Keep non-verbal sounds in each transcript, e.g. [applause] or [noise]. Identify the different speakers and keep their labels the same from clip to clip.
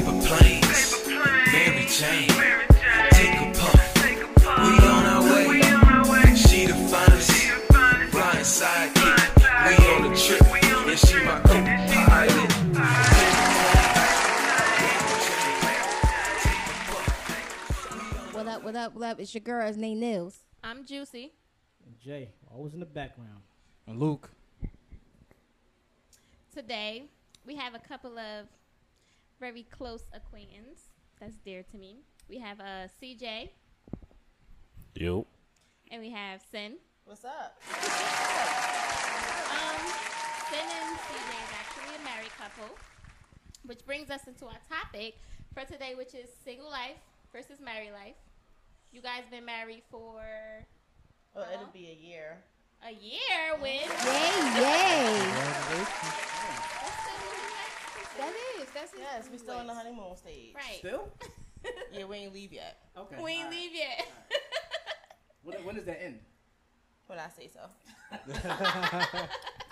Speaker 1: planes, Mary Jane. Take a puff, we on our way. She the finest, blind side kick. We on the trip, and she my co-pilot.
Speaker 2: What up, what up, what up? It's your girls, Nay Nils.
Speaker 3: I'm Juicy.
Speaker 4: Jay, always in the background.
Speaker 5: And Luke.
Speaker 3: Today, we have a couple of very close acquaintance that's dear to me. We have uh, CJ
Speaker 6: Yo.
Speaker 3: and we have Sin.
Speaker 7: What's up?
Speaker 3: Um, Sin and CJ is actually a married couple, which brings us into our topic for today, which is single life versus married life. You guys been married for
Speaker 7: Well,
Speaker 3: Hello?
Speaker 7: Oh, it'll be a year.
Speaker 3: a year
Speaker 2: Yay,
Speaker 3: with.
Speaker 2: yay. That is, that's
Speaker 7: Yes, we still in the honeymoon stage.
Speaker 3: Right.
Speaker 4: Still?
Speaker 7: Yeah, we ain't leave yet.
Speaker 4: Okay.
Speaker 3: We ain't
Speaker 4: alright.
Speaker 3: leave yet.
Speaker 4: When, when does that end?
Speaker 7: When I say so.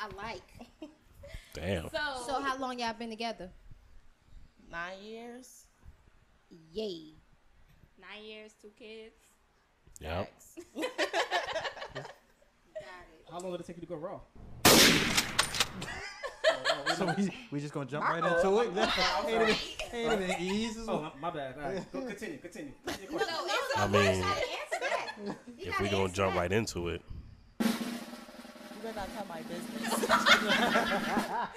Speaker 2: I like.
Speaker 3: [laughs]
Speaker 6: Damn.
Speaker 3: so,
Speaker 2: So, how long y'all been together?
Speaker 7: Nine years.
Speaker 2: Yay.
Speaker 3: nine years, two kids.
Speaker 6: Yep.
Speaker 7: Facts.
Speaker 4: How long did it take you to go raw?
Speaker 5: [laughs] So we, we just gonna jump right into it. [laughs] ain't even, ain't even ease. is-
Speaker 4: Oh, my bad. All right. Go, continue, continue.
Speaker 2: No, it's
Speaker 6: I mean,
Speaker 2: that.
Speaker 6: if we gonna jump right into it,
Speaker 7: You better not tell my [laughs] business.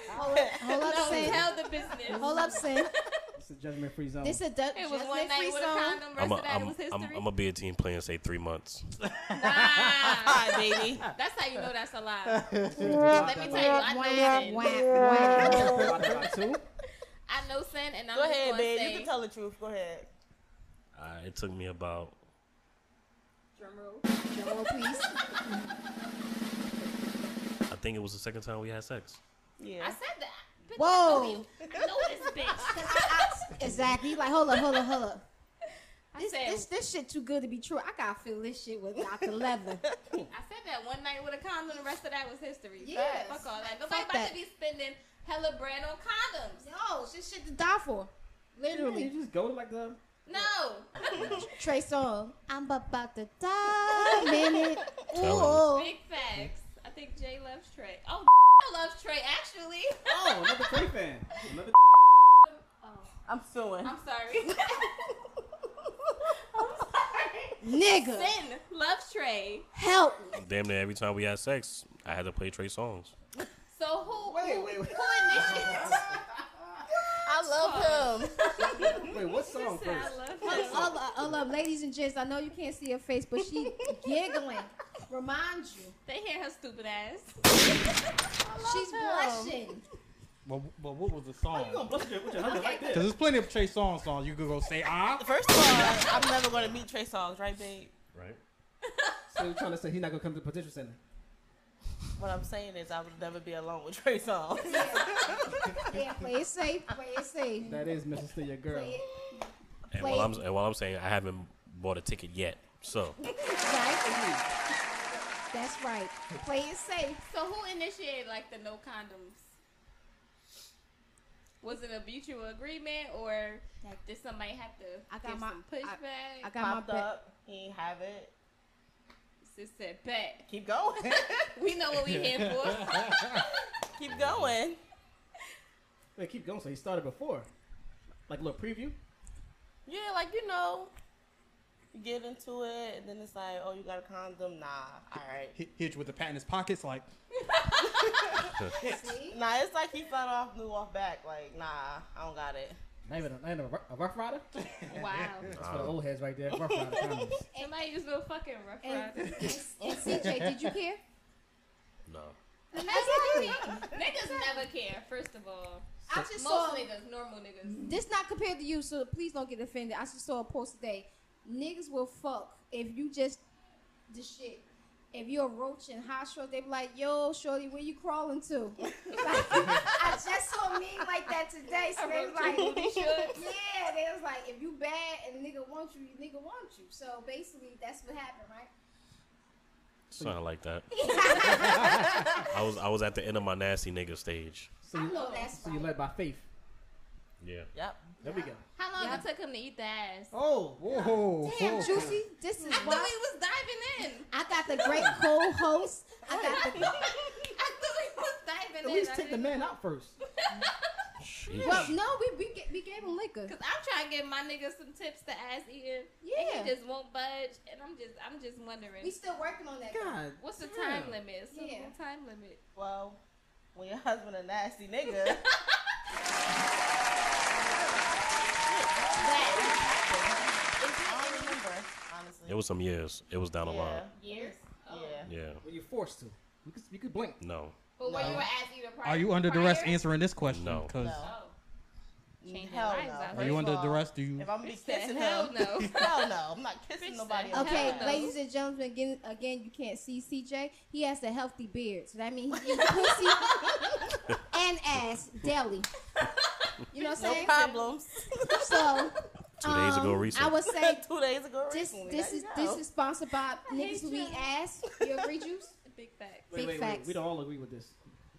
Speaker 2: Hold up, hold [laughs] up,
Speaker 3: No,
Speaker 2: Sin.
Speaker 3: [laughs] tell the business.
Speaker 2: Hold up, Sin.
Speaker 4: It's a judgment free zone.
Speaker 2: This is a Dutch
Speaker 3: It was one night
Speaker 2: free
Speaker 3: with a
Speaker 2: song.
Speaker 3: condom. Rest
Speaker 6: I'm a,
Speaker 3: of that
Speaker 6: I'm,
Speaker 3: was history.
Speaker 6: I'm, I'm gonna be a team player and say three months. [laughs]
Speaker 3: nah,
Speaker 7: Hi, [laughs] baby.
Speaker 3: that's how you know that's a lie.
Speaker 4: Let
Speaker 3: Let me tell you, I know sin.
Speaker 2: Wah, wah, wah.
Speaker 4: Two?
Speaker 3: I know sin, and I'm
Speaker 7: Go
Speaker 3: just
Speaker 7: ahead,
Speaker 3: gonna
Speaker 7: babe.
Speaker 3: say,
Speaker 7: You can tell the truth. Go ahead.
Speaker 6: Uh, it took me about
Speaker 2: Drum roll, please.
Speaker 6: I think it was the second time we had sex.
Speaker 3: I
Speaker 7: Yeah.
Speaker 3: said that. Bitch, I know
Speaker 2: Whoa.
Speaker 3: you. I know this [laughs] bitch.
Speaker 2: [laughs] Exactly. Like, hold up, hold up, hold up.
Speaker 3: I
Speaker 2: This,
Speaker 3: said,
Speaker 2: this, this shit too good to be true. I gotta fill this shit with Dr. [laughs] Leather.
Speaker 3: I said that one night with a condom. The rest of that was history.
Speaker 2: Yes.
Speaker 3: Fuck all that.
Speaker 2: Fuck
Speaker 3: Nobody about
Speaker 2: that.
Speaker 3: to be spending hella bread on condoms.
Speaker 2: Yo, this shit to die for.
Speaker 4: You
Speaker 2: Literally.
Speaker 4: just go like the.
Speaker 2: [laughs]
Speaker 3: No.
Speaker 2: Trey Song. I'm about to die, minute.
Speaker 6: Telling
Speaker 2: [laughs] Ooh.
Speaker 3: Big facts. I think Jay loves Trey. Oh, [laughs] I love Trey actually.
Speaker 4: Oh, another free fan. Another. [laughs]
Speaker 7: I'm suing.
Speaker 3: Oh, I'm sorry. [laughs] I'm sorry.
Speaker 2: Nigga,
Speaker 3: Sin loves Trey.
Speaker 2: help me.
Speaker 6: Damn near every time we had sex, I had to play Trey songs.
Speaker 3: So who?
Speaker 4: Wait,
Speaker 3: who-
Speaker 4: wait, Uh, wait.
Speaker 3: Who initiated?
Speaker 7: I love him.
Speaker 4: Wait, what song first?
Speaker 3: I
Speaker 2: All, up, all up, ladies and gents, I know you can't see her face, but she giggling. Remind you,
Speaker 3: They hear her stupid ass.
Speaker 2: she's blushing.
Speaker 5: But, but what was the song?
Speaker 4: You gonna blush with your- with your husband like
Speaker 5: Cause
Speaker 4: this?
Speaker 5: there's plenty of Trey Songz songs. You could go say ah.
Speaker 7: First of all, I'm never going to meet Trey Songs, right, babe?
Speaker 6: Right.
Speaker 4: So you're trying to say he's not gonna come to the potential center?
Speaker 7: What I'm saying is, I would never be alone with Trey Songs.
Speaker 2: Yeah, play it safe, play it safe.
Speaker 4: That is Mrs. Still Your Girl.
Speaker 2: Play it
Speaker 6: And
Speaker 2: Wait.
Speaker 6: while I'm and while I'm saying I haven't bought a ticket yet, so
Speaker 2: right. That's right. Play it safe.
Speaker 3: So who initiated like the no condoms? Was it a mutual agreement or did somebody have to
Speaker 2: I got
Speaker 3: give
Speaker 2: my-
Speaker 3: some
Speaker 2: I
Speaker 3: pushback?
Speaker 2: got
Speaker 7: Popped
Speaker 2: my back.
Speaker 7: up. He ain't have it.
Speaker 3: Sis said, "Bet
Speaker 7: Keep going. [laughs]
Speaker 3: we know what we
Speaker 2: [laughs]
Speaker 3: here for."
Speaker 7: Keep going.
Speaker 4: Wait, keep going. So he started before. Like a little preview?
Speaker 7: Yeah, like you know, you get into it, and then it's like, oh, you got a condom? Nah, all right.
Speaker 5: Hit, hit you with the pat in his pockets, like
Speaker 2: See?
Speaker 7: Nah, it's like he fell off, blew off back. Like, nah, I don't got it.
Speaker 4: Not even a, not even a, ru- a Rough Rider? That's
Speaker 3: wow.
Speaker 4: for the old heads right there. Rough Rider comments.
Speaker 3: Somebody used to fucking rough
Speaker 2: And, [laughs]
Speaker 3: rider.
Speaker 2: and, and CJ, did you care?
Speaker 6: no.
Speaker 2: Exactly.
Speaker 3: Niggas never care, first of all.
Speaker 2: I just
Speaker 3: Most
Speaker 2: saw
Speaker 3: niggas, normal niggas.
Speaker 2: this not compared to you, so please don't get offended. I just saw a post today. Niggas will fuck if you just the shit. If you're a roach in hot shorts, they be like, "Yo, shorty, where you crawling to?" [laughs] I just saw a meme like that today. So they was like,
Speaker 3: You
Speaker 2: [laughs]
Speaker 3: should.
Speaker 2: "Yeah," they was like, "If you bad and nigga want you, you nigga want you." So basically, that's what happened, right?
Speaker 6: Something like that. I was I was at the end of my nasty nigga stage.
Speaker 4: So
Speaker 2: I
Speaker 4: you,
Speaker 2: know that's
Speaker 4: so you
Speaker 2: right.
Speaker 4: led by faith.
Speaker 6: Yeah.
Speaker 7: Yep.
Speaker 4: There we go.
Speaker 3: How long
Speaker 2: Yeah.
Speaker 3: it took him to eat the ass?
Speaker 4: Oh,
Speaker 5: Whoa.
Speaker 2: Damn,
Speaker 5: whoa.
Speaker 2: Juicy, this is
Speaker 3: I thought we
Speaker 2: why
Speaker 3: was diving in.
Speaker 2: I got the [laughs] great co-host. I
Speaker 3: [laughs] I
Speaker 2: got
Speaker 3: thought
Speaker 2: the
Speaker 3: we was diving
Speaker 4: At
Speaker 3: in.
Speaker 4: least
Speaker 3: I
Speaker 4: take the
Speaker 3: didn't-
Speaker 4: man out first.
Speaker 2: [laughs]
Speaker 6: Sheesh.
Speaker 2: well, no, we we, ga- we gave him liquor.
Speaker 3: Cause I'm trying to give my niggas some tips to ass eating.
Speaker 2: Yeah,
Speaker 3: And he just won't budge, and I'm just, I'm just wondering.
Speaker 2: we still working on that.
Speaker 4: [laughs] God.
Speaker 3: What's the
Speaker 4: damn.
Speaker 3: time limit? It's a
Speaker 2: Yeah.
Speaker 3: little time limit.
Speaker 7: Well, when your husband a nasty nigga,
Speaker 3: That
Speaker 7: I don't remember honestly.
Speaker 6: It was some years. It was down the line.
Speaker 7: yeah.
Speaker 3: years.
Speaker 7: Yeah.
Speaker 6: Yeah.
Speaker 4: Well, you're forced to. You could, you could blink.
Speaker 6: No.
Speaker 3: But when
Speaker 7: No.
Speaker 3: you were ass eating prior,
Speaker 5: Are you under duress
Speaker 3: prior?
Speaker 5: answering this question?
Speaker 6: No.
Speaker 5: 'Cause
Speaker 7: No.
Speaker 3: Oh, Changing
Speaker 7: Hell
Speaker 3: lives
Speaker 7: no.
Speaker 3: out
Speaker 5: Are
Speaker 3: First
Speaker 5: you
Speaker 3: of
Speaker 5: under
Speaker 7: all,
Speaker 5: duress? Do you?
Speaker 7: If I'm gonna be
Speaker 3: Bitch said
Speaker 7: kissing
Speaker 3: hell
Speaker 7: him,
Speaker 3: no.
Speaker 7: [laughs] hell no. I'm not
Speaker 3: Bitch
Speaker 7: kissing
Speaker 3: said
Speaker 7: nobody.
Speaker 3: hell
Speaker 7: else.
Speaker 2: Okay,
Speaker 3: Yeah.
Speaker 2: ladies and gentlemen, again, again, you can't see CJ. He has a healthy beard, so that means he eats pussy
Speaker 6: [laughs]
Speaker 2: and ass daily. You know what I'm
Speaker 7: No
Speaker 2: saying?
Speaker 7: [laughs] problems.
Speaker 2: So
Speaker 6: Two days ago
Speaker 2: um,
Speaker 6: recently.
Speaker 2: I would
Speaker 7: [laughs]
Speaker 2: say
Speaker 7: Two days ago,
Speaker 2: this
Speaker 7: recently.
Speaker 2: this
Speaker 7: There
Speaker 2: is
Speaker 7: you
Speaker 2: this
Speaker 7: go.
Speaker 2: is sponsored by
Speaker 3: hate
Speaker 2: niggas who eat
Speaker 3: y'all.
Speaker 2: ass. You agree, Juice?
Speaker 3: Big facts.
Speaker 4: Wait,
Speaker 2: Big
Speaker 4: wait, wait.
Speaker 2: facts.
Speaker 4: We don't all agree with this.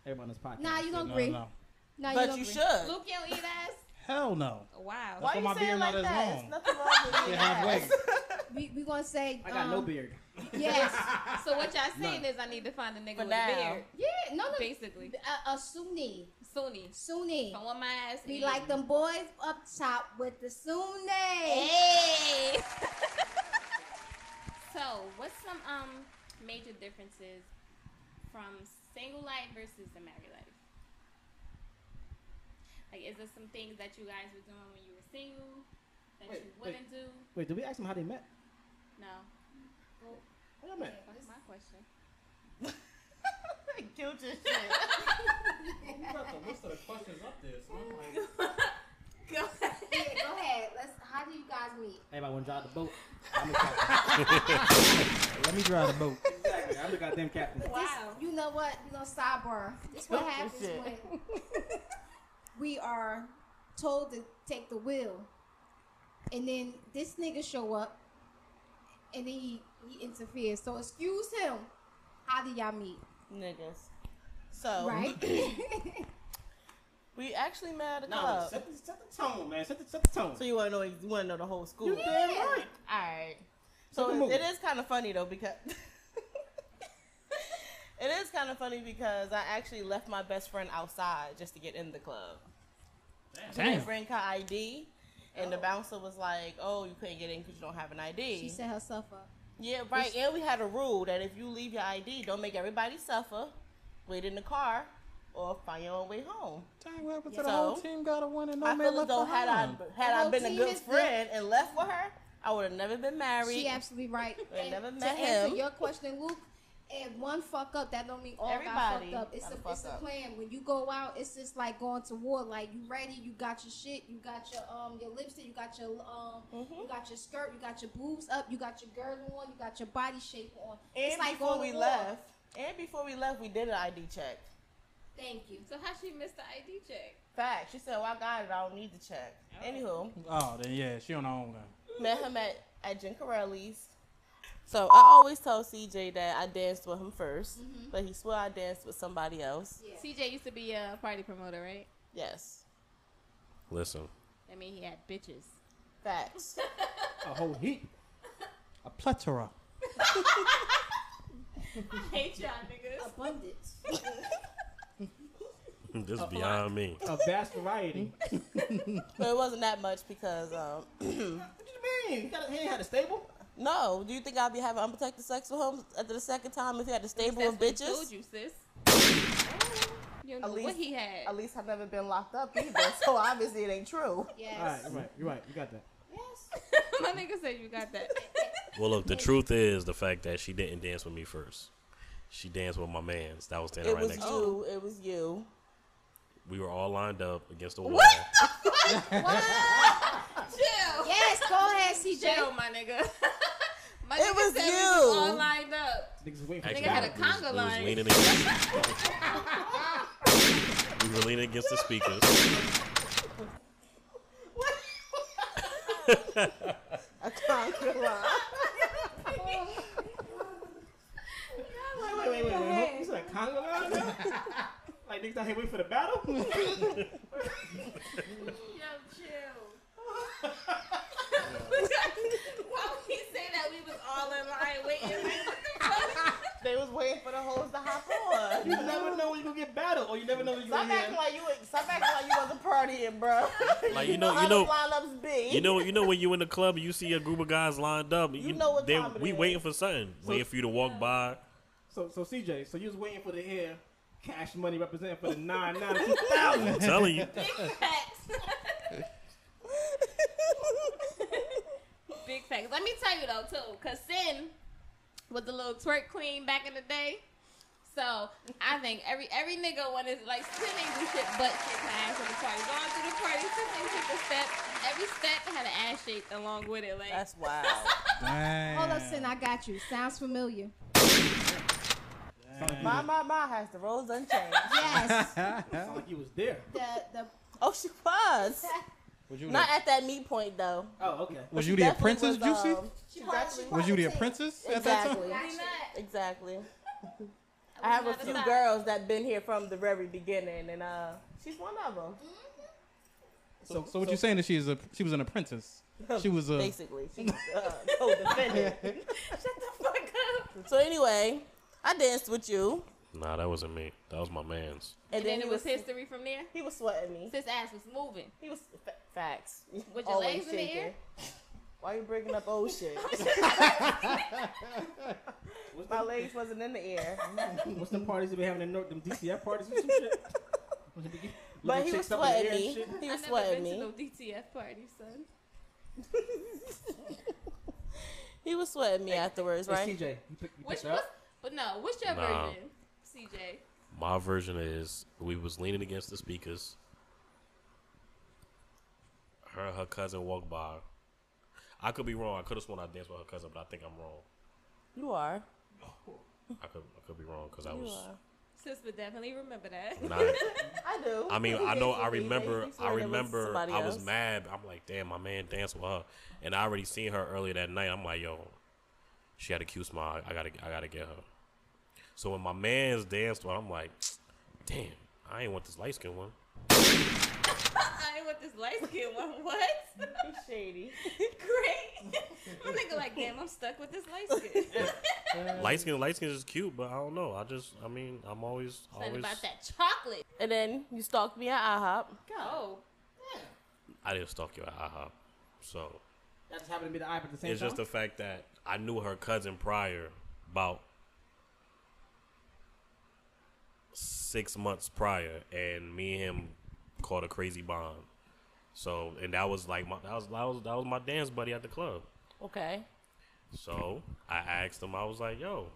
Speaker 4: Everyone on this podcast.
Speaker 2: Nah, you don't
Speaker 5: No,
Speaker 2: agree.
Speaker 5: no.
Speaker 2: Nah, you
Speaker 7: But
Speaker 2: don't
Speaker 7: you
Speaker 2: agree.
Speaker 7: should.
Speaker 3: Luke, you don't eat ass.
Speaker 5: Hell no.
Speaker 3: Wow.
Speaker 7: Why
Speaker 5: why
Speaker 7: you
Speaker 5: my
Speaker 7: saying
Speaker 5: beard
Speaker 7: it
Speaker 5: not
Speaker 7: like
Speaker 5: as
Speaker 7: that?
Speaker 5: long.
Speaker 7: It's nothing wrong with
Speaker 5: You're
Speaker 7: your
Speaker 5: halfway.
Speaker 7: ass.
Speaker 2: We we gonna say
Speaker 4: I got no
Speaker 2: um,
Speaker 4: beard. [laughs]
Speaker 2: Yes.
Speaker 3: So what y'all saying is I need to find a nigga
Speaker 7: For
Speaker 3: with
Speaker 7: now.
Speaker 3: a beard,
Speaker 2: Yeah. No. No.
Speaker 3: basically.
Speaker 2: A, a Sunni.
Speaker 3: Sunni.
Speaker 2: Sunni.
Speaker 3: I want my ass.
Speaker 2: We
Speaker 3: eaten.
Speaker 2: like them boys up top with the Sunni.
Speaker 3: Hey. so what's some um major differences from single life versus the married life? Like, is there some things that you guys were doing when you were single that
Speaker 4: Wait,
Speaker 3: you
Speaker 4: wait.
Speaker 3: wouldn't do?
Speaker 4: Wait, did we ask them how they met?
Speaker 3: No.
Speaker 4: How they met?
Speaker 3: That's my question.
Speaker 7: Cute as shit.
Speaker 3: [laughs] Go
Speaker 2: Yeah, go ahead. Let's. How do you guys meet?
Speaker 4: Everybody want to drive the [laughs] boat. I'm the captain.
Speaker 5: Let me drive the boat.
Speaker 4: exactly. I'm the goddamn captain.
Speaker 3: [laughs] Wow.
Speaker 2: You know what? You know, sidebar. This what happens
Speaker 7: shit.
Speaker 2: when we are told to take the wheel, and then this nigga show up, and then he, he interferes. So excuse him. How did y'all meet?
Speaker 7: Niggas. So [laughs]
Speaker 2: Right?
Speaker 7: we actually met at a
Speaker 4: Nah,
Speaker 7: club.
Speaker 4: look, set, the, set the tone, man. Set the, set the tone.
Speaker 7: So you want to know? You want to know the whole school?
Speaker 4: You damn right.
Speaker 7: All right.
Speaker 4: Took a
Speaker 7: So
Speaker 4: move.
Speaker 7: it, it is kind of funny though because [laughs] it is kind of funny because I actually left my best friend outside just to get in the club.
Speaker 5: Damn.
Speaker 7: Bring her ID, and the bouncer was like, "Oh, you couldn't get in because you don't have an ID."
Speaker 2: she set herself up.
Speaker 7: Yeah, right. And we had a rule that if you leave your ID, don't make everybody suffer. Wait in the car or find your own way home.
Speaker 5: Dang, what happened
Speaker 7: Yeah.
Speaker 5: to the whole
Speaker 7: So,
Speaker 5: team got a win and no
Speaker 7: I
Speaker 5: man
Speaker 7: feel as
Speaker 5: left
Speaker 7: though had I
Speaker 5: behind?
Speaker 7: had I
Speaker 2: Hello,
Speaker 7: been a
Speaker 2: team
Speaker 7: good
Speaker 2: is good.
Speaker 7: friend and left with her, I would have never been married.
Speaker 2: She absolutely
Speaker 7: [laughs]
Speaker 2: right.
Speaker 7: I
Speaker 2: And
Speaker 7: never
Speaker 2: to
Speaker 7: met
Speaker 2: answer
Speaker 7: him.
Speaker 2: your question, Luke, if one fuck up, that don't mean all
Speaker 7: Everybody
Speaker 2: got fucked up. It's a,
Speaker 7: gotta fuck
Speaker 2: it's
Speaker 7: up.
Speaker 2: a plan. When you go out, it's just like going to war. Like you ready, you got your shit, you got your um your lipstick, you got your um
Speaker 7: Mm-hmm.
Speaker 2: you got your skirt, you got your boobs up, you got your girdle on, you got your body shape on.
Speaker 7: And
Speaker 2: it's like
Speaker 7: before
Speaker 2: going
Speaker 7: we
Speaker 2: to war.
Speaker 7: left, and before we left, we did an ID check.
Speaker 2: Thank you.
Speaker 3: So how she missed the ID check?
Speaker 7: Fact. She said, "Well, I got it. I don't need the check." Anywho,
Speaker 5: Oh, then yeah, she on her own then.
Speaker 7: met him at at Giancarelli's. So I always tell CJ that I danced with him 1st
Speaker 2: Mm-hmm.
Speaker 7: but he swear I danced with somebody else.
Speaker 2: Yeah.
Speaker 3: CJ used to be a party promoter, right?
Speaker 7: Yes.
Speaker 6: Listen. [laughs]
Speaker 3: I mean, he had bitches.
Speaker 7: Facts.
Speaker 4: A whole heap.
Speaker 5: A plethora.
Speaker 3: [laughs] I hate y'all niggas.
Speaker 2: Abundance.
Speaker 6: This is beyond me.
Speaker 4: A vast variety.
Speaker 5: Hmm?
Speaker 7: but it wasn't that much because um,
Speaker 4: what you mean? You got a, he ain't had a stable?
Speaker 7: no. Do you think I'd be having unprotected sex with him after the second time if he had a stable
Speaker 3: That's
Speaker 7: of
Speaker 3: what he told
Speaker 7: bitches?
Speaker 3: you, sis. You don't know what
Speaker 7: least-
Speaker 3: he had. [laughs]
Speaker 7: At least I've never been locked up either, [laughs] so obviously it ain't true.
Speaker 2: Yes.
Speaker 4: All right, you're right. You're right. You got that.
Speaker 3: My nigga said you got that.
Speaker 6: Well, look, the truth is the fact that she didn't dance with me first. She danced with my mans. That was standing
Speaker 7: It
Speaker 6: right
Speaker 7: was
Speaker 6: next to her.
Speaker 7: you. It was you.
Speaker 6: We were all lined up against the wall.
Speaker 3: [laughs] Chill.
Speaker 2: Yes, go ahead,
Speaker 3: Chill,
Speaker 2: CJ.
Speaker 3: my nigga. [laughs] my
Speaker 7: It
Speaker 3: nigga
Speaker 7: was
Speaker 3: said we
Speaker 7: you.
Speaker 3: was all lined up.
Speaker 4: Niggas is waiting for
Speaker 3: Nigga
Speaker 6: Actually,
Speaker 3: had
Speaker 6: we
Speaker 3: a
Speaker 6: was-
Speaker 3: conga
Speaker 6: we was
Speaker 3: line.
Speaker 6: leaning against- we were leaning against [laughs] the speakers.
Speaker 7: A conquer line.
Speaker 4: Wait, wait, wait, wait. wait. You said a conga line?
Speaker 7: [laughs]
Speaker 4: now? like niggas out here waiting for the battle?
Speaker 3: Yo, [laughs]
Speaker 7: [laughs] partying, bro.
Speaker 6: Like, you know-
Speaker 7: how
Speaker 6: you know-
Speaker 7: the lineups be.
Speaker 6: You know, you know when you in the club and you see a group of guys lined up. You,
Speaker 7: know what
Speaker 6: they,
Speaker 7: time it
Speaker 6: we
Speaker 7: is.
Speaker 6: waiting for something, waiting for you to walk by.
Speaker 4: So, so CJ, so you was waiting for the hair, cash money representing for the nine nine two thousand.
Speaker 6: telling you,
Speaker 3: Big facts. Let me tell you though too, cause Sin was the little twerk queen back in the day. So I think every every nigga wanted like Sin ain't do shit but shake her ass on the party. Going through the party, Sin ain't took a step. Every step had an ass shake along with it. Like
Speaker 7: That's wild.
Speaker 2: Hold up,
Speaker 5: Damn.
Speaker 2: Sin, I got you. Sounds familiar.
Speaker 7: my my my has the rolls unchanged.
Speaker 4: [laughs]
Speaker 2: Yes.
Speaker 4: Sound like you was there.
Speaker 2: the the
Speaker 7: Oh, she was.
Speaker 5: Was you
Speaker 7: Not
Speaker 5: the,
Speaker 7: at that meat point though.
Speaker 4: Oh, okay.
Speaker 5: was
Speaker 7: She
Speaker 5: you the
Speaker 7: definitely
Speaker 5: apprentice,
Speaker 7: was,
Speaker 5: Juicy?
Speaker 7: um,
Speaker 2: she
Speaker 7: Exactly.
Speaker 5: Was you the apprentice at that time?
Speaker 7: Exactly.
Speaker 2: Gotcha.
Speaker 3: [laughs]
Speaker 7: Exactly. I have a
Speaker 3: not a
Speaker 7: few
Speaker 3: thought.
Speaker 7: girls that been here from the very beginning, and uh, she's one of them. [laughs]
Speaker 4: So,
Speaker 5: So what you saying that she is a she was an apprentice? She was a
Speaker 7: Basically, she's uh,
Speaker 5: [laughs]
Speaker 7: co-defendant.
Speaker 3: shut [laughs] the fuck up.
Speaker 7: so anyway, I danced with you,
Speaker 6: nah, that wasn't me. That was my man's.
Speaker 3: And
Speaker 7: and,
Speaker 3: then it was history from there.
Speaker 7: He was sweating me.
Speaker 3: Sis ass was moving.
Speaker 7: He was fa- facts.
Speaker 3: With your
Speaker 7: Always
Speaker 3: legs in the air?
Speaker 7: Why you bringing up old
Speaker 3: [laughs]
Speaker 7: shit? [laughs]
Speaker 4: what's,
Speaker 7: My
Speaker 4: the,
Speaker 7: legs wasn't in the air,
Speaker 4: what's them parties you been having in North, them DCF parties or some shit? Was it be-
Speaker 7: but
Speaker 4: looking
Speaker 7: he was
Speaker 4: chicks up in the
Speaker 7: sweating
Speaker 4: air and
Speaker 7: me.
Speaker 4: shit?
Speaker 7: He
Speaker 3: I never
Speaker 7: was
Speaker 3: been
Speaker 7: sweating
Speaker 3: to
Speaker 7: me.
Speaker 3: no DTF party, son.
Speaker 7: He was sweating me afterwards,
Speaker 4: Hey,
Speaker 7: right?
Speaker 4: CJ, you pick, you
Speaker 3: Which
Speaker 4: picked
Speaker 3: was,
Speaker 4: up?
Speaker 3: but no, what's your
Speaker 6: Nah.
Speaker 3: version, CJ?
Speaker 6: My version is we was leaning against the speakers. Her and her cousin walked by. I could be wrong. I could have sworn I danced with her cousin, but I think I'm wrong.
Speaker 7: You are.
Speaker 6: I could I could be wrong because I
Speaker 7: You
Speaker 6: was.
Speaker 7: are.
Speaker 3: Sis would definitely remember that. [laughs]
Speaker 6: Not,
Speaker 7: I do.
Speaker 6: I mean,
Speaker 7: He
Speaker 6: I know,
Speaker 7: danced
Speaker 6: I
Speaker 7: with me, and [laughs]
Speaker 6: remember,
Speaker 7: he
Speaker 6: I
Speaker 7: sweated with
Speaker 6: remember,
Speaker 7: somebody
Speaker 6: I was
Speaker 7: else.
Speaker 6: mad. I'm like, damn, my man danced with her, and I already seen her earlier that night. I'm like, yo, she had a cute smile. I gotta, I gotta get her. So when my man's danced with, her, I'm like, damn, I ain't want this light skin one.
Speaker 3: I ain't with this light skin one. What? [laughs]
Speaker 7: He's shady.
Speaker 3: Great. [laughs] I'm thinking like, damn, I'm stuck with this light skin.
Speaker 6: Light skin, light skin is cute, but I don't know. I just, I mean, I'm always,
Speaker 3: Something
Speaker 6: always.
Speaker 3: about that chocolate.
Speaker 7: And then you stalked me at IHOP.
Speaker 3: Go.
Speaker 6: I didn't stalk you at IHOP, so
Speaker 4: That just happened to be the eye at the same
Speaker 6: it's
Speaker 4: time.
Speaker 6: just the fact that I knew her cousin prior, about six months prior, and me and him caught a crazy bond. So, and that was like my that was that was that was my dance buddy at the club.
Speaker 7: Okay.
Speaker 6: So I asked him, I was like, "Yo,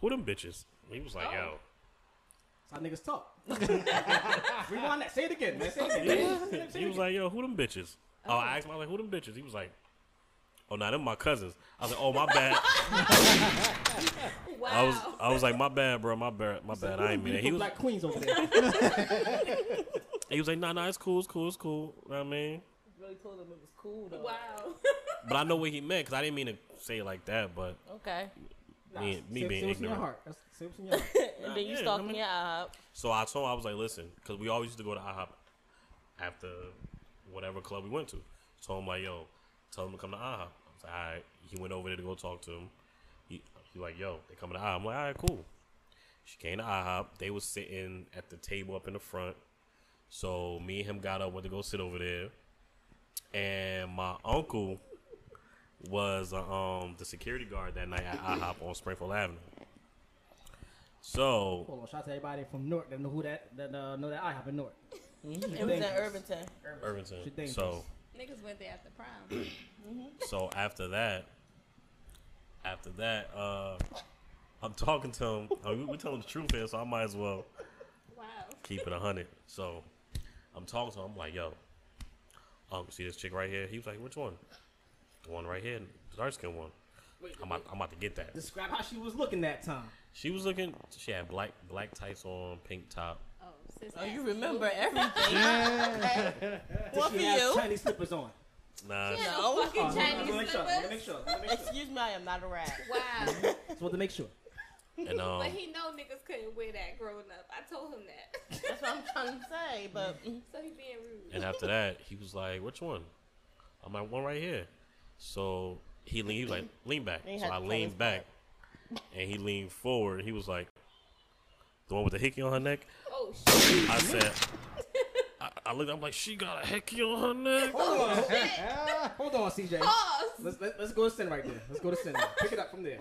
Speaker 6: who them bitches?" He was
Speaker 3: Oh.
Speaker 6: like, "Yo."
Speaker 4: That's how niggas talk. Rewind that. Say it again. Man. Say it again. man. Say
Speaker 6: he
Speaker 4: it
Speaker 6: was like, "Yo, who them bitches?" Oh, I asked him, I was like, "Who them bitches?" He was like, "Oh, now them my cousins." I was like, "Oh, my bad."
Speaker 3: Wow.
Speaker 6: I was I was like, "My bad, bro. My bad. My
Speaker 4: again.
Speaker 6: bad. I ain't mean it."
Speaker 4: Beautiful
Speaker 6: He was
Speaker 4: black queens over
Speaker 6: [laughs]
Speaker 4: there.
Speaker 6: he was like, "Nah, nah, it's cool, it's cool, it's cool." You know what I mean,
Speaker 7: Really told him it was cool though.
Speaker 3: wow. [laughs]
Speaker 6: but I know what he meant because I didn't mean to say it like that. But
Speaker 7: [laughs] Okay.
Speaker 6: me,
Speaker 4: say,
Speaker 6: me
Speaker 4: say
Speaker 6: being
Speaker 4: what's in your
Speaker 6: ignorant,
Speaker 4: heart. That's, say what's in your heart.
Speaker 7: And then you
Speaker 6: yeah,
Speaker 7: stalked
Speaker 6: I mean-
Speaker 7: me at IHOP.
Speaker 6: so I told him I was like, "Listen," because we always used to go to IHOP after whatever club we went to. Told him like, "Yo, tell him to come to IHOP." I was like, "All right." He went over there to go talk to him. He, he like, "Yo, they coming to IHOP." I'm like, "All right, cool." She came to IHOP. They was sitting at the table up in the front. So me and him got up, went to go sit over there, and my uncle was uh, um the security guard that night at IHOP on Springfield Avenue. So
Speaker 4: Hold on. Shout out to everybody from North that know who that that uh, know that I have in North.
Speaker 7: It was in Irvington.
Speaker 4: She
Speaker 6: Irvington.
Speaker 4: dangerous.
Speaker 6: So
Speaker 3: Niggas went there after prom.
Speaker 6: so after that, after that, uh, I'm talking to him. I mean, we telling the truth here, so I might as well
Speaker 3: Wow.
Speaker 6: keep it a hundred. So I'm talking to him. I'm like, yo, um, see this chick right here? He was like, which one? The one right here, the dark skin one. I'm about, I'm about to get that.
Speaker 4: Describe how she was looking that time.
Speaker 6: She was looking. She had black black tights on, pink top.
Speaker 3: Oh, sis.
Speaker 7: Oh, you
Speaker 3: ass.
Speaker 7: remember everything. [laughs] Okay.
Speaker 4: Did
Speaker 7: One for
Speaker 4: she have
Speaker 7: you.
Speaker 4: Chinese slippers on.
Speaker 6: Nah,
Speaker 3: Yeah,
Speaker 7: No.
Speaker 3: no fucking
Speaker 4: Oh, I
Speaker 3: Chinese
Speaker 4: wanna make sure. I wanna make
Speaker 3: slippers.
Speaker 4: sure. I wanna make sure.
Speaker 7: Excuse me, I am not a rat.
Speaker 3: Wow.
Speaker 4: Just wanted to make sure.
Speaker 6: and um,
Speaker 3: But he know niggas couldn't wear that growing up. I told him that. [laughs]
Speaker 7: That's what I'm trying to say, but
Speaker 3: so he being rude.
Speaker 6: and after that, he was like, "Which one?" I'm like, "One right here." So he leaned. He was like, "Lean back."
Speaker 7: He
Speaker 6: So
Speaker 7: had
Speaker 6: I
Speaker 7: to pull his
Speaker 6: leaned back, and he leaned forward. He was like, "The one with the hickey on her neck."
Speaker 7: [laughs]
Speaker 3: Oh shit.
Speaker 6: I said, I, I looked. I'm like, she got a hickey on her neck.
Speaker 4: Hold on,
Speaker 5: Ah,
Speaker 4: [laughs] hold on, CJ.
Speaker 3: Oh, Pause.
Speaker 4: Let's let, let's go to sin right there. Let's go to sin. Pick it up from there.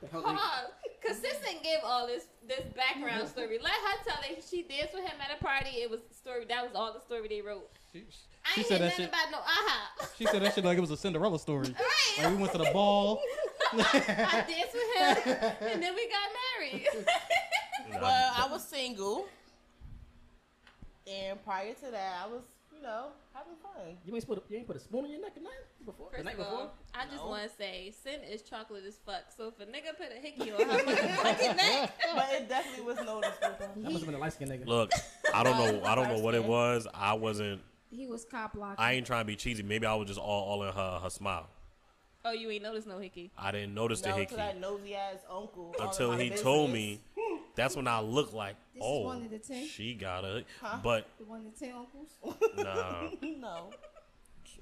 Speaker 4: The
Speaker 7: [laughs]
Speaker 4: hell do you-
Speaker 3: Pause. Cause Sis didn't give all this this
Speaker 5: [laughs]
Speaker 3: background story. Let her tell it. She danced with him at a party. It was the story. That was all the story they wrote.
Speaker 5: she,
Speaker 3: I
Speaker 5: she
Speaker 3: ain't hear
Speaker 5: said that
Speaker 3: nothing
Speaker 5: shit.
Speaker 3: about no aha.
Speaker 5: She said that shit like it was a Cinderella story.
Speaker 3: [laughs] Right.
Speaker 5: Like we went to the ball.
Speaker 3: [laughs] I danced with him,
Speaker 5: [laughs]
Speaker 3: and then we got married. [laughs]
Speaker 6: Nah,
Speaker 7: Well, uh, I was single, and prior to that, I was, you know, having fun.
Speaker 4: You ain't put a, you ain't put a spoon in your neck at night before. the
Speaker 3: First
Speaker 4: night
Speaker 3: of
Speaker 4: before.
Speaker 3: all, I just
Speaker 7: No.
Speaker 3: want to say, sin is chocolate as fuck. So if a nigga put a hickey on
Speaker 5: [laughs]
Speaker 3: her motherfucking neck,
Speaker 7: But it definitely was noticeable.
Speaker 4: that must have been a light skinned nigga.
Speaker 6: Look, I don't know. I don't know what it
Speaker 7: Thursday.
Speaker 6: was. I wasn't.
Speaker 2: He was cop blocking.
Speaker 6: I ain't trying to be cheesy. Maybe I was just all, all in her her smile.
Speaker 3: oh, you ain't noticed no hickey.
Speaker 6: I didn't notice the
Speaker 7: No,
Speaker 6: hickey
Speaker 7: to that nosy ass uncle. all
Speaker 6: until
Speaker 7: in my
Speaker 6: he told me.
Speaker 7: business.
Speaker 6: That's when I looked like,
Speaker 2: This is
Speaker 6: oh,
Speaker 2: one of the ten?
Speaker 6: she got a.
Speaker 7: Huh?
Speaker 6: But
Speaker 2: the one to ten uncles.
Speaker 6: nah,
Speaker 7: No.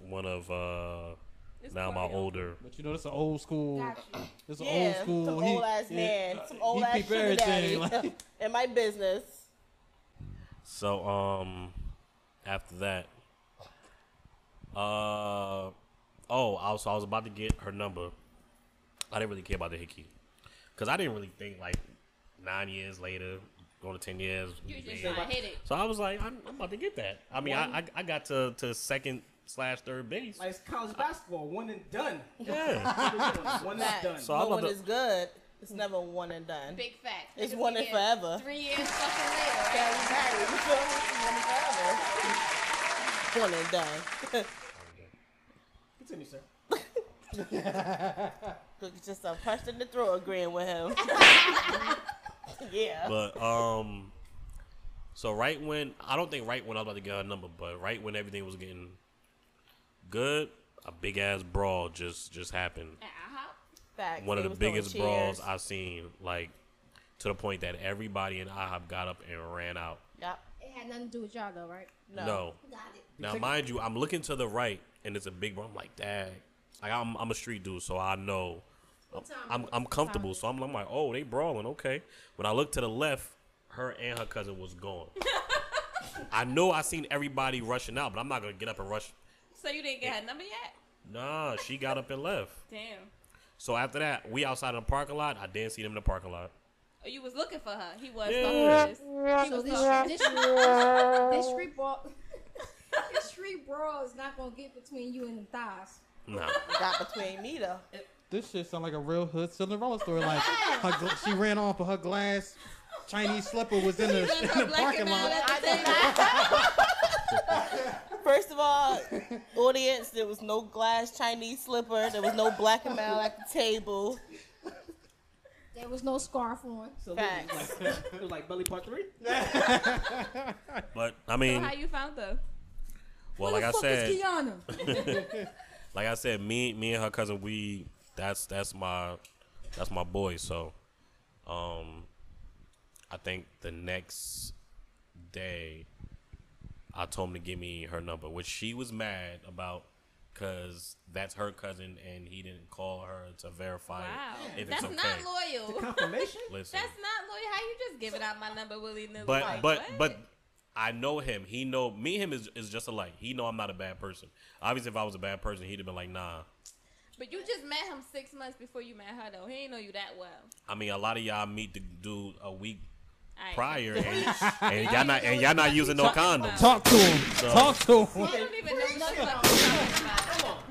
Speaker 6: one of uh
Speaker 3: It's
Speaker 6: now my
Speaker 3: Mario.
Speaker 6: older.
Speaker 5: But you know, this an old school.
Speaker 2: Got you.
Speaker 5: This an
Speaker 7: Yeah,
Speaker 5: old school.
Speaker 7: some
Speaker 5: he-
Speaker 7: old ass
Speaker 5: yeah,
Speaker 7: man,
Speaker 5: uh,
Speaker 7: some old
Speaker 5: he
Speaker 7: ass
Speaker 5: peep
Speaker 7: sugar daddy
Speaker 5: everything, like-
Speaker 7: [laughs] in my business.
Speaker 6: So um, after that, uh, oh, I was, so I was about to get her number. I didn't really care about the hickey, cause I didn't really think like nine years later, going to ten years.
Speaker 3: You
Speaker 6: we
Speaker 3: just
Speaker 6: married.
Speaker 3: trying to hit it.
Speaker 6: so I was like, I'm, I'm about to get that. I mean, I, I I got to to second slash third base.
Speaker 4: Like it's college basketball, one and done.
Speaker 6: Yeah.
Speaker 4: one and done.
Speaker 6: So
Speaker 7: So
Speaker 6: I'm
Speaker 7: but
Speaker 6: about
Speaker 7: when
Speaker 6: to-
Speaker 7: it's good, it's never one and done.
Speaker 3: Big fact.
Speaker 7: It's
Speaker 3: Niggas
Speaker 7: one
Speaker 3: be
Speaker 7: and
Speaker 3: getting
Speaker 7: forever.
Speaker 3: Three years fucking later.
Speaker 7: Yeah,
Speaker 3: Right?
Speaker 7: we married, you feel me? It's one and forever. One and done.
Speaker 4: Continue, sir.
Speaker 7: Look, it's just a punch in the throat agreeing with
Speaker 6: [laughs]
Speaker 7: him. yeah.
Speaker 6: But um, so right when I don't think right when I was about to get her number, but right when everything was getting good, a big ass brawl just just happened.
Speaker 3: Uh-huh.
Speaker 7: Facts.
Speaker 6: One of
Speaker 7: They
Speaker 6: the
Speaker 7: was throwing
Speaker 6: biggest
Speaker 7: chairs.
Speaker 6: brawls I've seen, like to the point that everybody in IHOP got up and ran out.
Speaker 7: Yup.
Speaker 2: It had nothing to do with y'all though, right?
Speaker 6: No.
Speaker 7: No.
Speaker 2: Got it.
Speaker 6: Now mind you, I'm looking to the right and it's a big brawl. I'm like, dang. Like I'm I'm a street dude, so I know I'm I'm comfortable, so I'm, I'm like, oh, they brawling, okay. When I look to the left, her and her cousin
Speaker 2: [laughs]
Speaker 6: was gone. I know I seen everybody rushing out, but I'm not gonna get up and rush.
Speaker 3: So you didn't get her number yet?
Speaker 6: Nah, she got up and left.
Speaker 3: Damn.
Speaker 6: So after that, we outside of the parking lot. I didn't see them in the parking lot.
Speaker 3: Oh, you was looking for her. He was.
Speaker 6: Yeah.
Speaker 3: Yeah.
Speaker 2: So this this this street brawl this street brawl is not gonna get between you and the thighs. [laughs]
Speaker 6: Nah,
Speaker 7: Got between me though.
Speaker 5: This shit sound like a real hood Cinderella story. Like her, gla- she ran off, but her glass Chinese slipper was in the, in the parking lot.
Speaker 7: First of all, audience, there was no glass Chinese slipper. There was no black and male at the table.
Speaker 2: There was no scarf on.
Speaker 4: So
Speaker 7: Facts.
Speaker 4: It, was like, [laughs] it was like belly part three.
Speaker 6: but I mean,
Speaker 3: How you found her?
Speaker 6: well,
Speaker 2: Who
Speaker 6: like
Speaker 2: the
Speaker 6: I
Speaker 2: fuck
Speaker 6: said,
Speaker 2: is Kiana?
Speaker 6: like I said, me me and her cousin, we that's that's my that's my boy. So, um, I think the next day, I told him to give me her number, which she was mad about. Cause that's her cousin, and he didn't call her to verify
Speaker 3: Wow.
Speaker 6: it if
Speaker 3: That's
Speaker 6: it's okay.
Speaker 3: not loyal.
Speaker 4: Confirmation.
Speaker 6: Listen,
Speaker 3: That's not loyal. How you just giving out my number willy nilly?
Speaker 6: But
Speaker 7: Like,
Speaker 6: but
Speaker 3: what?
Speaker 6: but I know him. He know me. and Him is is just alike. He know I'm not a bad person. Obviously, if I was a bad person, he'd have been like, nah.
Speaker 3: But you just met him six months before you met her, though. He ain't know you that well.
Speaker 6: I mean, a lot of y'all meet the dude a week
Speaker 3: Aight. [laughs]
Speaker 6: prior, and,
Speaker 7: [laughs]
Speaker 6: and y'all not and y'all not using no condom.
Speaker 5: Talk to him.
Speaker 6: So-
Speaker 5: Talk to him.
Speaker 3: I don't even know what the fuck you're talking about.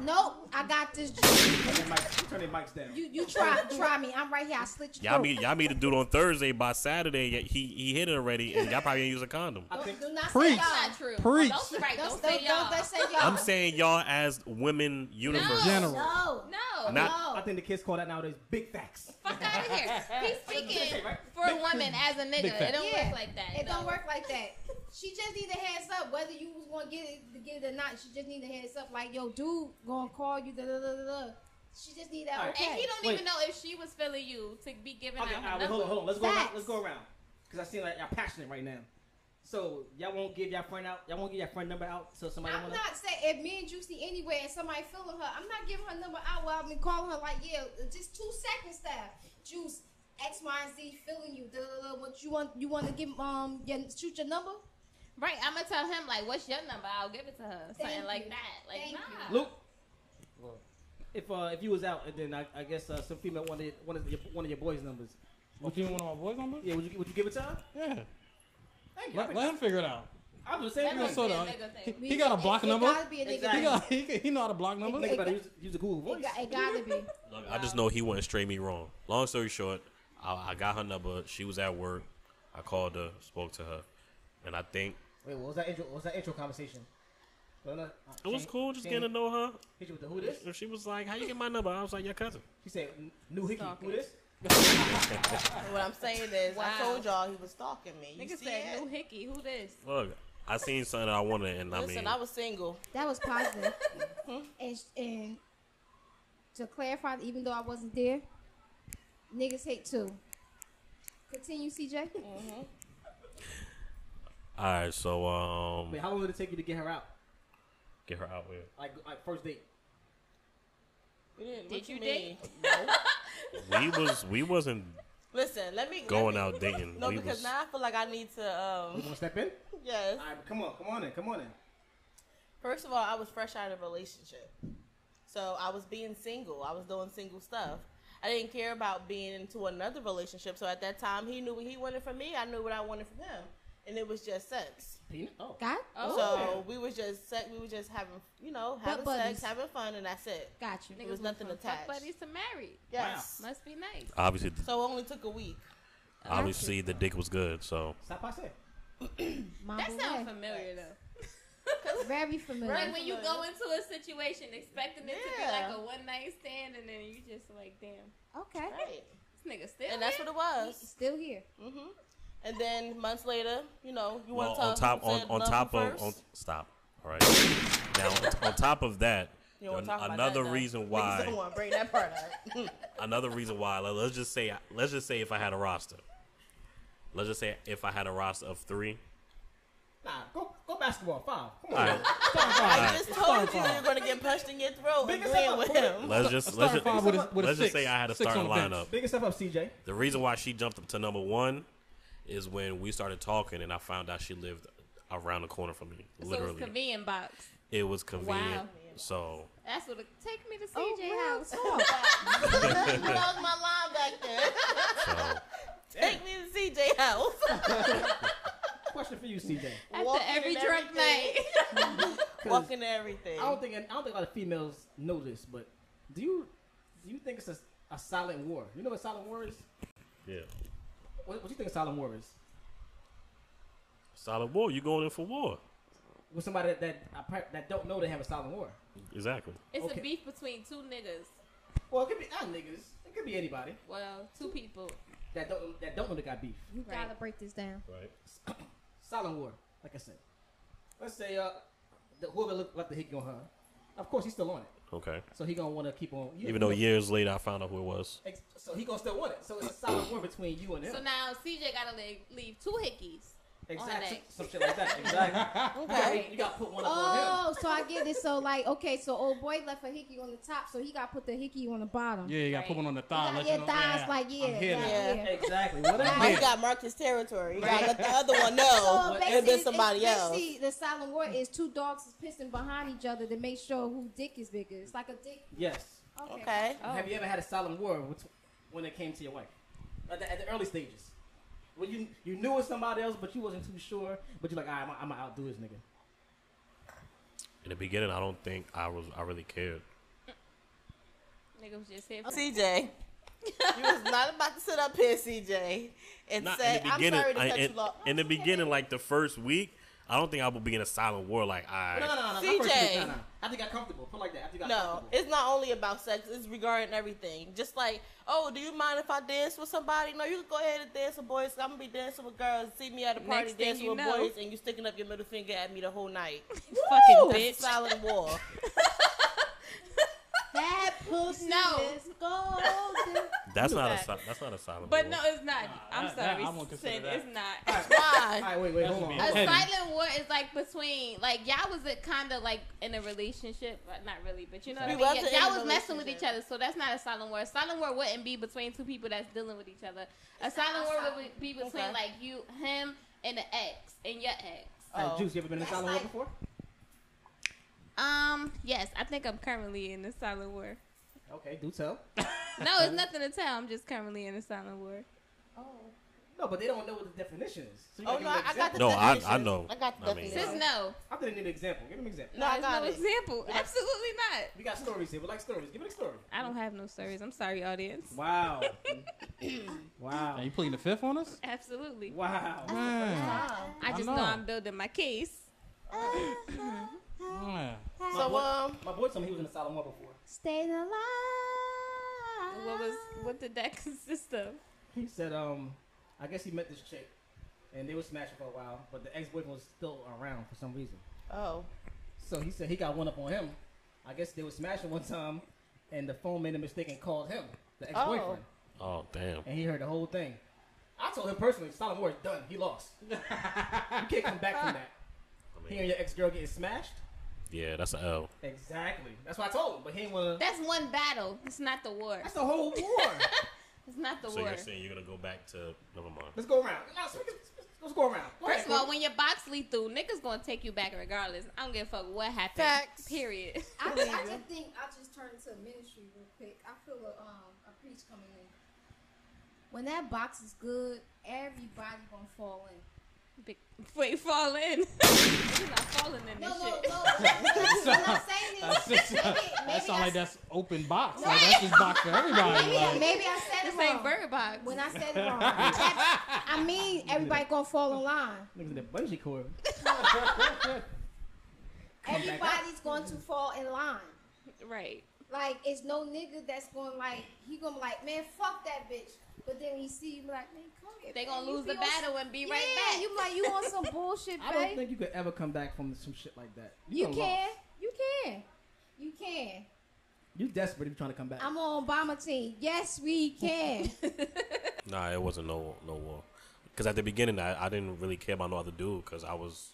Speaker 2: Nope, I got this. G.
Speaker 4: Turn their mics, turn their mics down.
Speaker 2: You you try try me. I'm right here. I slit your
Speaker 6: Y'all
Speaker 2: throat.
Speaker 6: meet y'all meet the dude on Thursday. By Saturday, y- he he hit it already, and y'all probably ain't use a condom.
Speaker 4: I think
Speaker 2: do not
Speaker 5: Preach.
Speaker 2: say
Speaker 3: That's
Speaker 2: y'all.
Speaker 3: not true.
Speaker 5: Preach.
Speaker 3: Don't, right,
Speaker 2: Don't,
Speaker 3: don't,
Speaker 2: don't,
Speaker 3: say y'all.
Speaker 2: don't, don't say y'all.
Speaker 6: I'm saying y'all as women universe.
Speaker 5: General.
Speaker 2: no.
Speaker 3: no.
Speaker 6: Not-
Speaker 4: I
Speaker 2: no.
Speaker 4: think the kids call that nowadays big facts.
Speaker 3: Fuck out of here.
Speaker 4: [laughs]
Speaker 3: He's speaking for a woman as a nigga. It
Speaker 5: fact.
Speaker 3: don't
Speaker 2: Yeah.
Speaker 3: work like that.
Speaker 2: It
Speaker 3: no.
Speaker 2: don't work like that. She just need a heads up, whether you was gonna get it, to get it or not. She just need a heads up, like yo, dude, gonna call you. Da da da da. da. She just need that.
Speaker 4: All right.
Speaker 2: Okay.
Speaker 3: And he don't
Speaker 4: Wait.
Speaker 3: even know if she was feeling you to be giving
Speaker 4: Okay,
Speaker 3: out
Speaker 4: all
Speaker 3: her
Speaker 4: right, well,
Speaker 3: number.
Speaker 4: hold on, hold on. Let's go around.
Speaker 2: Facts.
Speaker 4: Let's go around. Cause I seem like y'all passionate right now. So y'all won't give y'all friend out. Y'all won't give y'all friend number out. So somebody
Speaker 2: I'm
Speaker 4: wanna.
Speaker 2: not saying if me and Juicy anywhere and somebody feeling her, I'm not giving her number out while I've been calling her like, yeah, just two seconds there. Juice, X, Y, and Z feeling you. Da, da, da, what you want you wanna give um your, shoot your number?
Speaker 3: Right, I'm gonna tell him like, "What's your number? I'll give it to her." Something
Speaker 2: Thank
Speaker 3: like
Speaker 2: you.
Speaker 3: that. Like,
Speaker 2: Thank
Speaker 3: nah.
Speaker 4: Luke, if uh, if you was out and then I, I guess uh, some female wanted one of your, one of your boys' numbers.
Speaker 5: What you want on my boys number?
Speaker 4: Yeah, would you would you give it to her?
Speaker 5: Yeah.
Speaker 4: Thank you.
Speaker 5: Let, let him figure it out.
Speaker 4: I'm just saying.
Speaker 3: That
Speaker 5: Yeah,
Speaker 3: must
Speaker 4: Think
Speaker 3: be
Speaker 5: so
Speaker 3: a
Speaker 5: the-
Speaker 3: nigga
Speaker 5: he,
Speaker 3: thing.
Speaker 5: he got a block
Speaker 2: it,
Speaker 5: number.
Speaker 2: It gotta be a nigga.
Speaker 5: He
Speaker 4: Exactly.
Speaker 2: thing.
Speaker 5: got [laughs] he, can- he know how to block numbers.
Speaker 4: about it. Use, use a cool
Speaker 2: It,
Speaker 4: voice.
Speaker 2: got, it gotta be.
Speaker 6: Look, I just know he wouldn't stray me wrong. Long story short, I, I got her number. She was at work. I called her, spoke to her, and I think
Speaker 8: Wait, what was that intro? What was that intro conversation? Well, no, uh,
Speaker 6: it was
Speaker 8: Shane-
Speaker 6: cool just
Speaker 8: Shane
Speaker 6: getting to know her.
Speaker 8: Hit you with the who this?
Speaker 6: And she was like, "How you get my number?" I was like, "Your cousin."
Speaker 8: She said, "New hickey, who this?"
Speaker 7: What I'm saying is, I
Speaker 3: Wow.
Speaker 7: told y'all he was stalking me. You
Speaker 3: Nigga
Speaker 7: see
Speaker 3: said,
Speaker 7: it?
Speaker 3: "New hickey, who this?"
Speaker 6: Look, I seen something I wanted, and I
Speaker 7: Listen,
Speaker 6: mean,
Speaker 7: I was single.
Speaker 2: That was positive. and, and to clarify, even though I wasn't there, niggas hate too. Continue, CJ.
Speaker 6: all right. So, um,
Speaker 4: Wait, how long did it take you to get her out?
Speaker 6: get her out here.
Speaker 4: Like, like first date.
Speaker 7: You didn't-
Speaker 3: Did
Speaker 7: what you
Speaker 3: you date?
Speaker 7: mean?
Speaker 6: We was we wasn't
Speaker 7: Listen, let me let
Speaker 6: going
Speaker 7: me-
Speaker 6: out dating.
Speaker 7: No,
Speaker 6: we
Speaker 7: because
Speaker 6: was,
Speaker 7: now I feel like I need to.
Speaker 4: You
Speaker 6: [laughs]
Speaker 7: um [laughs]
Speaker 4: want to step in?
Speaker 7: Yes.
Speaker 4: All right, come on, come on in, come on in.
Speaker 7: First of all, I was fresh out of a relationship, so I was being single. I was doing single stuff. I didn't care about being into another relationship. So at that time, he knew what he wanted from me. I knew what I wanted from him, and it was just sex.
Speaker 4: Peanut. Oh,
Speaker 2: Got?
Speaker 3: Oh.
Speaker 7: So we was just sex. We were just having, you know, having
Speaker 2: Butt buddies.
Speaker 7: sex, having fun, and that's it.
Speaker 2: Got you.
Speaker 7: There was nothing
Speaker 3: From fuck
Speaker 7: attached.
Speaker 3: buddies to married.
Speaker 7: Yes.
Speaker 3: Must be nice.
Speaker 6: obviously,
Speaker 7: So it only took a week.
Speaker 6: obviously the dick was good. So
Speaker 4: ça passait.
Speaker 2: Mambo
Speaker 3: That sounds
Speaker 2: way.
Speaker 3: familiar though.
Speaker 2: Very familiar.
Speaker 3: Like when you go into a situation expecting it to be
Speaker 7: Yeah.
Speaker 3: like a one night stand, and then you just like, damn,
Speaker 2: Okay.
Speaker 7: Right.
Speaker 3: this nigga still.
Speaker 7: And that's
Speaker 3: here?
Speaker 7: what it was.
Speaker 2: Still here.
Speaker 7: hmm And then months later, you know, you
Speaker 6: well,
Speaker 7: want to
Speaker 6: on top on, on top of on, stop. All right. Now on, on top of that,
Speaker 7: You don't wanna
Speaker 6: an-
Speaker 7: talk about
Speaker 6: another
Speaker 7: that, though.
Speaker 6: reason
Speaker 7: Niggas
Speaker 6: why
Speaker 7: don't want to bring that part up.
Speaker 6: another reason why like, let's just say let's just say if I had a roster, let's just say if I had a roster of three.
Speaker 4: Nah, go go basketball five. Come on,
Speaker 6: All right,
Speaker 4: start
Speaker 7: I
Speaker 4: five.
Speaker 7: just told you
Speaker 4: fine.
Speaker 7: you're gonna get punched in your throat
Speaker 4: Big as
Speaker 7: agreeing
Speaker 4: hell.
Speaker 7: with [laughs] him.
Speaker 6: let's just let's
Speaker 5: Starting five
Speaker 6: just,
Speaker 5: with a, with a
Speaker 6: let's just
Speaker 5: six.
Speaker 6: say I had a
Speaker 5: Six
Speaker 6: starting
Speaker 5: on the bench.
Speaker 6: lineup.
Speaker 4: Big yourself up, CJ.
Speaker 6: The reason why she jumped up to number one is when we started talking and I found out she lived around the corner from me.
Speaker 3: So it was
Speaker 6: Literally,
Speaker 3: convenient box.
Speaker 6: it was convenient.
Speaker 3: Wow.
Speaker 6: So
Speaker 3: That's what. It, take me to CJ
Speaker 2: Oh, real
Speaker 3: house.
Speaker 2: talk.
Speaker 7: You lost my line back there.
Speaker 6: so
Speaker 7: Take me to CJ house.
Speaker 4: Question for you, [laughs] CJ.
Speaker 3: After
Speaker 7: Walking
Speaker 3: every
Speaker 7: and
Speaker 3: drunk
Speaker 7: everything.
Speaker 3: night. [laughs]
Speaker 4: 'Cause
Speaker 7: Walking to everything.
Speaker 4: I don't think I don't think a lot of females know this, but do you do you think it's a, a silent war? You know what silent war is?
Speaker 6: yeah,
Speaker 4: What, what do you think a silent war is?
Speaker 6: solid war. You going in for war?
Speaker 4: With somebody that that, appar- that don't know they have a silent war.
Speaker 6: Exactly.
Speaker 3: It's
Speaker 4: Okay.
Speaker 3: a beef between two niggas.
Speaker 4: Well, it could be not niggas. It could be anybody
Speaker 3: Well, two people.
Speaker 4: that don't that don't know they got beef.
Speaker 2: You
Speaker 3: Right.
Speaker 2: gotta break this down.
Speaker 6: Right.
Speaker 4: Silent war, like I said. Let's say uh, the, whoever looked, left the hickey on her, of course he's still on it,
Speaker 6: Okay.
Speaker 4: so he gonna want to keep on.
Speaker 6: Even though years later I found out who it was.
Speaker 4: Ex- So he gonna still want it. So it's a solid war between you and him.
Speaker 3: So now CJ gotta leave, leave two hickeys.
Speaker 4: exactly.
Speaker 3: on that.
Speaker 4: Some shit like that. [laughs] Exactly. You gotta-
Speaker 7: Okay.
Speaker 4: You got to put one up on him.
Speaker 2: Oh, so I get it. So like, okay, so old boy left a hickey on the top, so he got put the hickey on the bottom.
Speaker 5: Yeah, you got to put
Speaker 3: Right.
Speaker 5: one on the
Speaker 2: You
Speaker 5: thigh.
Speaker 2: got
Speaker 5: let
Speaker 2: your
Speaker 5: you know,
Speaker 2: thighs
Speaker 5: yeah,
Speaker 2: like yeah,
Speaker 5: I'm here now.
Speaker 2: yeah,
Speaker 7: Yeah.
Speaker 2: yeah.
Speaker 4: Exactly. What am
Speaker 7: Oh,
Speaker 4: I?
Speaker 7: you got marked his territory. You gotta let the other one [laughs] know.
Speaker 2: So
Speaker 7: It'll
Speaker 2: basically,
Speaker 7: be somebody
Speaker 2: it's
Speaker 7: else.
Speaker 2: basically The silent war is two dogs is pissing behind each other to make sure who dick is bigger. It's like a dick.
Speaker 4: Yes.
Speaker 2: Okay.
Speaker 7: Okay.
Speaker 4: Have you ever had a solemn war with, when it came to your wife? At the, at the early stages, when you you knew it was somebody else, but you wasn't too sure. But you're like, All right, I'm, I'm gonna outdo this nigga.
Speaker 6: In the beginning, I don't think I was. I really cared.
Speaker 3: Nigga was just here. For
Speaker 7: CJ. you was not about to sit up here, CJ, and
Speaker 6: Not
Speaker 7: say,
Speaker 6: in the
Speaker 7: "I'm
Speaker 6: beginning.
Speaker 7: sorry to
Speaker 6: I-
Speaker 7: cut
Speaker 6: in,
Speaker 7: you off."
Speaker 6: in the beginning, like the first week, I don't think I would be in a silent war. Like I.
Speaker 4: No, no, no, no. not
Speaker 7: CJ.
Speaker 4: first date, no, no. After you got comfortable, put it like that. After you got
Speaker 7: No,
Speaker 4: comfortable.
Speaker 7: it's not only about sex. It's regarding everything. Just like, oh, do you mind if I dance with somebody? No, you can go ahead and dance with boys. I'm gonna be dancing with girls. See me at a party
Speaker 3: Next thing
Speaker 7: dancing
Speaker 3: you
Speaker 7: with
Speaker 3: know-
Speaker 7: boys, and you sticking up your middle finger at me the whole night.
Speaker 3: fucking
Speaker 7: That's a silent war.
Speaker 2: That pussy
Speaker 3: No.
Speaker 2: is golden.
Speaker 6: That's not a. si- That's not a silent
Speaker 3: But
Speaker 6: war.
Speaker 3: no, it's not. I'm
Speaker 5: that- that-
Speaker 3: sorry,
Speaker 5: I won't consider
Speaker 3: Sid,
Speaker 5: that.
Speaker 3: It's not.
Speaker 4: All
Speaker 7: Why?
Speaker 4: right, wait, wait,
Speaker 5: That
Speaker 4: hold
Speaker 5: should
Speaker 4: on.
Speaker 5: be
Speaker 3: A
Speaker 5: Petty.
Speaker 3: silent war is like between like y'all was it kind of like in a relationship, but not really. But you know, what I
Speaker 7: We
Speaker 3: mean?
Speaker 7: wasn't
Speaker 3: y'all
Speaker 7: in a
Speaker 3: was messing with each
Speaker 7: relationship.
Speaker 3: other, so that's not a silent war. A silent war wouldn't be between two people that's dealing with each other. A silent war would be between
Speaker 7: Okay.
Speaker 3: like you, him, and the ex, and your ex.
Speaker 4: Like,
Speaker 7: Oh.
Speaker 4: Juice, you ever been in a solid war
Speaker 3: like-
Speaker 4: before?
Speaker 3: Um, yes, I think I'm currently in a silent war.
Speaker 4: Okay, do tell.
Speaker 3: No, it's nothing to tell. I'm just currently in a silent war.
Speaker 4: Oh. No, but they don't know what the definition is. So you
Speaker 7: Oh
Speaker 4: gotta
Speaker 7: no,
Speaker 4: give
Speaker 7: I,
Speaker 4: them
Speaker 7: I
Speaker 4: an
Speaker 7: got the
Speaker 4: example.
Speaker 6: No, I- I
Speaker 7: definitions.
Speaker 6: know.
Speaker 7: Oh. I got the
Speaker 6: I mean-
Speaker 7: definition.
Speaker 3: Sis, no.
Speaker 4: I think they need an example. Give them an example.
Speaker 7: No, I
Speaker 3: There's
Speaker 7: got
Speaker 3: no
Speaker 7: it. [laughs]
Speaker 3: example. Absolutely not.
Speaker 4: We got stories here. We like stories. Give it a story.
Speaker 3: I don't have no stories. I'm sorry, audience.
Speaker 4: [coughs] Wow.
Speaker 5: Are
Speaker 4: wow.
Speaker 5: you pleading the fifth on us?
Speaker 3: Absolutely.
Speaker 4: Wow.
Speaker 5: Man.
Speaker 7: Wow.
Speaker 3: I just
Speaker 5: know.
Speaker 3: know I'm building my case.
Speaker 5: Man.
Speaker 7: So um,
Speaker 4: My boy told me he was in a solid war before.
Speaker 2: Staying alive.
Speaker 3: What was what did that [laughs] consist of?
Speaker 4: He said, um, I guess he met this chick, and they were smashing for a while, but the ex-boyfriend was still around for some reason.
Speaker 7: oh,
Speaker 4: So he said he got one up on him. I guess they were smashing one time, and the phone made a mistake and called him, the ex-boyfriend,
Speaker 6: Oh damn.
Speaker 4: and he heard the whole thing. I told him personally, Solid War is done. He lost. you can't come back from that.
Speaker 6: I
Speaker 4: He and
Speaker 6: mean,
Speaker 4: your ex-girl getting smashed.
Speaker 6: yeah, that's an L.
Speaker 4: Exactly. That's what I told him, but he didn't wanna.
Speaker 3: That's one battle. It's not the war.
Speaker 4: That's the whole war.
Speaker 3: It's not the
Speaker 6: So
Speaker 3: war.
Speaker 6: you're saying you're gonna go back to never mind.
Speaker 4: let's go around. No, let's, let's- let's go around.
Speaker 3: First of all, when your box lead through, niggas gonna take you back regardless. I don't give a fuck what happened.
Speaker 7: Facts.
Speaker 3: Period. [laughs]
Speaker 2: I just, I just think I just turned into a ministry real quick. I feel a um a preach coming in. When that box is good, everybody gonna fall in.
Speaker 3: Big- Wait, fall [laughs] in. You're not falling in
Speaker 2: No,
Speaker 3: this
Speaker 2: no,
Speaker 3: shit.
Speaker 2: no. [laughs] what I'm saying
Speaker 5: That's
Speaker 2: is,
Speaker 5: just,
Speaker 2: maybe,
Speaker 5: that
Speaker 2: maybe,
Speaker 5: sound
Speaker 2: I,
Speaker 5: like that's open box. Like, that's just box for
Speaker 2: [laughs]
Speaker 5: everybody.
Speaker 2: maybe,
Speaker 5: Like,
Speaker 2: maybe I said it
Speaker 3: This
Speaker 2: wrong.
Speaker 3: ain't bird box.
Speaker 2: When I said it [laughs] wrong, I, I mean everybody gonna fall in line.
Speaker 4: Niggas in the bungee cord. back up.
Speaker 2: Everybody's going to fall in line.
Speaker 3: Right.
Speaker 2: Like it's no nigga that's going like he gonna be like man fuck that bitch. But then he see you be like man come here.
Speaker 3: They
Speaker 2: babe.
Speaker 3: gonna
Speaker 2: You
Speaker 3: lose
Speaker 2: be
Speaker 3: the
Speaker 2: on some-
Speaker 3: battle and be
Speaker 2: yeah,
Speaker 3: right back.
Speaker 2: you be like you on
Speaker 3: [laughs]
Speaker 2: some bullshit,
Speaker 4: I don't
Speaker 2: babe.
Speaker 4: think you could ever come back from some shit like that.
Speaker 2: you
Speaker 4: done
Speaker 2: can,
Speaker 4: lost.
Speaker 2: you can, you can.
Speaker 4: You desperate if you're trying to come back.
Speaker 2: I'm on Obama team. Yes, we
Speaker 3: [laughs]
Speaker 2: can.
Speaker 6: Nah, it wasn't no no war. Because at the beginning, I, I didn't really care about no other dude because I was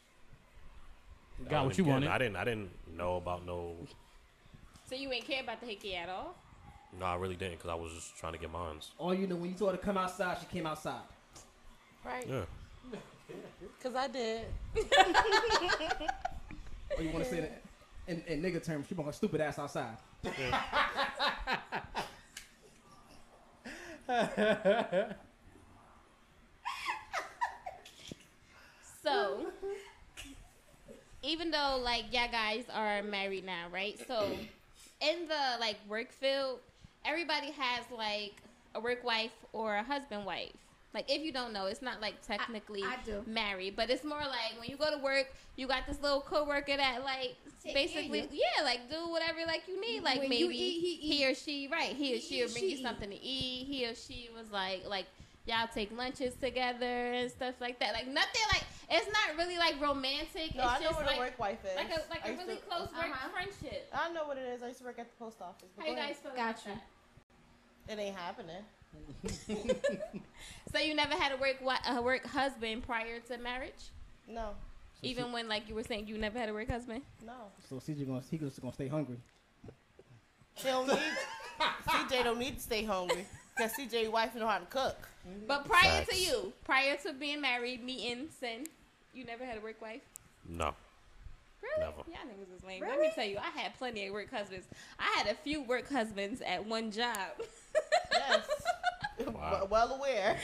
Speaker 5: you
Speaker 6: I
Speaker 5: got what
Speaker 6: was
Speaker 5: you
Speaker 6: in-
Speaker 5: wanted.
Speaker 6: I didn't I didn't know about no.
Speaker 3: So you ain't care about the hickey at all?
Speaker 6: No, I really didn't because I was just trying to get mines.
Speaker 4: All you know, when you told her to come outside, she came outside.
Speaker 7: right,
Speaker 6: Yeah.
Speaker 7: because I did.
Speaker 4: Or Oh, you want to say that in, in nigga terms, she brought her stupid ass outside.
Speaker 3: So, even though like y'all guys are married now, right? So, in the like work field, everybody has like a work wife or a husband wife. Like if you don't know, it's not like technically
Speaker 2: I do.
Speaker 3: married, but it's more like when you go to work, you got this little coworker that like
Speaker 2: Take care of
Speaker 3: basically
Speaker 2: you.
Speaker 3: yeah, like do whatever like you need. Like
Speaker 2: When
Speaker 3: maybe
Speaker 2: you eat, he
Speaker 3: he or she right, he or
Speaker 2: He
Speaker 3: she
Speaker 2: eat,
Speaker 3: will bring
Speaker 2: she
Speaker 3: you
Speaker 2: eat.
Speaker 3: something to eat. He or she was like like y'all take lunches together and stuff like that. Like nothing like it's not really like romantic.
Speaker 7: No,
Speaker 3: it's
Speaker 7: I know
Speaker 3: just
Speaker 7: where
Speaker 3: like
Speaker 7: the work wife is.
Speaker 3: like a like
Speaker 7: I
Speaker 3: a
Speaker 7: used
Speaker 3: really
Speaker 7: to-
Speaker 3: close work
Speaker 2: Uh-huh.
Speaker 3: friendship.
Speaker 7: I know what it is. I used to work at the post office. but
Speaker 3: How you
Speaker 7: go
Speaker 3: guys
Speaker 7: ahead.
Speaker 3: feel about
Speaker 2: Got you.
Speaker 3: that?
Speaker 7: It ain't happening.
Speaker 3: So you never had a work wi- a work husband prior to marriage,
Speaker 7: No,
Speaker 3: even when like you were saying you never had a work husband.
Speaker 7: no.
Speaker 4: So CJ gonna he just gonna stay hungry.
Speaker 7: She don't need. CJ don't need to stay hungry because CJ wife know how to cook. [laughs]
Speaker 3: But prior to
Speaker 6: Facts.
Speaker 3: you, prior to being married, meeting sin, you never had a work wife.
Speaker 6: No.
Speaker 3: Really?
Speaker 6: Never.
Speaker 3: Y'all niggas is lame. Let me tell you, I had plenty of work husbands. I had a few work husbands at one job.
Speaker 7: Yes.
Speaker 3: [laughs]
Speaker 6: Wow.
Speaker 7: well
Speaker 2: [laughs]
Speaker 7: aware.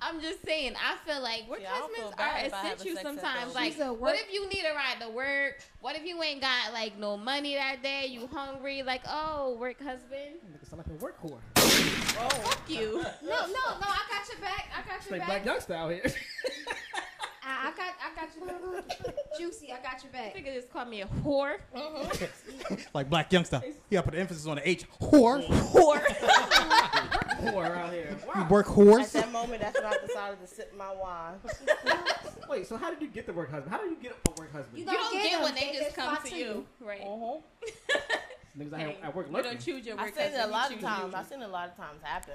Speaker 3: I'm just saying, I feel like work
Speaker 7: See, I don't feel
Speaker 3: husbands
Speaker 7: bad
Speaker 3: are
Speaker 7: about having
Speaker 3: essential
Speaker 7: sex at
Speaker 3: sometimes.
Speaker 7: those.
Speaker 3: Like,
Speaker 2: She's a
Speaker 3: what
Speaker 2: work-
Speaker 3: if you need a ride to work? What if you ain't got like no money that day? You hungry? Like, oh, work husband,
Speaker 4: Nigga sound like a work whore.
Speaker 7: Oh,
Speaker 3: fuck you.
Speaker 2: No, no, no. I got your back. I got
Speaker 4: It's
Speaker 2: your
Speaker 4: like
Speaker 2: back.
Speaker 4: black youngster out here.
Speaker 2: I, I got, I got your
Speaker 4: [laughs]
Speaker 2: back. Juicy, I got your back.
Speaker 3: Nigga just called me a whore.
Speaker 7: Mm-hmm.
Speaker 5: like black youngster. You gotta put an emphasis on the H. Whore.
Speaker 3: Whore.
Speaker 5: [laughs]
Speaker 4: whore out here. [laughs]
Speaker 5: You
Speaker 4: Wow.
Speaker 5: work
Speaker 7: at
Speaker 5: whores.
Speaker 7: that moment, that's when I decided to sip my
Speaker 2: [laughs]
Speaker 7: wine.
Speaker 4: Wait, so how did you get the work husband? How did you get a work husband?
Speaker 2: You
Speaker 3: you don't get
Speaker 2: them.
Speaker 3: when they just come
Speaker 2: flock
Speaker 3: to you, right?
Speaker 7: Uh-huh.
Speaker 4: Niggas out here
Speaker 3: Hey,
Speaker 4: at work
Speaker 3: you don't
Speaker 4: lurking.
Speaker 3: choose your
Speaker 7: I've
Speaker 3: work
Speaker 7: seen it a
Speaker 3: husband.
Speaker 7: lot
Speaker 3: you
Speaker 7: of
Speaker 3: choose
Speaker 7: times.
Speaker 3: you.
Speaker 7: I've seen a lot of times happen.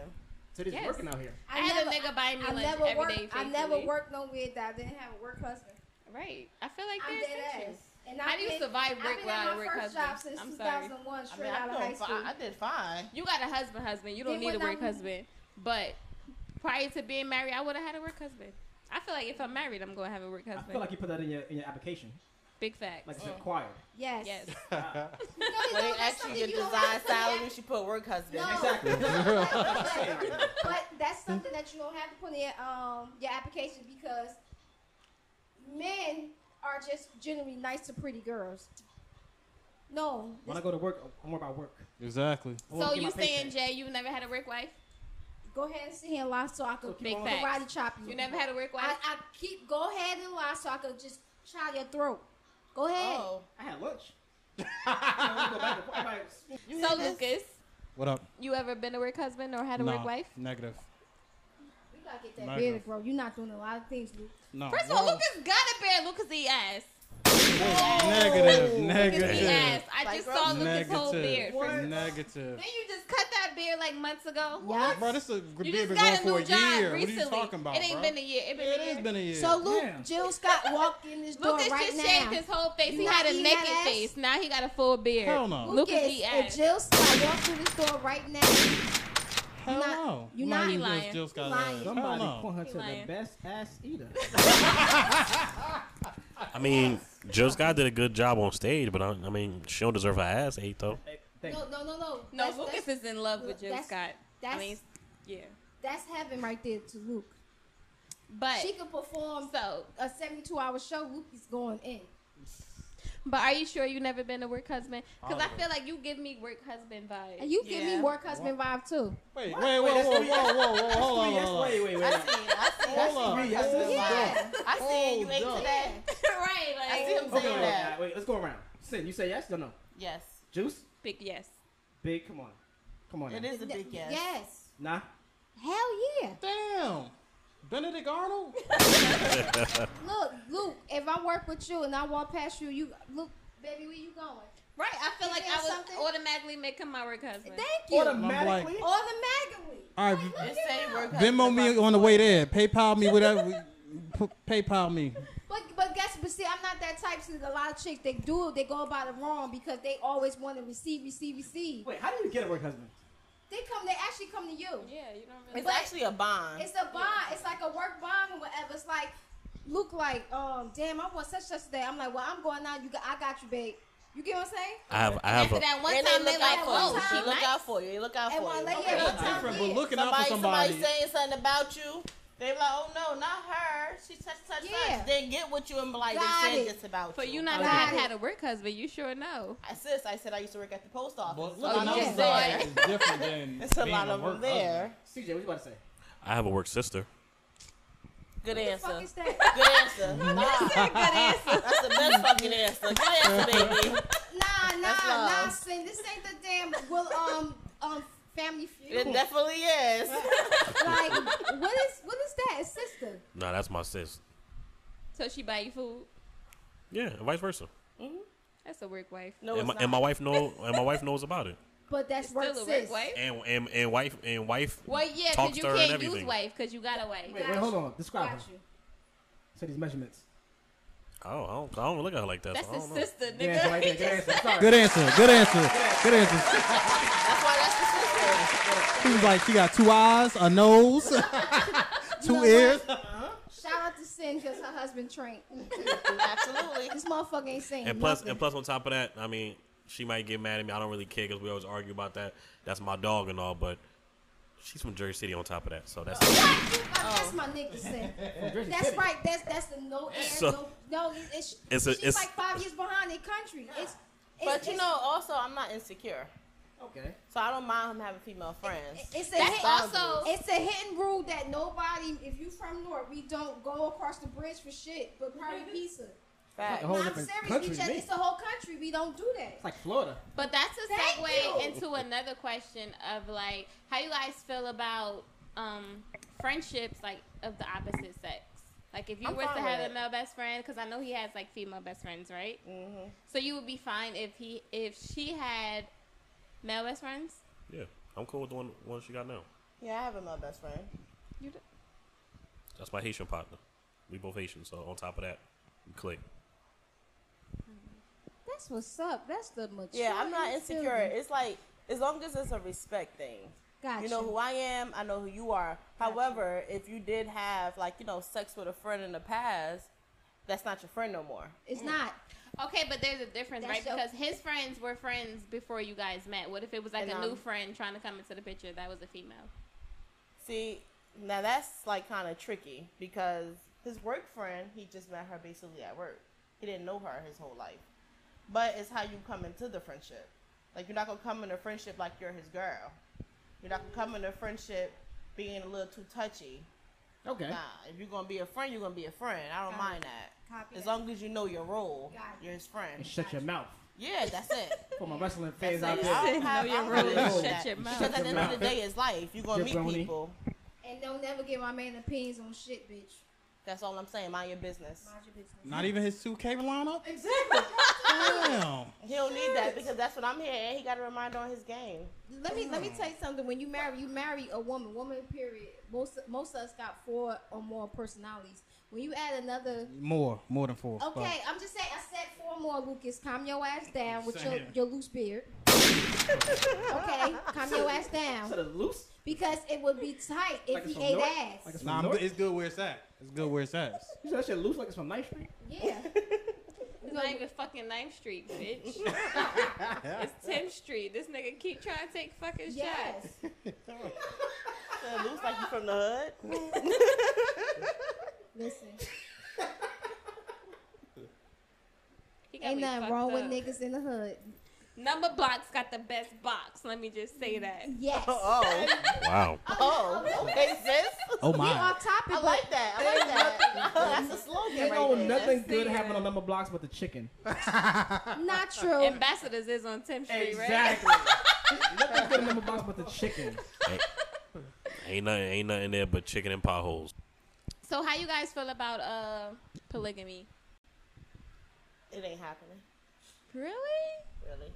Speaker 4: So this
Speaker 3: Yes.
Speaker 4: working out here.
Speaker 3: I had a nigga buy me
Speaker 2: I
Speaker 3: lunch
Speaker 2: never
Speaker 3: every
Speaker 2: worked.
Speaker 3: day
Speaker 2: I never
Speaker 3: faithfully.
Speaker 2: worked nowhere that I didn't have a work husband.
Speaker 3: Right. I feel like
Speaker 2: I'm
Speaker 3: they're
Speaker 2: dead
Speaker 3: essential.
Speaker 2: ass. And
Speaker 3: How do you survive work
Speaker 2: I've been
Speaker 3: without
Speaker 2: at my
Speaker 3: a work
Speaker 2: first
Speaker 3: husband?
Speaker 2: job since
Speaker 3: I'm sorry.
Speaker 2: 2001,
Speaker 7: I
Speaker 2: straight
Speaker 7: mean,
Speaker 2: out of
Speaker 7: I,
Speaker 2: high
Speaker 7: doing fi-
Speaker 2: school.
Speaker 7: I did fine.
Speaker 3: You got a husband, husband. You don't
Speaker 2: Then
Speaker 3: need a
Speaker 2: when
Speaker 3: work
Speaker 2: I'm-
Speaker 3: husband. But prior to being married, I would have had a work husband. I feel like if I'm married, I'm gonna have a work
Speaker 4: I
Speaker 3: husband.
Speaker 4: feel like you put that in your in your application,
Speaker 3: Big facts.
Speaker 4: like it's required.
Speaker 2: Yes.
Speaker 3: yes.
Speaker 2: You know, you
Speaker 7: When
Speaker 2: know,
Speaker 7: they
Speaker 2: that's
Speaker 7: ask you
Speaker 2: something
Speaker 7: your
Speaker 2: you don't
Speaker 7: design
Speaker 2: have to
Speaker 7: salary,
Speaker 2: put
Speaker 7: you should put work husband.
Speaker 2: No.
Speaker 4: Exactly.
Speaker 2: in- [laughs] But that's something that you don't have to put in um, your
Speaker 3: [laughs]
Speaker 2: application because men are just generally nice to pretty girls. No,
Speaker 4: When I go to work, I'm more about work.
Speaker 5: Exactly.
Speaker 4: I wanna
Speaker 3: So
Speaker 4: get
Speaker 3: you
Speaker 4: my paycheck.
Speaker 3: saying Jay, you never had a work wife?
Speaker 2: go ahead and sit here and lie so I could
Speaker 3: Big facts.
Speaker 2: karate chop you.
Speaker 3: You never had a work
Speaker 2: I,
Speaker 3: wife?
Speaker 2: I keep go ahead and lie so I could just chop your throat. Go ahead.
Speaker 7: Oh,
Speaker 4: I had lunch. [laughs] I go back and forth. Everybody-
Speaker 3: so Lucas,
Speaker 5: What up?
Speaker 3: you ever been a work husband or had a work
Speaker 5: Nah,
Speaker 3: wife?
Speaker 5: Negative.
Speaker 2: We gotta get that
Speaker 5: Michael.
Speaker 2: bearded, bro. You're not doing a lot of things, Luke.
Speaker 5: No.
Speaker 3: First of all,
Speaker 5: Whoa.
Speaker 3: Lucas got a bear. Lucas the ass.
Speaker 5: Negative.
Speaker 3: Lucas the
Speaker 5: Negative.
Speaker 3: ass. I
Speaker 7: Like,
Speaker 3: just
Speaker 7: bro.
Speaker 3: saw Lucas' whole beard.
Speaker 5: Negative. Negative.
Speaker 3: Then you just cut that beard like months ago.
Speaker 2: Yeah.
Speaker 5: Bro, this is a
Speaker 3: You just
Speaker 5: beer been going
Speaker 3: got a
Speaker 5: for
Speaker 3: new
Speaker 5: a
Speaker 3: job
Speaker 5: year.
Speaker 3: recently.
Speaker 5: What are you talking about,
Speaker 3: It ain't
Speaker 5: bro?
Speaker 3: been a year. It been
Speaker 5: It
Speaker 3: a year.
Speaker 5: has been a year.
Speaker 2: So Luke,
Speaker 4: Damn.
Speaker 2: Jill Scott walked in this door
Speaker 3: Lucas
Speaker 2: right
Speaker 3: just
Speaker 2: now.
Speaker 3: shaved his whole face.
Speaker 2: You
Speaker 3: he
Speaker 2: not
Speaker 3: had a
Speaker 2: eating
Speaker 3: naked
Speaker 2: that ass?
Speaker 3: face. Now he got a full beard.
Speaker 5: Hell no.
Speaker 3: Lucas
Speaker 2: Lucas,
Speaker 3: the
Speaker 2: if
Speaker 3: ass.
Speaker 2: Jill Scott walked through this door right now,
Speaker 5: Hell
Speaker 2: not-
Speaker 5: no.
Speaker 2: you
Speaker 5: I'm
Speaker 2: not
Speaker 5: even doing
Speaker 3: lying.
Speaker 5: Jill Scott
Speaker 2: Lying.
Speaker 5: ass. Hell
Speaker 4: Somebody
Speaker 5: no.
Speaker 4: point her to the
Speaker 3: lying.
Speaker 4: best ass eater.
Speaker 6: I mean, Jill Scott did a good job on stage, but I, I mean, she don't deserve her ass ate though.
Speaker 4: Hey, thank
Speaker 2: no,
Speaker 4: you.
Speaker 2: no, no, no.
Speaker 3: no,
Speaker 2: That's-
Speaker 3: Lucas
Speaker 2: that's,
Speaker 3: is in love with Jill
Speaker 2: that's-
Speaker 3: Scott.
Speaker 2: that's-
Speaker 3: I mean, yeah.
Speaker 2: that's heaven right there to Luke.
Speaker 3: But
Speaker 2: she could perform
Speaker 3: so,
Speaker 2: a 72 hour show. Luke is going in.
Speaker 3: but are you sure you never been a work husband? Because I
Speaker 5: Probably.
Speaker 3: feel like you give me work husband vibes.
Speaker 2: And you give me
Speaker 7: Yeah.
Speaker 2: work husband vibe too.
Speaker 5: Wait, wait, whoa, whoa,
Speaker 4: that's
Speaker 5: whoa,
Speaker 4: three-
Speaker 5: whoa, whoa, whoa, hold on,
Speaker 4: Yes,
Speaker 5: hold on.
Speaker 4: wait, wait,
Speaker 7: I
Speaker 4: wait.
Speaker 7: see, I see,
Speaker 5: Hold
Speaker 7: I
Speaker 5: up.
Speaker 7: see.
Speaker 4: Yes,
Speaker 7: Hold
Speaker 4: yes.
Speaker 7: up. I see you
Speaker 5: Hold
Speaker 7: ate
Speaker 5: up.
Speaker 7: today.
Speaker 3: [laughs] right? Like,
Speaker 7: I see him
Speaker 4: Okay,
Speaker 7: saying
Speaker 4: wait,
Speaker 7: that.
Speaker 4: wait, wait, let's go around. Sin, you say yes or no?
Speaker 7: Yes,
Speaker 4: Juice,
Speaker 3: big yes.
Speaker 4: big, come on, come on.
Speaker 7: it
Speaker 4: now.
Speaker 7: is a big yes.
Speaker 2: Yes.
Speaker 4: Nah,
Speaker 2: Hell yeah.
Speaker 5: Damn.
Speaker 3: [laughs]
Speaker 5: Benedict Arnold?
Speaker 2: Look, Luke, if I work with you and I walk past you, you look, baby, where you going?
Speaker 3: Right. I feel
Speaker 2: Give
Speaker 3: like
Speaker 2: me
Speaker 3: I would
Speaker 2: something.
Speaker 3: automatically make him my work husband.
Speaker 2: Thank you.
Speaker 4: automatically.
Speaker 2: Automatically.
Speaker 5: All
Speaker 2: Like,
Speaker 5: right,
Speaker 2: look
Speaker 7: It
Speaker 2: at
Speaker 7: say
Speaker 2: him.
Speaker 7: work
Speaker 5: Venmo
Speaker 7: husband
Speaker 5: me
Speaker 7: vibes.
Speaker 5: on the way there. PayPal me, whatever. [laughs] P- PayPal me.
Speaker 2: But but guess but see, I'm not that type. See, a lot of chicks they do they go about it wrong because they always want to receive, receive, receive.
Speaker 4: Wait, how do you get a work husband?
Speaker 2: They come, they actually come to you.
Speaker 3: Yeah, you don't
Speaker 7: It's
Speaker 3: really.
Speaker 7: actually a bond.
Speaker 2: It's a bond. It's like a work bond or whatever. It's like look like um damn, I want such such day. I'm like, well, I'm going out. You got, I got you, babe. You get what I'm saying?
Speaker 6: I have, I have
Speaker 3: After
Speaker 6: a,
Speaker 3: that one
Speaker 7: And
Speaker 3: time,
Speaker 7: they
Speaker 3: they
Speaker 7: look
Speaker 3: like,
Speaker 7: out
Speaker 3: oh,
Speaker 2: time.
Speaker 7: for you.
Speaker 3: she
Speaker 7: They look
Speaker 3: might.
Speaker 7: out for you. They look out for
Speaker 2: And
Speaker 7: you.
Speaker 2: one lady,
Speaker 7: Okay.
Speaker 2: yeah, one time
Speaker 5: Different, but
Speaker 2: yeah.
Speaker 5: looking out for
Speaker 7: somebody, somebody
Speaker 5: somebody.
Speaker 7: saying something about you. They like, oh no, not her. She touch, touch,
Speaker 2: Yeah.
Speaker 7: touch. They get what you and be like,
Speaker 2: Got
Speaker 7: they said
Speaker 2: it.
Speaker 7: this about
Speaker 3: For
Speaker 7: you.
Speaker 3: you not to
Speaker 2: Got
Speaker 3: have
Speaker 2: it.
Speaker 3: had a work husband, you sure know.
Speaker 7: I sis, I said I used to work at the post office.
Speaker 5: But
Speaker 7: So
Speaker 5: looking
Speaker 2: Oh, yeah.
Speaker 7: it's
Speaker 5: outside
Speaker 7: there.
Speaker 5: is different than
Speaker 7: It's a
Speaker 5: being
Speaker 7: lot of
Speaker 5: work
Speaker 7: them there.
Speaker 4: CJ, what you about to say?
Speaker 6: I have a work sister.
Speaker 2: What
Speaker 7: Good
Speaker 2: the
Speaker 7: answer.
Speaker 2: fuck is that?
Speaker 7: Good
Speaker 2: [laughs]
Speaker 7: answer. Nah,
Speaker 3: Good answer.
Speaker 7: [laughs] that's the best fucking answer. Good answer, baby.
Speaker 2: Nah,
Speaker 7: [laughs] That's
Speaker 2: nah, nah,
Speaker 7: love.
Speaker 2: sin. This ain't the damn will um um family feud.
Speaker 7: It
Speaker 2: [laughs]
Speaker 7: definitely is. [laughs]
Speaker 2: like what is what is that? It's sister.
Speaker 6: Nah, that's my sis.
Speaker 3: [laughs] So she buy you food.
Speaker 6: Yeah, and vice versa.
Speaker 3: That's a work wife.
Speaker 7: No,
Speaker 6: And
Speaker 7: it's
Speaker 6: my,
Speaker 7: not.
Speaker 6: and my wife know,
Speaker 3: [laughs]
Speaker 6: and my wife knows about it.
Speaker 2: But that's
Speaker 3: Still
Speaker 2: work
Speaker 3: a
Speaker 2: sis.
Speaker 3: work wife.
Speaker 6: And and and wife and wife.
Speaker 3: Well, yeah,
Speaker 6: Talks
Speaker 3: because you
Speaker 6: to her and
Speaker 3: can't use
Speaker 6: everything.
Speaker 3: wife because you got a wife.
Speaker 4: Wait, wait, hold on. Describe her.
Speaker 2: Got you.
Speaker 4: So these measurements.
Speaker 6: I don't, I don't, I don't look at her like that.
Speaker 3: That's
Speaker 6: so I
Speaker 3: his
Speaker 6: don't know.
Speaker 3: sister, nigga.
Speaker 4: Good answer, right there. Good answer. Sorry.
Speaker 5: Good answer. Good answer. Good answer.
Speaker 7: That's why that's the sister.
Speaker 5: She was like, she got two eyes, a nose, [laughs]
Speaker 2: know
Speaker 5: two
Speaker 2: what?
Speaker 5: ears.
Speaker 2: Shout out to Sin because her husband trained.
Speaker 4: [laughs]
Speaker 7: Absolutely.
Speaker 2: this motherfucker ain't saying
Speaker 6: And plus,
Speaker 2: nothing.
Speaker 6: and plus, on top of that, I mean, she might get mad at me. I don't really care because we always argue about that. That's my dog and all, but she's from Jersey City. On top of that, so that's
Speaker 3: Oh.
Speaker 2: What? You-
Speaker 7: Oh.
Speaker 2: uh, That's my nigga Sin.
Speaker 4: Jersey
Speaker 2: That's
Speaker 4: City.
Speaker 2: right. That's that's the no air.
Speaker 6: So-
Speaker 2: no, no, it- it's,
Speaker 6: It's
Speaker 2: it's
Speaker 6: a-
Speaker 2: she's
Speaker 6: it's-
Speaker 2: like five years behind the country. It's, it's
Speaker 7: But you
Speaker 2: it's-
Speaker 7: know, also, I'm not insecure.
Speaker 4: [laughs] Okay.
Speaker 7: So I don't mind him having female friends.
Speaker 2: It's a
Speaker 3: That's
Speaker 2: hit,
Speaker 3: also-
Speaker 2: it's a hidden rule that nobody, if you from North, we don't go across the bridge for shit, but private pizza.
Speaker 7: Fact.
Speaker 4: A
Speaker 2: No,
Speaker 4: whole
Speaker 2: I'm
Speaker 4: different
Speaker 2: serious.
Speaker 4: country
Speaker 2: we
Speaker 4: to
Speaker 2: just,
Speaker 4: me.
Speaker 2: it's the whole country. We don't do that.
Speaker 4: It's like Florida.
Speaker 3: But that's a
Speaker 2: Thank
Speaker 3: segue
Speaker 2: you.
Speaker 3: into another question of like how you guys feel about um friendships like of the opposite sex. Like if you
Speaker 7: I'm
Speaker 3: were to
Speaker 7: fine with
Speaker 3: have a
Speaker 7: it.
Speaker 3: male best friend, because I know he has like female best friends, right?
Speaker 7: Mm-hmm.
Speaker 3: So you would be fine if he if she had male best friends.
Speaker 6: yeah. I'm cool with the one one she got now.
Speaker 7: Yeah, I have a male best friend.
Speaker 3: You d-
Speaker 6: That's my Haitian partner. We both Haitian, so on top of that, we click.
Speaker 2: That's what's up. That's the mature.
Speaker 7: Yeah, I'm not
Speaker 2: you feel
Speaker 7: insecure.
Speaker 2: me?
Speaker 7: It's like as long as it's a respect thing.
Speaker 2: Gotcha.
Speaker 7: You know who I am. I know who you are. However, if you did have like you know sex with a friend in the past, that's not your friend no more.
Speaker 2: It's not.
Speaker 3: Okay, but there's a difference,
Speaker 2: That's
Speaker 3: right?
Speaker 2: your-
Speaker 3: Because his friends were friends before you guys met. What if it was like
Speaker 7: And,
Speaker 3: a new
Speaker 7: um,
Speaker 3: friend trying to come into the picture that was a female?
Speaker 7: See, now that's like kind of tricky because his work friend, he just met her basically at work. He didn't know her his whole life. But it's how you come into the friendship. Like you're not gonna come into friendship like you're his girl. You're not gonna come into friendship being a little too touchy.
Speaker 4: Okay.
Speaker 7: Nah, if you're gonna be a friend, you're gonna be a friend. I
Speaker 2: Got
Speaker 7: don't
Speaker 2: it.
Speaker 7: mind that.
Speaker 2: Copy
Speaker 7: As
Speaker 2: that.
Speaker 7: long as you know your role,
Speaker 2: Got it.
Speaker 7: you're his
Speaker 4: And
Speaker 7: friend.
Speaker 4: shut your mouth
Speaker 7: Yeah, that's it.
Speaker 3: [laughs]
Speaker 4: for my wrestling
Speaker 7: That's
Speaker 4: fans
Speaker 7: it.
Speaker 4: out
Speaker 7: I
Speaker 4: there.
Speaker 7: don't have,
Speaker 3: Know your
Speaker 7: I don't have
Speaker 3: role.
Speaker 7: an issue
Speaker 3: Shut
Speaker 7: with that.
Speaker 3: your mouth.
Speaker 7: Because at the end of the
Speaker 4: mouth.
Speaker 7: day, it's life. You're gonna meet
Speaker 4: Jabroni.
Speaker 7: people.
Speaker 2: And don't never give my man opinions on shit, bitch.
Speaker 7: That's all I'm saying. Mind your business.
Speaker 2: Mind your business.
Speaker 5: Not even his 2K lineup?
Speaker 2: Exactly.
Speaker 5: Damn.
Speaker 7: He don't need that because that's what I'm here, and he got a reminder on
Speaker 4: [laughs]
Speaker 7: his game.
Speaker 2: [laughs] let me let me tell you something. When you marry, you marry a woman. Woman, period. Most most of us got four or more personalities. When you add another,
Speaker 5: More, more than four. but-
Speaker 2: okay, I'm just saying. I said four more, Lucas. Calm your ass down with your,
Speaker 5: Same.
Speaker 2: your loose beard. okay, calm your ass down
Speaker 4: Instead of loose,
Speaker 2: because it would be tight if
Speaker 4: like it's
Speaker 2: he
Speaker 4: from
Speaker 2: ate
Speaker 4: North,
Speaker 2: ass.
Speaker 4: Like it's from
Speaker 5: Nah, I'm
Speaker 4: North.
Speaker 5: good. it's good where it's at. It's good where it's at.
Speaker 4: You said that shit loose like it's from Ninth Street?
Speaker 2: yeah,
Speaker 3: It's not even fucking 9th Street, bitch. it's 10th Street. This nigga keep trying to take fucking
Speaker 2: yes.
Speaker 3: shots.
Speaker 7: It looks like you from the
Speaker 4: [laughs]
Speaker 7: hood.
Speaker 2: Listen,
Speaker 3: He got
Speaker 2: ain't
Speaker 3: me
Speaker 2: nothing
Speaker 3: fucked
Speaker 2: wrong with
Speaker 3: up.
Speaker 2: niggas in the hood.
Speaker 3: Number blocks got the best box. Let me just say that.
Speaker 2: Yes.
Speaker 7: Oh,
Speaker 6: Wow.
Speaker 7: oh, okay, sis.
Speaker 5: Oh
Speaker 2: We
Speaker 5: my.
Speaker 2: off topic.
Speaker 7: I like that. I like that. That's a slogan
Speaker 4: Ain't no
Speaker 7: right there.
Speaker 4: nothing
Speaker 3: Let's
Speaker 4: good
Speaker 3: see
Speaker 4: happened
Speaker 3: it.
Speaker 4: on number blocks but the chicken.
Speaker 2: but not true.
Speaker 3: Ambassadors is on 10th Street, right?
Speaker 4: nothing good on number blocks but the chicken.
Speaker 6: Ain't nothing, ain't nothing there but chicken and potholes.
Speaker 3: So how you guys feel about uh polygamy?
Speaker 7: It ain't happening,
Speaker 3: Really?
Speaker 7: really.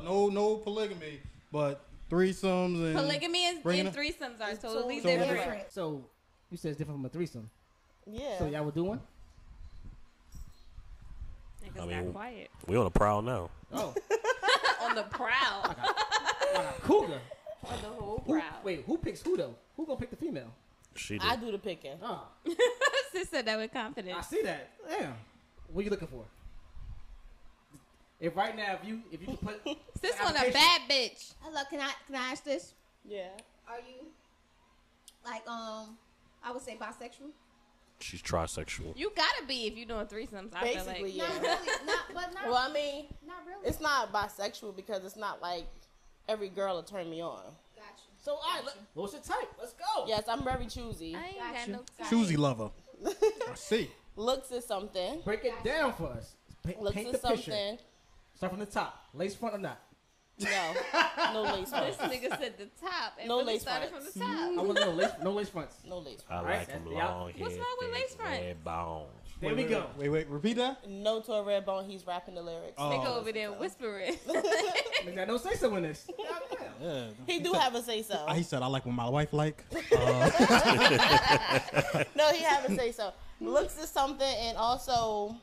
Speaker 5: No, no polygamy, but threesomes and
Speaker 3: Mm. Polygamy and,
Speaker 5: Bring
Speaker 3: and
Speaker 5: it up.
Speaker 3: threesomes are totally
Speaker 5: totally
Speaker 3: different.
Speaker 5: different.
Speaker 4: So you said it's different from a threesome.
Speaker 7: Yeah.
Speaker 4: So y'all would do one?
Speaker 3: Niggas
Speaker 6: I mean-
Speaker 3: got quiet.
Speaker 6: We on a prowl now.
Speaker 4: Oh,
Speaker 3: on the prowl.
Speaker 4: cougar.
Speaker 3: on the whole
Speaker 4: Who,
Speaker 3: prowl.
Speaker 4: wait, who picks who though? Who gonna pick the female?
Speaker 6: She
Speaker 7: I
Speaker 6: did.
Speaker 7: do the picking.
Speaker 4: Oh,
Speaker 3: Sis said that with
Speaker 4: I
Speaker 3: confidence.
Speaker 4: see that. Damn. What you looking for? If right now, if you if you could put
Speaker 3: Sis on a
Speaker 4: application-
Speaker 3: bad bitch.
Speaker 2: Hello, can I can I ask this?
Speaker 7: Yeah.
Speaker 2: Are you like um? I would say bisexual.
Speaker 6: She's trisexual.
Speaker 3: You gotta be if you're doing threesomes. I
Speaker 7: Basically,
Speaker 3: feel like.
Speaker 2: Not
Speaker 7: yeah.
Speaker 2: really. Not but not
Speaker 7: Well, I mean,
Speaker 2: not really.
Speaker 7: it's not bisexual because it's not like every girl will turn me on.
Speaker 2: gotcha.
Speaker 4: So all right, let- what's your type? Let's go.
Speaker 7: Yes, I'm very choosy.
Speaker 3: I ain't got,
Speaker 2: Got you.
Speaker 3: no time.
Speaker 5: choosy lover. I see.
Speaker 7: Looks is something.
Speaker 4: Break it down for us. Paint,
Speaker 7: Looks
Speaker 4: paint
Speaker 7: is
Speaker 4: the picture.
Speaker 7: something.
Speaker 4: Start from the top. Lace front or not?
Speaker 7: No,
Speaker 4: [laughs]
Speaker 7: no lace
Speaker 3: This
Speaker 7: fronts.
Speaker 3: nigga said the top. And
Speaker 7: No
Speaker 3: really
Speaker 7: lace
Speaker 3: started
Speaker 7: fronts.
Speaker 3: from the top.
Speaker 5: Mm.
Speaker 4: I want no lace. No lace fronts.
Speaker 7: No lace.
Speaker 6: I
Speaker 4: Alright,
Speaker 6: like them
Speaker 4: that's- yeah.
Speaker 6: long
Speaker 3: What's
Speaker 6: hair,
Speaker 3: wrong with
Speaker 6: thick,
Speaker 3: lace front?
Speaker 6: red bone.
Speaker 4: There we
Speaker 5: Wait,
Speaker 4: go.
Speaker 5: Wait, wait, repeat that.
Speaker 7: No to a red bone. He's rapping the lyrics.
Speaker 3: Nigga
Speaker 5: Oh,
Speaker 3: over there whispering.
Speaker 4: Nigga, I don't say so in this.
Speaker 5: [laughs] yeah.
Speaker 7: He do have a say so.
Speaker 5: Ah, He said, "I like what my wife like." Uh,
Speaker 7: No, he have a say so. Looks is something, and also,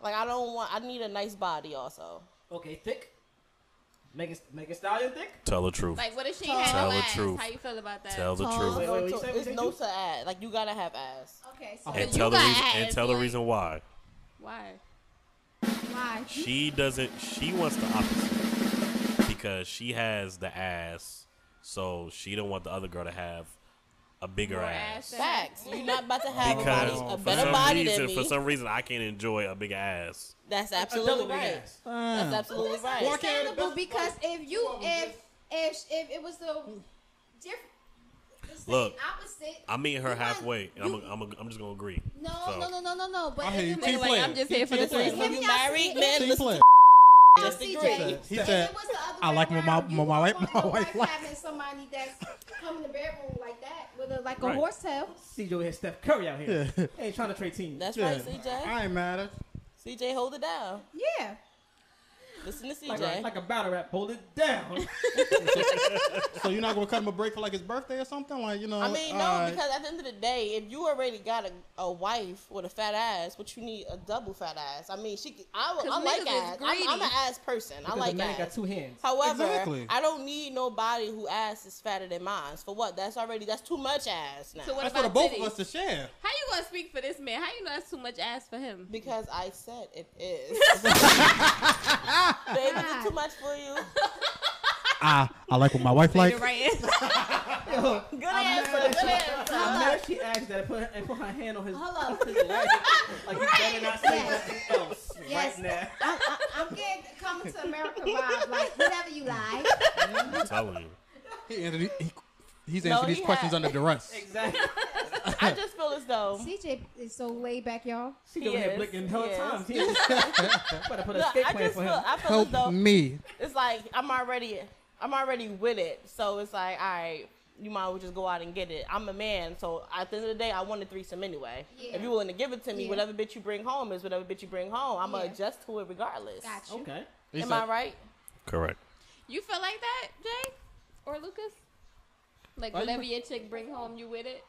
Speaker 7: like I don't want. I need a nice body also.
Speaker 4: Okay, thick. Megan, Megan Stallion thick.
Speaker 6: Tell the truth.
Speaker 3: like, oh, what if she
Speaker 7: Tell
Speaker 3: ain't had no
Speaker 6: the
Speaker 3: ass?
Speaker 6: truth.
Speaker 3: How you feel about that?
Speaker 6: Tell the
Speaker 7: Tall.
Speaker 6: truth.
Speaker 4: Wait, wait, wait, you
Speaker 7: No
Speaker 4: say-
Speaker 7: to-
Speaker 4: you
Speaker 7: it's
Speaker 4: say
Speaker 7: no
Speaker 4: two?
Speaker 7: to ass. Like you gotta have ass.
Speaker 2: Okay, so
Speaker 6: And
Speaker 3: You
Speaker 6: tell the
Speaker 3: got
Speaker 6: reason. And
Speaker 3: ass,
Speaker 6: tell the
Speaker 3: like-
Speaker 6: reason why.
Speaker 3: Why?
Speaker 2: why?
Speaker 6: She doesn't. She wants the opposite because she has the ass, so she don't want the other girl to have a bigger
Speaker 3: More
Speaker 6: ass.
Speaker 3: ass
Speaker 7: Facts. You're not about to have
Speaker 6: Because
Speaker 7: a, body, a
Speaker 6: for
Speaker 7: better
Speaker 6: some
Speaker 7: body than
Speaker 6: reason,
Speaker 7: me.
Speaker 6: for some reason, I can't enjoy a big ass.
Speaker 7: That's
Speaker 4: A Uh, double
Speaker 7: absolutely
Speaker 4: big
Speaker 7: right.
Speaker 4: ass.
Speaker 7: That's absolutely right.
Speaker 2: Understandable because if you if if if it was the different
Speaker 6: Look,
Speaker 2: opposite.
Speaker 6: I meet her
Speaker 2: You
Speaker 6: halfway, and I'm,
Speaker 2: you-
Speaker 6: a, I'm, a, I'm just gonna agree.
Speaker 2: no,
Speaker 6: So,
Speaker 2: no, no, no, no, no. But if
Speaker 5: I hear you.
Speaker 2: it was-
Speaker 5: Team
Speaker 3: like,
Speaker 5: player.
Speaker 3: I'm just here for the
Speaker 5: Team player.
Speaker 3: threesome.
Speaker 7: When you
Speaker 2: Y'all see
Speaker 7: married
Speaker 2: it?
Speaker 7: men,
Speaker 5: Team
Speaker 7: listen
Speaker 5: player.
Speaker 7: Just
Speaker 2: CJ,
Speaker 7: agree.
Speaker 5: He
Speaker 2: if
Speaker 5: said,
Speaker 2: it was the other
Speaker 5: "I
Speaker 2: way
Speaker 5: like my
Speaker 2: around,
Speaker 5: mom-
Speaker 2: you
Speaker 5: my
Speaker 2: wouldn't want
Speaker 5: wife- my
Speaker 2: your
Speaker 5: wife like-
Speaker 2: having somebody that's come in the bedroom like that with a like a
Speaker 6: Right.
Speaker 2: horse tail.
Speaker 4: CJ over here, Steph Curry out here.
Speaker 5: Yeah.
Speaker 4: Ain't trying to trade teams.
Speaker 7: That's
Speaker 5: yeah.
Speaker 7: right, CJ.
Speaker 5: I ain't mad at.
Speaker 7: CJ, hold it down.
Speaker 2: Yeah.
Speaker 7: Listen to
Speaker 4: Like,
Speaker 7: CJ.
Speaker 4: a, like a battle rap. Hold it
Speaker 7: [laughs]
Speaker 4: down.
Speaker 5: So you're not gonna cut him a break for like his birthday or something? Like you know?
Speaker 7: I mean, no,
Speaker 5: all right.
Speaker 7: because at the end of the day, if you already got a, a wife with a fat ass, what you need a double fat ass. I mean, she. I, I
Speaker 3: 'Cause niggas
Speaker 7: like
Speaker 3: is
Speaker 7: ass. I'm, I'm an
Speaker 3: greedy.
Speaker 7: ass person. I
Speaker 4: Because
Speaker 7: like
Speaker 4: the man
Speaker 7: ass.
Speaker 4: got two
Speaker 7: [laughs]
Speaker 4: hands.
Speaker 7: However,
Speaker 5: Exactly.
Speaker 7: I don't need nobody who ass is fatter than mine. For what? That's already that's too much ass now.
Speaker 3: So what
Speaker 5: that's for the
Speaker 3: about
Speaker 5: both
Speaker 3: titties?
Speaker 5: of us to share.
Speaker 3: How you gonna speak for this man? How you know that's too much ass for him?
Speaker 7: Because I said it
Speaker 3: [laughs]
Speaker 7: is. Baby, is it too much for you?
Speaker 5: I I like what my wife
Speaker 3: Like,
Speaker 5: [laughs] like.
Speaker 3: the right answer.
Speaker 4: Yo,
Speaker 7: Good answer. Good answer.
Speaker 4: I'm mad she asked that and put, her, and put her hand on his,
Speaker 2: Hello.
Speaker 4: his leg. Like, you better not say nothing else
Speaker 2: Yes.
Speaker 4: right now. [laughs]
Speaker 2: I, I, I'm getting coming to America vibe. Like whatever you
Speaker 7: [laughs]
Speaker 2: like.
Speaker 6: I'm telling you.
Speaker 5: He answered, he, he's
Speaker 7: No,
Speaker 5: answering
Speaker 7: he
Speaker 5: these questions
Speaker 7: had-
Speaker 5: under
Speaker 7: [laughs]
Speaker 5: duress.
Speaker 4: Exactly.
Speaker 7: I just feel as though
Speaker 2: CJ is so laid back, y'all.
Speaker 4: She over here
Speaker 7: Yes,
Speaker 4: blinking hella
Speaker 7: yes.
Speaker 4: times.
Speaker 7: [laughs]
Speaker 4: He better put a
Speaker 7: Look,
Speaker 4: escape
Speaker 7: I
Speaker 4: plan
Speaker 7: just
Speaker 4: for
Speaker 7: feel
Speaker 4: him.
Speaker 7: I feel as though
Speaker 5: Help me.
Speaker 7: it's like I'm already I'm already with it. So it's like, all right, you might as well just go out and get it. I'm a man, so at the end of the day, I want a threesome anyway.
Speaker 2: Yeah.
Speaker 7: If you're willing to give it to me,
Speaker 2: Yeah.
Speaker 7: whatever bitch you bring home is whatever bitch you bring home. I'm gonna
Speaker 2: Yeah.
Speaker 7: adjust to it regardless.
Speaker 2: Got you.
Speaker 4: Okay.
Speaker 5: He
Speaker 7: Am
Speaker 5: said,
Speaker 7: I right?
Speaker 6: Correct.
Speaker 3: [laughs] You feel like that, Jay or Lucas? Like
Speaker 5: Are you-
Speaker 3: whatever your chick bring home, you with it?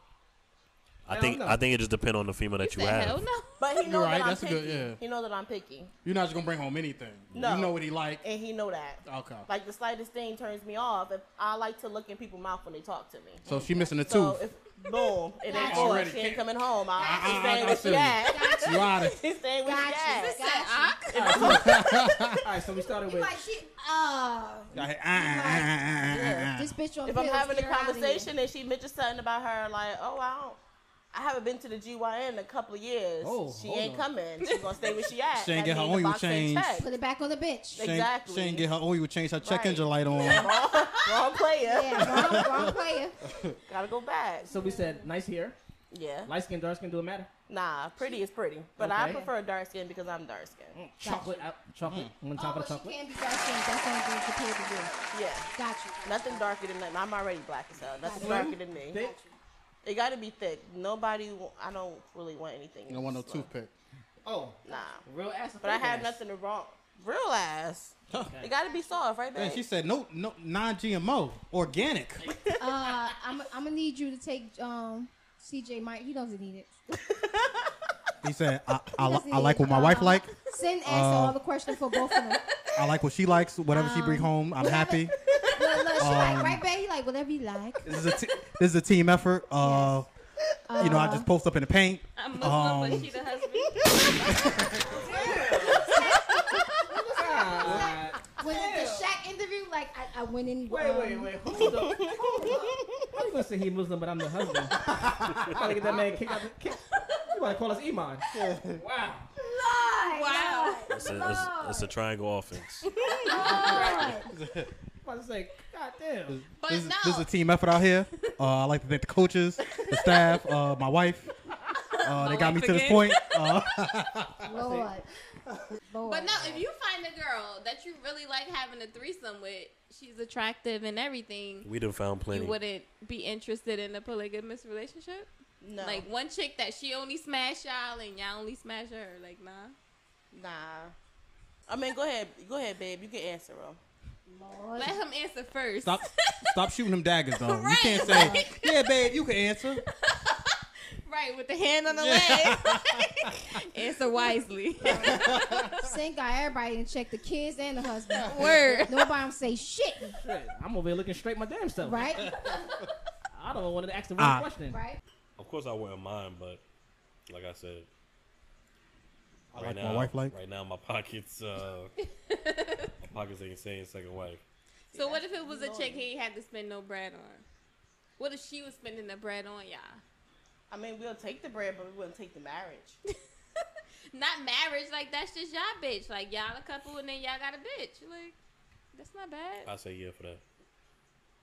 Speaker 6: I
Speaker 4: Hell
Speaker 6: think
Speaker 4: no.
Speaker 6: I think it just depends on the female that you
Speaker 3: Said,
Speaker 6: have.
Speaker 3: Hell
Speaker 5: [laughs]
Speaker 3: no.
Speaker 7: But he
Speaker 5: You're
Speaker 7: knows
Speaker 5: right,
Speaker 7: that I'm
Speaker 5: that's a
Speaker 7: picky.
Speaker 5: good- yeah.
Speaker 7: He knows that I'm picky,
Speaker 5: You're not just gonna bring home anything.
Speaker 7: No.
Speaker 5: You know what he like.
Speaker 7: and he know that.
Speaker 5: Okay.
Speaker 7: Like the slightest thing turns me off. If I like to look in people's mouth when they talk to me.
Speaker 5: So she missing a
Speaker 7: So
Speaker 5: tooth.
Speaker 7: if boom, it ain't
Speaker 5: Already
Speaker 7: good. She ain't
Speaker 5: can't-
Speaker 7: coming home. I,
Speaker 5: I-
Speaker 7: am
Speaker 5: I-
Speaker 7: staying
Speaker 5: I
Speaker 7: with
Speaker 5: feel
Speaker 7: you.
Speaker 5: you.
Speaker 7: at. [laughs]
Speaker 5: [laughs] you out of
Speaker 7: She's staying with
Speaker 2: Got
Speaker 7: you.
Speaker 2: you.
Speaker 7: at.
Speaker 2: Got you.
Speaker 4: All right, so we started
Speaker 2: He
Speaker 4: with.
Speaker 2: like she. Uh,
Speaker 5: Yeah.
Speaker 2: this bitch on
Speaker 7: If I'm
Speaker 2: pills,
Speaker 7: having a
Speaker 2: get her outta here.
Speaker 7: conversation and she mentions something about her, like, oh, I don't. I haven't been to the GYN in a couple of years.
Speaker 4: Oh,
Speaker 7: she
Speaker 4: hold
Speaker 7: ain't
Speaker 4: on.
Speaker 7: coming. She's gonna stay where
Speaker 5: [laughs]
Speaker 7: she at.
Speaker 5: She ain't
Speaker 7: That
Speaker 5: get her
Speaker 7: mean the
Speaker 5: oil
Speaker 7: box ain't
Speaker 5: changed.
Speaker 7: checked.
Speaker 2: Put it back on the bitch.
Speaker 5: She ain't-
Speaker 7: Exactly.
Speaker 5: She ain't get her oil. You change her check
Speaker 7: Right.
Speaker 5: engine light
Speaker 7: [laughs]
Speaker 5: on.
Speaker 7: Wrong,
Speaker 5: [laughs]
Speaker 7: wrong player.
Speaker 2: Yeah, wrong,
Speaker 7: [laughs]
Speaker 2: wrong player.
Speaker 7: Gotta go back.
Speaker 4: So we said, nice hair.
Speaker 7: Yeah.
Speaker 4: Light skin, dark skin, do it matter?
Speaker 7: Nah, pretty is pretty, but I
Speaker 4: Okay. Mm.
Speaker 7: prefer dark skin because I'm dark skin.
Speaker 4: Chocolate out. Chocolate.
Speaker 7: Mm-hmm.
Speaker 4: One
Speaker 2: Oh,
Speaker 4: top
Speaker 2: but
Speaker 4: of the
Speaker 2: she
Speaker 4: chocolate.
Speaker 2: can be dark skinned. That's the only thing she appeared to do.
Speaker 7: Yeah.
Speaker 2: Got you.
Speaker 7: Nothing darker than that. I'm already black as hell. Nothing
Speaker 4: Slim,
Speaker 7: darker than me.
Speaker 4: Thick.
Speaker 7: It gotta be thick. Nobody. wa- I don't really want anything.
Speaker 5: You don't want no
Speaker 7: slim.
Speaker 5: toothpick.
Speaker 4: Oh,
Speaker 7: Nah.
Speaker 4: real ass. or
Speaker 7: But I
Speaker 4: fake
Speaker 7: have
Speaker 4: ass?
Speaker 7: nothing to wrong. Real ass. It gotta be soft, right, babe?
Speaker 5: And she said, no, no, non-GMO, organic.
Speaker 2: Uh, I'm, I'm gonna need you to take um, CJ Mike. He doesn't need it.
Speaker 5: He said,
Speaker 3: [laughs]
Speaker 5: I, I,
Speaker 2: He
Speaker 5: li-
Speaker 2: doesn't
Speaker 5: I like
Speaker 2: need
Speaker 5: what
Speaker 2: it.
Speaker 5: my wife
Speaker 2: Um,
Speaker 5: like.
Speaker 2: Send answer
Speaker 5: Uh,
Speaker 2: all the questions for both of them.
Speaker 5: I like what she likes. Whatever she
Speaker 3: Um.
Speaker 5: bring home,
Speaker 3: [laughs]
Speaker 5: I'm happy.
Speaker 2: Look, look, she like
Speaker 5: um,
Speaker 2: right back. He like whatever you like.
Speaker 5: This is a t- this is a team effort. Uh, you know, I just post up in
Speaker 3: [laughs]
Speaker 5: the paint.
Speaker 3: I'm Muslim,
Speaker 5: Um,
Speaker 3: but she the husband.
Speaker 7: [laughs]
Speaker 4: Ah,
Speaker 2: When the Shaq interview, like I, I went in.
Speaker 4: wait,
Speaker 2: um,
Speaker 4: wait, wait. Hold up. Hold up. How you gonna say he Muslim, but I'm the
Speaker 7: [laughs]
Speaker 4: husband? You gotta get that man kicked out. the- Kick. You wanna call us Iman? Wow.
Speaker 2: Lord,
Speaker 3: [laughs] Wow.
Speaker 2: Lord,
Speaker 6: It's a, it's, it's a triangle
Speaker 2: [laughs]
Speaker 6: offense.
Speaker 2: Lord.
Speaker 4: I was like, God damn.
Speaker 3: But
Speaker 5: This is,
Speaker 3: no.
Speaker 5: this is a team effort out here. Uh, I like to thank the coaches, the staff, uh, my wife. Uh, they got me
Speaker 3: wife
Speaker 5: to this
Speaker 3: again. [laughs]
Speaker 5: point. Uh,
Speaker 2: [laughs] Lord. Lord.
Speaker 3: But no, if you find a girl that you really like having a threesome with, she's attractive and everything.
Speaker 6: We done found plenty.
Speaker 3: You wouldn't be interested in a polygamous relationship?
Speaker 7: no.
Speaker 3: Like one chick that she only smash y'all and y'all only smash her. Like nah.
Speaker 7: nah. I mean, go ahead, go ahead, babe. You can answer him.
Speaker 2: Lord.
Speaker 3: Let him answer first.
Speaker 5: stop, stop shooting them daggers though. You
Speaker 3: Right,
Speaker 5: can't say, yeah, babe, you can answer.
Speaker 3: Right, with the hand on the
Speaker 5: Yeah. [laughs]
Speaker 3: leg. [laughs] answer wisely.
Speaker 2: Send God everybody and check the kids and the husband.
Speaker 3: [laughs] Word.
Speaker 2: Nobody say shit,
Speaker 4: Shit, I'm over here looking straight my damn self.
Speaker 2: right?
Speaker 4: I don't want to ask the wrong
Speaker 5: Ah.
Speaker 4: question.
Speaker 2: Right?
Speaker 6: Of course, I wouldn't mind, but like I said, right
Speaker 5: like my
Speaker 6: now,
Speaker 5: wife like.
Speaker 6: right now, my pockets, uh,
Speaker 2: [laughs]
Speaker 6: my pockets ain't saying second wife.
Speaker 3: [laughs] So what if it was a chick he had to spend no bread on? What if she was spending the bread on y'all?
Speaker 7: I mean, we'll take the bread, but we wouldn't take the [laughs] marriage.
Speaker 3: Not marriage, like that's just y'all bitch. Like y'all a couple and then y'all got a bitch. Like that's not bad.
Speaker 5: Uh,
Speaker 6: I say yeah for that.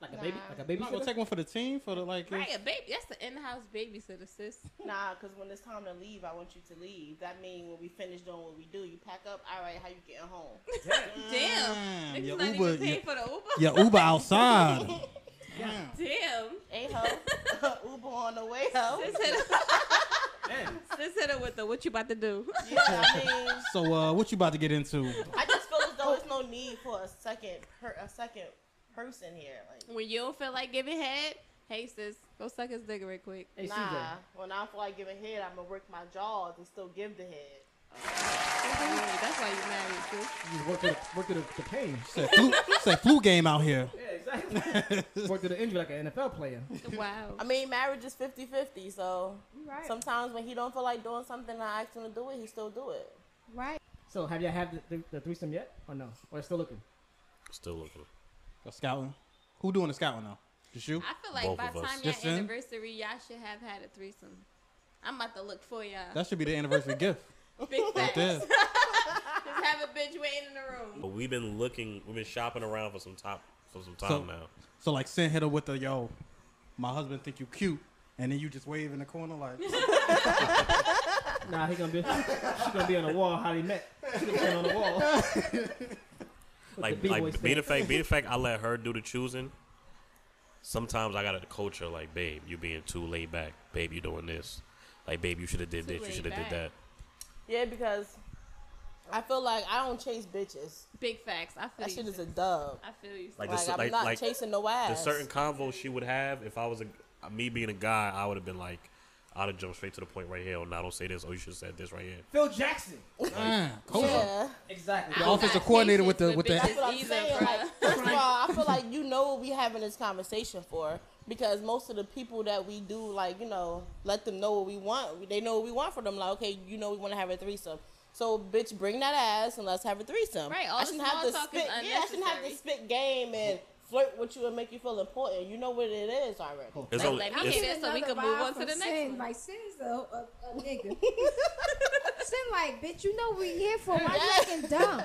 Speaker 4: Like a baby,
Speaker 7: Nah.
Speaker 4: like a
Speaker 5: You
Speaker 4: baby.
Speaker 5: not gonna take one for the team for the like.
Speaker 3: Right, a baby. That's the in-house babysitter, sis. [laughs]
Speaker 7: nah, because when it's time to leave, I want you to leave. That means when we finish doing what we do, you pack up. All right, how you getting home?
Speaker 3: Damn,
Speaker 5: Damn,
Speaker 3: niggas
Speaker 5: your
Speaker 3: not
Speaker 5: Mm. Uber-
Speaker 3: even paying
Speaker 5: your-
Speaker 3: for the Uber. [laughs]
Speaker 5: Yeah, Uber outside.
Speaker 3: Mm. Damn,
Speaker 7: Hey [laughs] ho, Uber on the way ho.
Speaker 3: sis hit, her,
Speaker 4: Damn.
Speaker 3: sis hit her with the what you about to do. [laughs]
Speaker 7: Yeah, I mean,
Speaker 5: So, uh, what you about to get into?
Speaker 7: I just feel as though it's no need for a second per, a second person here. Like
Speaker 3: When you don't feel like giving head, hey sis, go suck his dick real quick.
Speaker 4: Hey,
Speaker 7: nah,
Speaker 4: CJ.
Speaker 7: when I feel like giving head, I'm gonna work my jaws and still give the head.
Speaker 3: That's why you married, sis.
Speaker 8: You just work through, the- work through the, the pain.
Speaker 5: Said flu, said flu game out here.
Speaker 4: Yeah, exactly.
Speaker 8: Work through the injury like an NFL player.
Speaker 3: Wow.
Speaker 7: I mean, marriage is 50-50, so
Speaker 2: You Right.
Speaker 7: sometimes when he don't feel like doing something, and I ask him to do it, he still do it.
Speaker 2: right.
Speaker 8: So have y'all had the, the, the threesome yet, or no? Or still looking?
Speaker 6: Still looking.
Speaker 5: Go scouting. Who doing the scouting now? Just you?
Speaker 3: I feel like
Speaker 6: Both
Speaker 3: by
Speaker 6: of
Speaker 3: the
Speaker 6: us.
Speaker 3: time your
Speaker 5: Just in?
Speaker 3: anniversary, y'all should have had a threesome. I'm about to look for y'all.
Speaker 5: That should be the anniversary gift.
Speaker 3: Big
Speaker 5: Right
Speaker 3: facts.
Speaker 5: there.
Speaker 3: Just have a bitch waiting in the room.
Speaker 6: But we've been looking, we've been shopping around for some top for some time
Speaker 5: So-
Speaker 6: now.
Speaker 5: So like send hit her with the yo, my husband think you cute, and then you just wave in the corner like
Speaker 8: Nah, he gonna be [laughs] she gonna be on the wall. How he met? She gonna stand on the wall. [laughs]
Speaker 6: Like,
Speaker 8: the B-boy
Speaker 6: like be the
Speaker 8: stuff.
Speaker 6: fact,
Speaker 5: [laughs]
Speaker 6: be the fact. I let her do the choosing. Sometimes I gotta coach her, like, babe, you being too laid back. Babe, you doing this. Like, babe, you should have did
Speaker 3: Too
Speaker 6: this. You
Speaker 3: laid
Speaker 6: should have
Speaker 3: back.
Speaker 6: did that.
Speaker 7: Yeah, because I feel like I don't chase bitches.
Speaker 3: Big facts. I feel
Speaker 7: That
Speaker 3: you.
Speaker 7: shit is
Speaker 3: sis.
Speaker 7: a dub.
Speaker 3: I feel you. sis.
Speaker 6: Like,
Speaker 7: Like,
Speaker 6: this,
Speaker 7: I'm
Speaker 6: like,
Speaker 7: not
Speaker 6: like
Speaker 7: chasing no ass.
Speaker 6: the certain convo she would have. If I was a me being a guy, I would have been like, I'd have jumped straight to the point right here. Oh, now don't say this. Oh, you should have said this right here.
Speaker 8: Phil Jackson.
Speaker 5: "Ah, coach."
Speaker 7: yeah.
Speaker 8: Exactly.
Speaker 3: I'm
Speaker 5: The offensive
Speaker 3: not
Speaker 5: coordinator
Speaker 3: patient
Speaker 5: with the- with the-
Speaker 3: bitches
Speaker 5: That's
Speaker 7: That's what I'm
Speaker 3: either,
Speaker 7: saying.
Speaker 3: bruh.
Speaker 7: Like, first of all, I feel like you know what we having this conversation for because most of the people that we do, like, you know, let them know what we want. They know what we want for them. Like, okay, you know, we want to have a threesome. So, bitch, bring that ass and let's have a threesome.
Speaker 3: Right, all
Speaker 7: I
Speaker 3: the
Speaker 7: shouldn't
Speaker 3: small
Speaker 7: have to
Speaker 3: talk is
Speaker 7: spit. Yeah, I shouldn't have to
Speaker 3: unnecessary.
Speaker 7: spit game and flirt with you and make you feel important. You know what it is already.
Speaker 6: It's only,
Speaker 3: let me
Speaker 6: it's-
Speaker 3: hear that so we
Speaker 2: Another
Speaker 3: can move
Speaker 2: vibe
Speaker 3: on to
Speaker 2: from
Speaker 3: the next
Speaker 2: Sin.
Speaker 3: one.
Speaker 2: Like Sin's a, a, a nigga.
Speaker 3: [laughs]
Speaker 2: Sin like, bitch, you know we here for. Why you acting dumb?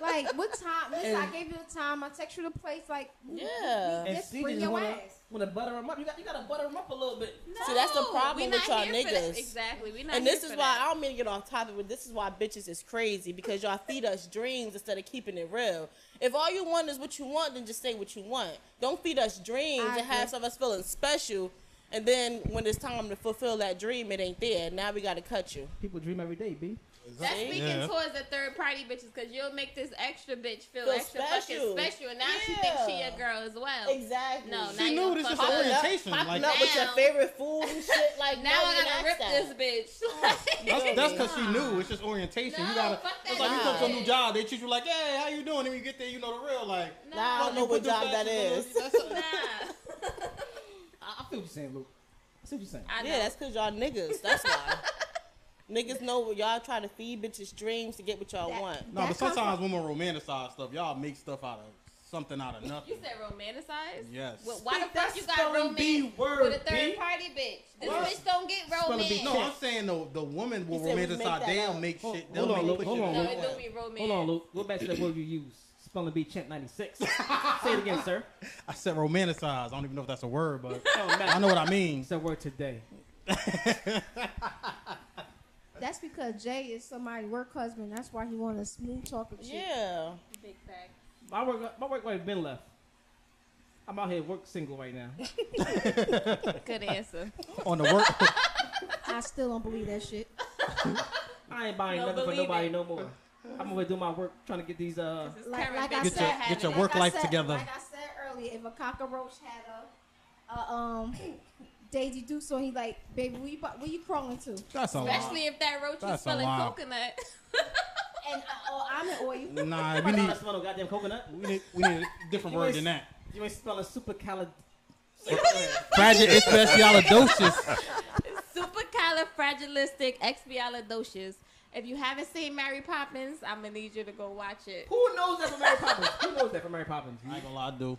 Speaker 2: Like, what time? Listen, I gave you the time. I text you the place. Like, you-
Speaker 7: Yeah.
Speaker 2: you-
Speaker 8: And
Speaker 2: just
Speaker 8: she
Speaker 2: bring
Speaker 8: just
Speaker 2: your
Speaker 8: wanna,
Speaker 2: ass.
Speaker 8: wanna butter him up. You got you gotta butter him up a little bit.
Speaker 7: See, that's the
Speaker 3: No,
Speaker 7: problem
Speaker 3: we not
Speaker 7: with y'all
Speaker 3: here for that.
Speaker 7: niggas.
Speaker 3: Exactly. We not
Speaker 7: And
Speaker 3: here
Speaker 7: this is
Speaker 3: for
Speaker 7: why
Speaker 3: that.
Speaker 7: I don't mean to get off topic, but this is why bitches is crazy because y'all feed us dreams instead of keeping it real. If all you want is what you want, then just say what you want. Don't feed us dreams
Speaker 2: I
Speaker 7: and have
Speaker 2: agree.
Speaker 7: some of us feeling special, and then when it's time to fulfill that dream, it ain't there. Now we gotta cut you.
Speaker 8: People dream every day, b.
Speaker 3: That's speaking
Speaker 5: Yeah.
Speaker 3: towards the third party bitches because you'll make this extra bitch feel,
Speaker 7: Feel
Speaker 3: extra
Speaker 7: special.
Speaker 3: fucking special, and now she
Speaker 7: Yeah.
Speaker 3: thinks she a girl as well.
Speaker 7: Exactly.
Speaker 3: No, now
Speaker 5: She
Speaker 3: you
Speaker 5: knew
Speaker 3: gonna
Speaker 5: this
Speaker 3: fuck
Speaker 5: is
Speaker 3: up.
Speaker 5: the
Speaker 7: Popping up,
Speaker 5: orientation.
Speaker 7: popping
Speaker 5: Like
Speaker 7: up with your
Speaker 3: Now-
Speaker 7: favorite food and shit. Like
Speaker 3: Now
Speaker 7: we
Speaker 3: I
Speaker 7: not
Speaker 3: gotta rip
Speaker 7: that.
Speaker 3: this bitch. Like,
Speaker 5: that's that's because she knew. It's just orientation.
Speaker 3: No,
Speaker 5: you gotta.
Speaker 3: fuck that
Speaker 5: It's like you come to a new
Speaker 3: shit.
Speaker 5: job, they treat you like, "Hey, how you doing?" And when you get there, you know the real like.
Speaker 3: No.
Speaker 7: Nah, I don't
Speaker 5: you
Speaker 7: know what
Speaker 5: put them
Speaker 7: job that
Speaker 5: glasses
Speaker 7: is.
Speaker 5: on, that's a-
Speaker 3: nah.
Speaker 8: I, I feel what you're saying, Luke. I see what you're saying.
Speaker 3: I know.
Speaker 7: Yeah, that's because y'all niggas.
Speaker 3: [laughs]
Speaker 7: That's why. niggas know what y'all try to feed bitches dreams to get what y'all
Speaker 2: That-
Speaker 7: want.
Speaker 5: No, but
Speaker 2: That comes
Speaker 5: sometimes women romanticize stuff. Y'all make stuff out of something out of nothing.
Speaker 3: You said romanticize?
Speaker 5: Yes.
Speaker 3: Well, why the
Speaker 8: That's
Speaker 3: fuck you got
Speaker 8: spelling
Speaker 3: romance
Speaker 8: B word,
Speaker 3: with a third
Speaker 8: B.
Speaker 3: party bitch? This
Speaker 8: What?
Speaker 3: bitch don't get romance.
Speaker 8: B.
Speaker 5: No, I'm saying the the woman will
Speaker 7: He said we make
Speaker 5: romanticize.
Speaker 7: that
Speaker 5: They'll
Speaker 7: up.
Speaker 5: make
Speaker 8: Hold-
Speaker 5: shit.
Speaker 8: hold
Speaker 5: They'll
Speaker 8: on,
Speaker 5: make
Speaker 8: Luke,
Speaker 5: put
Speaker 8: hold
Speaker 5: shit
Speaker 8: on,
Speaker 5: in
Speaker 3: no,
Speaker 5: the
Speaker 3: it
Speaker 5: oil.
Speaker 3: do be romance.
Speaker 8: Hold on, Luke. Go back to that word you used. Spelling bee champ [laughs] 96. Say it again, sir.
Speaker 5: I said romanticize. I don't even know if that's a word,
Speaker 8: [laughs]
Speaker 5: but
Speaker 8: Oh, man.
Speaker 5: I know what I mean.
Speaker 8: It's that word today.
Speaker 2: That's because Jay is somebody's work husband. That's why he want a smooth talking chick.
Speaker 7: Yeah.
Speaker 3: Big fact.
Speaker 8: My work, my work wife been left. I'm out here work single right now.
Speaker 3: Good answer.
Speaker 5: On the work, [laughs]
Speaker 2: I still don't believe that shit.
Speaker 8: I ain't buying
Speaker 3: No,
Speaker 8: nothing for
Speaker 3: believe
Speaker 8: nobody
Speaker 3: it.
Speaker 8: no more. I'm over here doing my work trying to get these uh
Speaker 3: This
Speaker 2: Like-
Speaker 3: current
Speaker 2: like I
Speaker 3: bitch
Speaker 2: said,
Speaker 3: not
Speaker 2: get
Speaker 3: having
Speaker 5: your
Speaker 3: it.
Speaker 5: work
Speaker 2: I
Speaker 5: life
Speaker 2: said,
Speaker 5: together.
Speaker 2: Like I said earlier, if a cockroach had a, a um [coughs] Daisy Duke, so he like, baby, where you, bu- where you crawling to?
Speaker 5: that's a
Speaker 3: Especially if that roach is
Speaker 5: That's a
Speaker 3: smelling
Speaker 5: lie.
Speaker 3: coconut. [laughs]
Speaker 2: And uh, or I'm an oil.
Speaker 5: lot. Nah, we
Speaker 8: I
Speaker 5: need
Speaker 8: smell no goddamn coconut.
Speaker 5: we need we need a different word than that.
Speaker 8: You ain't spelling supercalid.
Speaker 5: Fragile especialidocious.
Speaker 3: Supercalifragilisticexpialidocious. If you haven't seen Mary Poppins, I'm gonna need you to go watch it.
Speaker 8: Who knows that from Mary Poppins? Who knows that from Mary Poppins?
Speaker 5: [laughs] I ain't gonna lie, I do.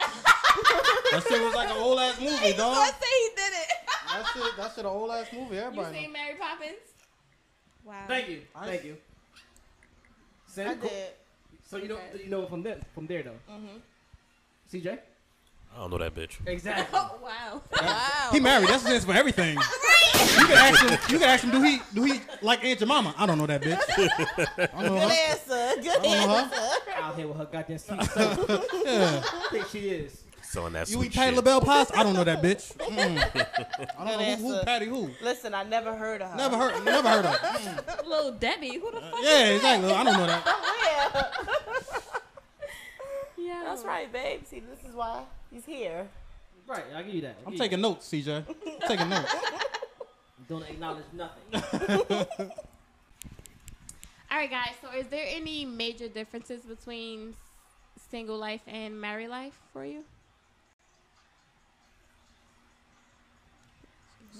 Speaker 5: That shit was like an old ass movie,
Speaker 3: I
Speaker 5: dog.
Speaker 3: say he did it.
Speaker 5: That shit, that shit, an old ass movie.
Speaker 3: you
Speaker 5: Everybody.
Speaker 3: seen Mary Poppins? Wow.
Speaker 8: Thank you.
Speaker 5: I-
Speaker 8: Thank you. Sam,
Speaker 7: I
Speaker 8: cool.
Speaker 7: did.
Speaker 8: So you know you know from there from there though. CJ?
Speaker 6: I don't know that bitch.
Speaker 8: Exactly.
Speaker 3: Oh wow.
Speaker 7: Wow.
Speaker 5: He married. That's his for everything. You can ask him. You can ask him. Do he do he like Aunt Jemima? I don't know that bitch.
Speaker 8: [laughs]
Speaker 5: Uh-huh. I don't know
Speaker 7: Good
Speaker 5: her.
Speaker 7: answer. Good
Speaker 5: I don't know
Speaker 7: answer.
Speaker 8: [laughs]
Speaker 5: her.
Speaker 8: out here with her goddamn
Speaker 5: [laughs]
Speaker 8: sweet self.
Speaker 5: Yeah.
Speaker 8: [laughs] think she is.
Speaker 6: Selling that
Speaker 5: You
Speaker 6: sweet
Speaker 5: eat Patty
Speaker 6: shit.
Speaker 5: LaBelle pies? I don't know that bitch. Mm. I don't know
Speaker 7: Good
Speaker 5: who, who
Speaker 7: answer.
Speaker 5: Patty who.
Speaker 7: Listen, I never heard of her.
Speaker 5: Never heard. Never heard of.
Speaker 3: Little Debbie. Who the fuck?
Speaker 5: Yeah, exactly. I don't know that.
Speaker 7: Yeah. That's right, babe. See, this is why he's here.
Speaker 8: Right, I'll give you that.
Speaker 5: I'm taking notes, CJ. I'm taking [laughs] notes.
Speaker 8: Don't acknowledge nothing.
Speaker 3: All right, guys. So, is there any major differences between s- single life and married life for you?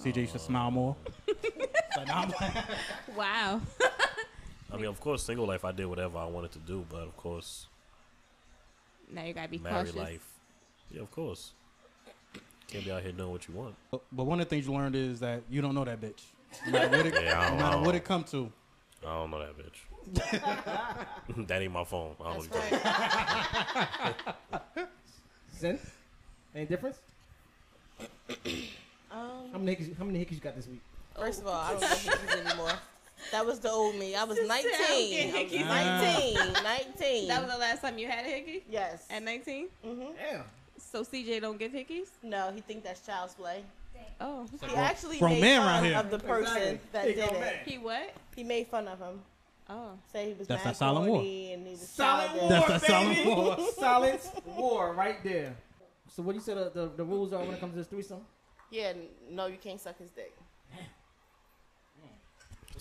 Speaker 5: CJ should smile more.
Speaker 3: Wow.
Speaker 6: I mean, of course, single life, I did whatever I wanted to do, but of course,
Speaker 3: [laughs] now you gotta be
Speaker 6: married
Speaker 3: cautious.
Speaker 6: life, yeah, of course, can't be out here doing what you want.
Speaker 5: But but one of the things you learned is that you don't know that bitch. No matter what it,
Speaker 6: Yeah, I
Speaker 5: no
Speaker 6: don't
Speaker 5: matter
Speaker 6: know.
Speaker 5: what it come to.
Speaker 6: I don't know that bitch.
Speaker 7: [laughs]
Speaker 6: that ain't my phone. I don't
Speaker 7: That's
Speaker 6: know.
Speaker 7: right.
Speaker 8: Sin? Any [clears throat] difference?
Speaker 7: Um,
Speaker 8: How many hickeys, how many hickeys you got this week?
Speaker 7: First of all, I don't know hickeys anymore. That was the old me. I was 19.
Speaker 3: getting
Speaker 7: I
Speaker 3: hickeys.
Speaker 7: [laughs] was 19. 19.
Speaker 3: That was the last time you had a hickey
Speaker 7: yes.
Speaker 3: at 19.
Speaker 8: Damn.
Speaker 3: So CJ don't give hickeys.
Speaker 7: no, he think that's child's play.
Speaker 3: Oh,
Speaker 7: He actually
Speaker 5: grown
Speaker 7: made
Speaker 5: man
Speaker 7: fun
Speaker 5: around here.
Speaker 7: of the person that
Speaker 8: He
Speaker 7: did
Speaker 8: grown
Speaker 7: it.
Speaker 8: man.
Speaker 3: he what?
Speaker 7: He made fun of him.
Speaker 3: Oh,
Speaker 7: Say he was
Speaker 5: That's
Speaker 7: mad
Speaker 5: not silent war.
Speaker 7: corny and he was
Speaker 8: Silent war,
Speaker 7: childish.
Speaker 5: That's a
Speaker 8: baby.
Speaker 5: silent
Speaker 8: [laughs]
Speaker 5: war.
Speaker 8: Silent war right there. So what do you say the, the, the rules are when it comes to this threesome?
Speaker 7: Yeah, no, you can't suck his dick.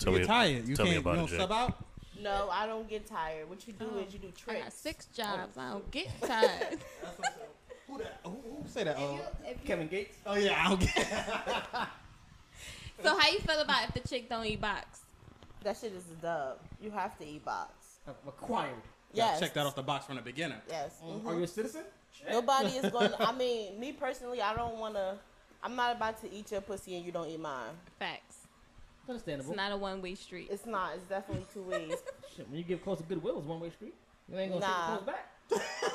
Speaker 6: Tell
Speaker 5: You're tired. You
Speaker 6: tell me
Speaker 5: can't. You
Speaker 6: about it,
Speaker 5: don't
Speaker 6: Jay.
Speaker 5: sub out.
Speaker 7: No, I don't get tired. What you do
Speaker 3: Oh.
Speaker 7: is you do
Speaker 3: I got
Speaker 7: tricks.
Speaker 3: six jobs. I don't [laughs] get tired.
Speaker 5: Who, that, who, who say that? Oh,
Speaker 2: If you,
Speaker 8: Kevin Gates?
Speaker 5: oh yeah. I don't [laughs] get.
Speaker 3: so how you feel about if the chick don't eat box?
Speaker 7: That shit is a dub. You have to eat box.
Speaker 8: Uh, Required.
Speaker 7: Yes.
Speaker 5: Check that off the box from the beginning.
Speaker 7: Yes. Mm-hmm.
Speaker 8: Are you a citizen?
Speaker 7: Nobody is going to, I mean, me personally, I don't want to, I'm not about to eat your pussy and you don't eat mine.
Speaker 3: Facts. It's
Speaker 8: Understandable.
Speaker 3: not a one way street.
Speaker 7: It's not. It's definitely two [laughs] ways.
Speaker 8: Shit, when you give close to goodwill, it's one way street. You ain't gonna
Speaker 7: Nah.
Speaker 8: take the clothes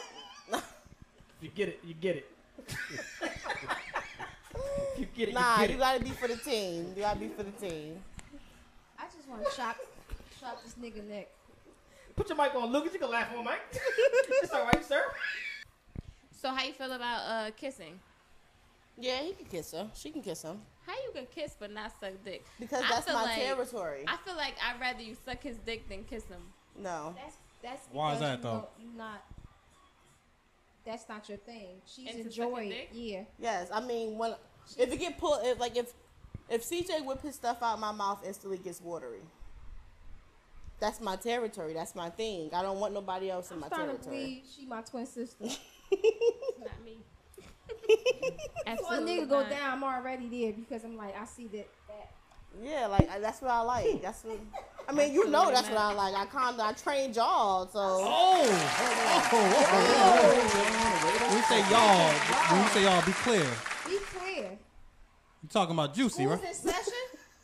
Speaker 8: back. [laughs] you get it, you get [laughs] it. you get it,
Speaker 7: nah,
Speaker 8: you get
Speaker 7: you
Speaker 8: it.
Speaker 7: gotta be for the team. You gotta be for the team.
Speaker 2: I just want to chop, chop this nigga neck.
Speaker 8: Put your mic on, Lucas. You can laugh on mic. [laughs] it's all right, sir.
Speaker 3: So how you feel about uh kissing?
Speaker 7: Yeah, he can kiss her. She can kiss him
Speaker 3: How you can kiss but not suck dick?
Speaker 7: because
Speaker 3: I
Speaker 7: that's
Speaker 3: feel
Speaker 7: my
Speaker 3: like-
Speaker 7: territory.
Speaker 3: I feel like I'd rather you suck his dick than kiss him.
Speaker 7: no,
Speaker 2: That's that's
Speaker 5: Why is
Speaker 2: because
Speaker 5: that,
Speaker 2: you
Speaker 5: though?
Speaker 2: don't- you not. That's not your thing. She's
Speaker 3: Into sucking
Speaker 2: enjoying.
Speaker 3: dick?
Speaker 2: Yeah.
Speaker 7: yes, I mean when if it get pulled, if, like if if CJ whip his stuff out, my mouth instantly gets watery. That's my territory. That's my thing. I don't want nobody else in
Speaker 2: I'm
Speaker 7: my
Speaker 2: starting to
Speaker 7: territory.
Speaker 2: believe she my twin [laughs] sister.
Speaker 3: Not me.
Speaker 2: Before a
Speaker 3: Absolutely
Speaker 2: nigga go
Speaker 3: not.
Speaker 2: down, I'm already there because I'm like, I see that. that.
Speaker 7: Yeah, like I- that's what I like. That's what I mean. You know, that's what I like. I kind I trained y'all, so
Speaker 5: Oh. Oh. oh, oh, oh. When you say y'all, when you say y'all, be clear.
Speaker 2: Be clear.
Speaker 5: You talking about juicy, right?
Speaker 2: Who's in session?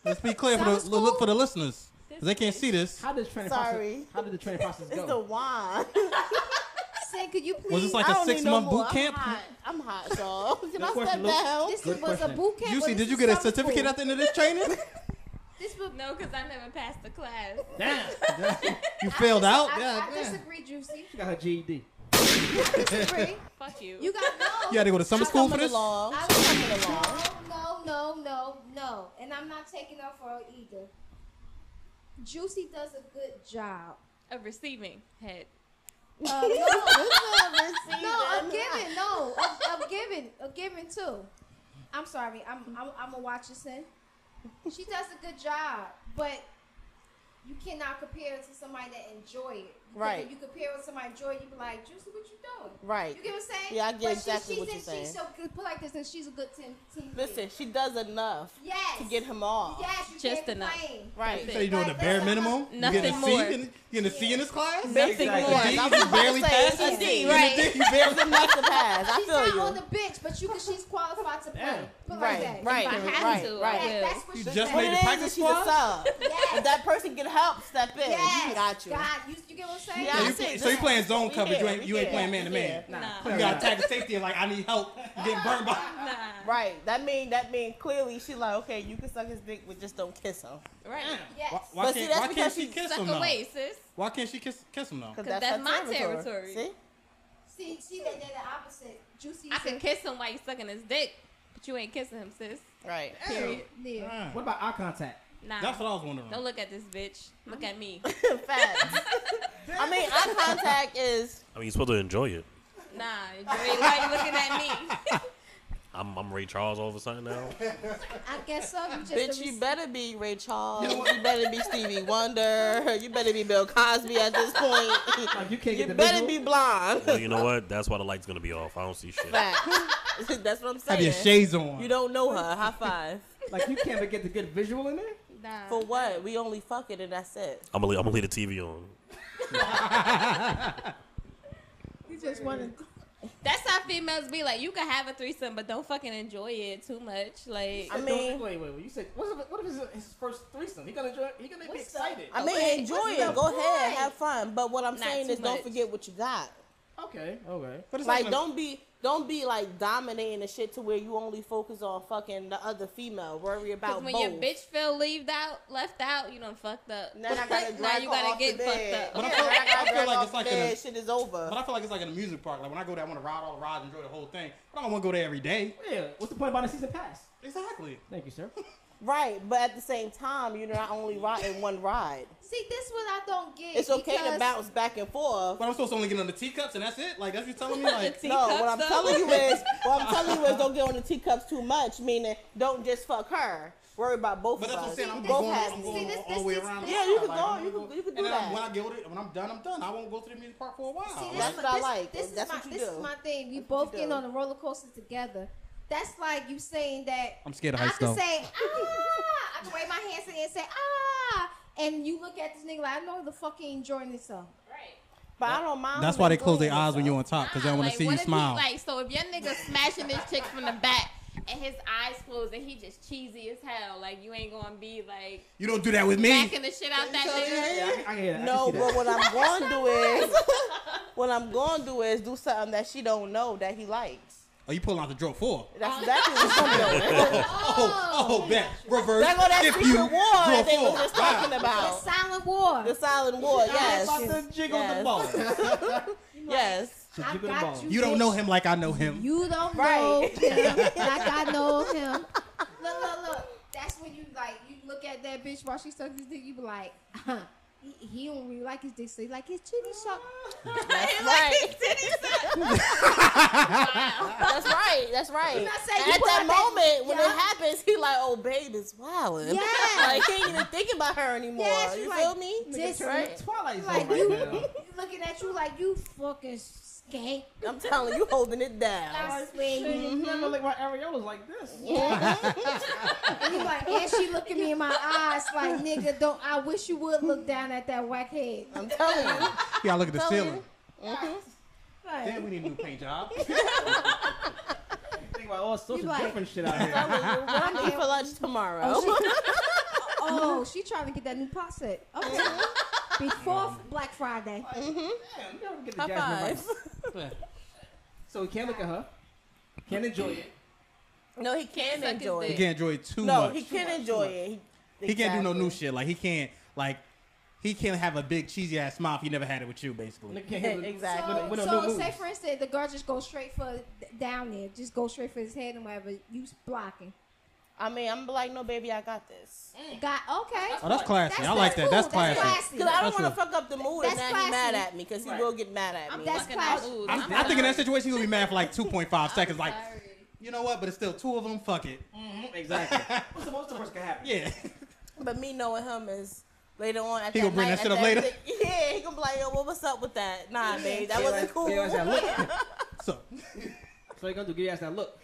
Speaker 5: Let's be clear for the
Speaker 2: Sounds cool.
Speaker 5: look for the listeners. 'cause They can't see this.
Speaker 8: How did the training
Speaker 7: Sorry.
Speaker 8: process? How did the
Speaker 7: [laughs]
Speaker 8: training process
Speaker 7: it's the
Speaker 8: go?
Speaker 7: wine. [laughs]
Speaker 2: Say, could you please?
Speaker 5: Was this like
Speaker 7: I
Speaker 5: a
Speaker 7: don't need
Speaker 5: six
Speaker 7: no
Speaker 2: Oh,
Speaker 5: month
Speaker 7: more.
Speaker 5: boot camp?
Speaker 7: I'm hot. I'm hot, y'all. Can I
Speaker 8: question,
Speaker 7: step
Speaker 8: Luke.
Speaker 7: down?
Speaker 2: this
Speaker 8: Good
Speaker 2: was
Speaker 8: question.
Speaker 2: a boot camp.
Speaker 5: Juicy,
Speaker 2: or
Speaker 5: did
Speaker 2: this
Speaker 5: you
Speaker 2: was
Speaker 5: get a
Speaker 2: summer school?
Speaker 5: certificate at the end of
Speaker 7: [laughs]
Speaker 5: this training?
Speaker 2: This
Speaker 5: [laughs]
Speaker 2: was [laughs]
Speaker 3: No, because I never passed the class.
Speaker 8: Damn.
Speaker 5: You failed out?
Speaker 2: I,
Speaker 5: Yeah,
Speaker 2: I
Speaker 5: yeah.
Speaker 2: disagree, Juicy.
Speaker 8: She got her E GED.
Speaker 2: Disagree.
Speaker 3: Fuck you.
Speaker 2: You
Speaker 5: [laughs]
Speaker 2: got no.
Speaker 5: You had to go to summer school for
Speaker 7: coming
Speaker 5: this?
Speaker 7: along.
Speaker 2: I
Speaker 7: She's coming along.
Speaker 2: no, no, no, no, no, and I'm not taking up for her either. Juicy does a good job.
Speaker 3: a receiving head.
Speaker 7: [laughs]
Speaker 2: [laughs] Uh, no, no, I'm
Speaker 7: I'm
Speaker 2: giving. No, I'm, I'm giving. I'm giving too. I'm sorry. I'm I'm, I'm a Watcherson. She does a good job, but you cannot compare it to somebody that enjoy it. Because
Speaker 7: Right.
Speaker 2: If you compare it to somebody enjoy it, you be like, Juicy, what you doing?
Speaker 7: Right.
Speaker 2: You get what I'm saying?
Speaker 7: Yeah, I get
Speaker 2: But
Speaker 7: exactly
Speaker 2: she,
Speaker 7: what
Speaker 2: she's
Speaker 7: you're
Speaker 2: in- She's
Speaker 7: saying.
Speaker 2: so good. Put like this, and she's a good team. team
Speaker 7: Listen,
Speaker 2: fit.
Speaker 7: she does enough
Speaker 2: Yes.
Speaker 7: to get him off.
Speaker 2: Yes. You
Speaker 3: Just
Speaker 2: can't
Speaker 3: enough.
Speaker 2: complain.
Speaker 7: Right.
Speaker 5: So you're doing the bare minimum? you
Speaker 3: Nothing
Speaker 5: getting a
Speaker 3: more.
Speaker 5: C in, you getting a C in this class?
Speaker 3: Nothing
Speaker 5: Exactly.
Speaker 3: more.
Speaker 5: A
Speaker 7: I was
Speaker 5: D? You
Speaker 7: about to
Speaker 5: barely
Speaker 7: say,
Speaker 5: passed
Speaker 7: it's
Speaker 5: it?
Speaker 7: a D,
Speaker 5: You
Speaker 3: right.
Speaker 5: did- You barely
Speaker 7: Enough to pass. I
Speaker 2: She's not on the
Speaker 7: feel you.
Speaker 2: bench, but you can. She's qualified to play. Put it like
Speaker 7: Right,
Speaker 2: that.
Speaker 7: right,
Speaker 3: If I had
Speaker 7: right,
Speaker 3: to,
Speaker 2: That-
Speaker 3: I
Speaker 7: right.
Speaker 3: would.
Speaker 2: That's what
Speaker 5: You
Speaker 2: she
Speaker 5: just
Speaker 2: said.
Speaker 7: What
Speaker 5: made the
Speaker 7: it is
Speaker 5: practice
Speaker 7: is she's a
Speaker 5: squad?
Speaker 7: sub. If
Speaker 2: Yes.
Speaker 7: that person get help, step in.
Speaker 2: yes.
Speaker 7: You got you.
Speaker 2: God, you, you get what I'm saying?
Speaker 7: Yeah,
Speaker 5: So you,
Speaker 7: I
Speaker 5: play,
Speaker 7: said
Speaker 5: so you
Speaker 7: that.
Speaker 5: playing zone
Speaker 7: We
Speaker 5: coverage? you
Speaker 7: there,
Speaker 5: ain't
Speaker 7: we
Speaker 5: you ain't
Speaker 7: there,
Speaker 5: playing man to
Speaker 7: we
Speaker 5: man.
Speaker 7: there.
Speaker 5: You got to tag the safety and like I need
Speaker 7: [laughs]
Speaker 5: help. You getting burned by.
Speaker 3: Nah.
Speaker 7: Right. That mean that mean clearly she like okay, you can suck his dick, but just don't kiss him.
Speaker 3: Right.
Speaker 2: Yes.
Speaker 5: Why, why
Speaker 7: But see,
Speaker 5: can't,
Speaker 7: that's
Speaker 5: why can't
Speaker 7: because
Speaker 5: she
Speaker 7: she's
Speaker 5: kiss
Speaker 3: Suck
Speaker 5: him though?
Speaker 3: away, sis.
Speaker 5: Why can't she kiss kiss him though?
Speaker 7: Because
Speaker 3: That's
Speaker 7: her
Speaker 3: my territory.
Speaker 7: See,
Speaker 2: See, see that they're the opposite. Juicy.
Speaker 3: I
Speaker 2: is
Speaker 3: can
Speaker 2: a-
Speaker 3: kiss him while you sucking his dick, but you ain't kissing him, sis.
Speaker 7: right.
Speaker 3: Period.
Speaker 2: Yeah.
Speaker 7: Uh-huh.
Speaker 5: Ah,
Speaker 8: What about eye contact?
Speaker 3: Nah.
Speaker 5: That's what I was wondering.
Speaker 3: Don't look at this bitch. Look at
Speaker 7: [laughs]
Speaker 3: me.
Speaker 7: Facts. I mean, eye contact is
Speaker 6: I mean, you're supposed to enjoy it.
Speaker 3: Nah, Dre, why you looking at
Speaker 7: [laughs]
Speaker 3: me?
Speaker 6: I'm, I'm Ray Charles all of a sudden now.
Speaker 2: I guess so. You just
Speaker 7: Bitch,
Speaker 2: a
Speaker 7: you
Speaker 2: rec-
Speaker 7: better be Ray Charles. You better be Stevie Wonder. You better be Bill Cosby at this point.
Speaker 8: Like you can't
Speaker 7: You
Speaker 8: get the
Speaker 7: better be
Speaker 8: visual.
Speaker 7: blonde. [laughs]
Speaker 6: Well, you know what? That's why the light's gonna be off. I don't see shit.
Speaker 7: Facts. That's what I'm saying.
Speaker 5: Have your shades on.
Speaker 7: You don't know her. High five.
Speaker 8: Like you can't even get the good visual in there.
Speaker 3: Nah.
Speaker 7: For what? We only fuck it and that's it.
Speaker 6: I'm gonna leave, I'm gonna leave the TV on.
Speaker 2: You just want to.
Speaker 3: That's how females be like. You can have a threesome, but don't fucking enjoy it too much. Like,
Speaker 7: I
Speaker 8: Don't-
Speaker 7: mean-
Speaker 8: wait, wait, wait. You said what's if, what if it's his first threesome? He gonna enjoy. He gonna be
Speaker 7: What's
Speaker 8: excited.
Speaker 7: I mean,
Speaker 3: Wait,
Speaker 7: enjoy
Speaker 3: what's
Speaker 7: it.
Speaker 3: the
Speaker 7: Go ahead,
Speaker 3: point?
Speaker 7: have fun. But what I'm
Speaker 3: Not
Speaker 7: saying
Speaker 3: too
Speaker 7: is, don't
Speaker 3: much.
Speaker 7: forget what you got.
Speaker 8: Okay, okay.
Speaker 5: But it's
Speaker 7: Like,
Speaker 5: not gonna-
Speaker 7: don't be, don't be like dominating the shit to where you only focus on fucking the other female. Worry
Speaker 3: cause
Speaker 7: about
Speaker 3: when
Speaker 7: both.
Speaker 3: your bitch feel leaved out, left out, you done fucked up.
Speaker 7: Now I
Speaker 3: [laughs]
Speaker 7: gotta
Speaker 3: now
Speaker 7: drag
Speaker 3: you
Speaker 7: her
Speaker 3: gotta
Speaker 7: off
Speaker 3: get
Speaker 7: the bed.
Speaker 3: fucked
Speaker 5: But
Speaker 3: up.
Speaker 7: Yeah,
Speaker 5: I feel-
Speaker 7: I
Speaker 5: I
Speaker 7: gotta
Speaker 5: feel
Speaker 7: drag
Speaker 5: like
Speaker 7: off
Speaker 5: it's like
Speaker 7: the
Speaker 5: in a-
Speaker 7: bed. Shit is over.
Speaker 5: But I feel like it's like an amusement park. Like when I go there, I want to ride all the rides, enjoy the whole thing. But I don't want to go there every day.
Speaker 8: Yeah. What's the point about a season pass?
Speaker 5: Exactly.
Speaker 8: Thank you, sir.
Speaker 7: Right, but at the same time, you're not only riding
Speaker 3: [laughs]
Speaker 7: one ride.
Speaker 2: See, this is what I don't get.
Speaker 7: It's okay to
Speaker 2: because-
Speaker 7: bounce back and forth.
Speaker 5: But I'm supposed to only get on the teacups and that's it. Like that's what you're telling
Speaker 7: [laughs]
Speaker 5: me. Like
Speaker 3: Tea
Speaker 7: No, what
Speaker 3: cups,
Speaker 7: I'm
Speaker 3: though.
Speaker 7: telling
Speaker 3: [laughs]
Speaker 7: you is, what I'm telling you is, don't get on the teacups too much. Meaning, don't just fuck her. Worry about both
Speaker 5: But
Speaker 7: of
Speaker 5: that's what I'm
Speaker 7: us.
Speaker 5: saying. I'm
Speaker 7: both
Speaker 5: going,
Speaker 7: have
Speaker 5: I'm
Speaker 7: to.
Speaker 5: going
Speaker 2: See, this-
Speaker 5: all the way
Speaker 2: this-
Speaker 5: around.
Speaker 7: Yeah, you can
Speaker 5: Like,
Speaker 7: go-
Speaker 5: I'm
Speaker 7: you
Speaker 5: gonna
Speaker 7: can- you can
Speaker 5: and
Speaker 7: do
Speaker 5: then I'm-
Speaker 7: that.
Speaker 5: When I get with it, when I'm done, I'm done. I won't go to the music park for a while.
Speaker 2: See,
Speaker 5: Like,
Speaker 2: that's
Speaker 7: Oh. That's
Speaker 2: what
Speaker 7: what I
Speaker 2: this,
Speaker 7: like.
Speaker 2: This is
Speaker 7: That's
Speaker 2: my,
Speaker 7: what you
Speaker 2: this is
Speaker 7: do.
Speaker 2: my thing. We
Speaker 7: That's what
Speaker 2: both
Speaker 7: you
Speaker 2: getting
Speaker 7: do.
Speaker 2: on the roller coaster together. That's like you saying that.
Speaker 5: I'm scared of
Speaker 2: I
Speaker 5: heights,
Speaker 2: can
Speaker 7: [laughs]
Speaker 5: though.
Speaker 2: say ah. I can wave my hands in the air and say ah, and you look at this nigga like I know the fuck he enjoying himself.
Speaker 3: Right.
Speaker 7: But I don't mind.
Speaker 5: that's
Speaker 7: who
Speaker 5: why they
Speaker 7: enjoys
Speaker 5: close their eyes when you're
Speaker 7: themselves.
Speaker 5: on top because they don't want
Speaker 3: Like,
Speaker 5: to see
Speaker 3: what
Speaker 5: you
Speaker 3: if he,
Speaker 5: smile.
Speaker 3: like, so if your nigga smashing this chick from the back and his eyes closed and he just cheesy as hell, like you ain't gonna be like
Speaker 5: You don't do that with me.
Speaker 3: backing the shit out that nigga.
Speaker 7: Yeah,
Speaker 8: I can hear that. I
Speaker 7: No,
Speaker 8: can see that.
Speaker 7: but what
Speaker 5: [laughs]
Speaker 7: I'm going to do is, what I'm going to do is do something that she don't know that he likes.
Speaker 5: Oh, you pulling out the draw four?
Speaker 7: That's
Speaker 3: Oh.
Speaker 7: exactly what I'm doing.
Speaker 5: Oh, oh, bet reverse.
Speaker 7: That's what that
Speaker 5: if
Speaker 7: secret
Speaker 5: you
Speaker 7: war
Speaker 5: draw
Speaker 7: that they
Speaker 5: four.
Speaker 7: were just
Speaker 5: Wow.
Speaker 7: talking
Speaker 2: The
Speaker 7: about.
Speaker 2: silent war.
Speaker 7: The silent war,
Speaker 8: About
Speaker 7: yes.
Speaker 8: to jiggle
Speaker 7: Yes.
Speaker 8: the ball.
Speaker 7: [laughs] Yes.
Speaker 2: I
Speaker 8: jiggle the
Speaker 2: got
Speaker 8: ball.
Speaker 2: you.
Speaker 5: You don't
Speaker 2: bitch.
Speaker 5: know him like I know him.
Speaker 2: You don't know
Speaker 7: Right. [laughs]
Speaker 2: him like I know him. Look, look, look. That's when you like you look at that bitch while she sucks his dick. You be like, huh, he, he don't really like his dick, so he like his titty
Speaker 7: [laughs]
Speaker 2: suck.
Speaker 7: That's right.
Speaker 2: [laughs]
Speaker 7: That's right. That's right.
Speaker 2: not saying
Speaker 7: And
Speaker 2: you
Speaker 7: At that
Speaker 2: put out that-
Speaker 7: moment, when it
Speaker 2: Yeah.
Speaker 7: happens, he like, oh, babe, it's wild. [laughs]
Speaker 2: Yeah.
Speaker 7: like, he ain't even thinking about her anymore.
Speaker 2: Yeah, she
Speaker 7: you
Speaker 2: like,
Speaker 7: feel me?
Speaker 2: This
Speaker 7: Right.
Speaker 8: Twilight's
Speaker 7: Oh
Speaker 2: like
Speaker 8: on
Speaker 2: you
Speaker 7: [laughs]
Speaker 8: right now.
Speaker 2: [laughs] looking at you like you fucking skank.
Speaker 7: I'm telling you, holding it down.
Speaker 2: I swear you.
Speaker 8: You never look my areolas like this.
Speaker 2: And you like, and she look at me in my eyes like, nigga, don't. I wish you would look down at that whack head. [laughs]
Speaker 7: I'm telling you.
Speaker 5: Yeah, I look at the
Speaker 7: Tell you.
Speaker 5: ceiling.
Speaker 2: Like,
Speaker 5: Damn, we need a new
Speaker 7: [laughs]
Speaker 5: paint job.
Speaker 8: Think about all sorts
Speaker 2: You
Speaker 8: of
Speaker 2: like-
Speaker 8: different shit out
Speaker 7: [laughs]
Speaker 8: here.
Speaker 7: Telling you what I need for lunch tomorrow.
Speaker 8: Oh.
Speaker 2: [laughs] oh, she trying to get that new pot set. Okay, before Black Friday.
Speaker 8: Damn, you never get the
Speaker 7: High
Speaker 8: jasmine
Speaker 7: five.
Speaker 8: right. So we can't look at her. Can't enjoy
Speaker 7: [laughs]
Speaker 8: it.
Speaker 7: [laughs] No, he can
Speaker 3: Suck his
Speaker 7: enjoy
Speaker 5: He
Speaker 7: it.
Speaker 5: can't enjoy it too
Speaker 7: No,
Speaker 5: much.
Speaker 7: he can enjoy it. He,
Speaker 5: He can't do no
Speaker 7: Exactly.
Speaker 5: new shit. Like he can't like he can't have a big cheesy ass smile if he never had it with you, basically.
Speaker 8: Nigga can't handle it.
Speaker 7: Exactly.
Speaker 8: With a- with a
Speaker 2: so
Speaker 8: new
Speaker 2: say
Speaker 8: move.
Speaker 2: for instance, the guard just goes straight for down there, just go straight for his head and whatever. You blocking.
Speaker 7: I mean, I'm like, no, baby, I got this.
Speaker 2: Got okay.
Speaker 5: Oh, that's classy.
Speaker 2: That's-
Speaker 5: I like
Speaker 2: that's
Speaker 5: that. That's
Speaker 2: cool. That's
Speaker 5: classy.
Speaker 2: classy.
Speaker 7: Because I don't
Speaker 5: That's
Speaker 7: want to
Speaker 5: true.
Speaker 7: fuck up the mood
Speaker 2: That's
Speaker 7: and now he's mad
Speaker 2: classy.
Speaker 7: at me because he will get mad at me.
Speaker 2: That's
Speaker 3: Fucking
Speaker 2: classy.
Speaker 3: out. Ooh,
Speaker 5: I,
Speaker 3: I'm
Speaker 5: I think in
Speaker 3: sorry.
Speaker 5: that situation he's gonna be mad for like 2.5 seconds. Like,
Speaker 3: Sorry.
Speaker 5: you know what? But it's still two of them. Fuck it. [laughs]
Speaker 8: Mhm, Exactly. What's the most worst can happen?
Speaker 5: Yeah. [laughs]
Speaker 7: But me knowing him is later on. At
Speaker 5: He
Speaker 7: that
Speaker 5: gonna bring
Speaker 7: night,
Speaker 5: that shit
Speaker 7: at
Speaker 5: up later?
Speaker 7: thing- [laughs] yeah, he gonna be like, yo, what was up with that? Nah, babe, that
Speaker 8: Yeah,
Speaker 7: wasn't
Speaker 8: that's-
Speaker 7: cool.
Speaker 8: yeah, that's that look.
Speaker 5: So
Speaker 8: So you gonna do give your ass that look.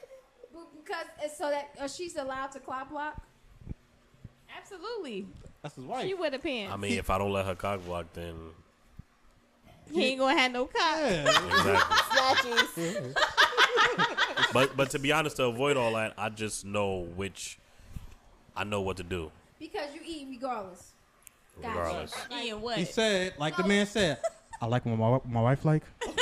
Speaker 2: because it's so that uh, she's allowed to clock block.
Speaker 3: Absolutely.
Speaker 5: that's his wife.
Speaker 3: She wear the pants.
Speaker 6: I mean, if I don't let her cock block, then
Speaker 3: he ain't gonna have no cock.
Speaker 5: Yeah.
Speaker 7: [laughs]
Speaker 6: exactly.
Speaker 8: [laughs]
Speaker 7: Snatchies.
Speaker 6: but but to be honest, to avoid all that, I just know which I know what to do.
Speaker 2: Because you eat regardless. Gotcha.
Speaker 6: Regardless,
Speaker 3: Ian, what?
Speaker 5: he said, like the man said, I like what my wi- my wife like. [laughs] that's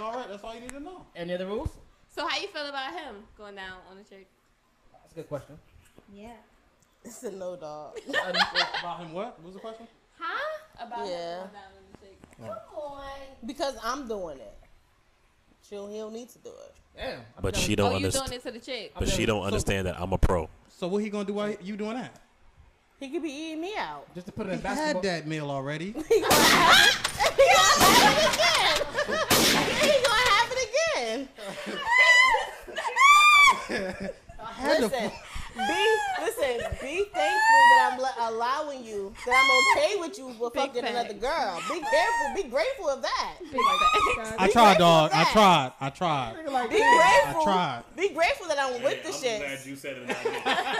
Speaker 5: all right. That's all you need to know.
Speaker 8: Any other rules?
Speaker 3: so how you feel about him going down on the chick?
Speaker 8: That's a good question.
Speaker 2: Yeah.
Speaker 7: it's a no dog. [laughs]
Speaker 5: About him, what? What was the question?
Speaker 2: Huh?
Speaker 3: About him
Speaker 7: Yeah.
Speaker 3: going down on the chick.
Speaker 2: Come on.
Speaker 7: Because I'm doing it. She don't, he don't need to do it.
Speaker 8: Damn.
Speaker 6: but she don't
Speaker 3: oh, you
Speaker 6: understand.
Speaker 3: doing it to the chick.
Speaker 6: But she don't understand that I'm a pro.
Speaker 5: So what he gonna do while you doing that?
Speaker 7: He could be eating me out.
Speaker 8: Just to put it in
Speaker 5: He had
Speaker 8: basketball.
Speaker 5: that meal
Speaker 7: He
Speaker 5: already.
Speaker 7: gonna have it again. He gonna have
Speaker 5: the
Speaker 7: Listen, be listen, be thankful that I'm le- allowing you, that I'm okay with you for
Speaker 3: Big
Speaker 7: fucking
Speaker 3: facts.
Speaker 7: another girl. Be careful, be grateful of that.
Speaker 5: I tried, dog. I
Speaker 7: that.
Speaker 5: tried. I tried.
Speaker 7: Be
Speaker 5: I
Speaker 7: grateful.
Speaker 5: tried.
Speaker 7: Be grateful that I'm with the
Speaker 6: I'm glad
Speaker 7: shit.
Speaker 6: you said it. and not me.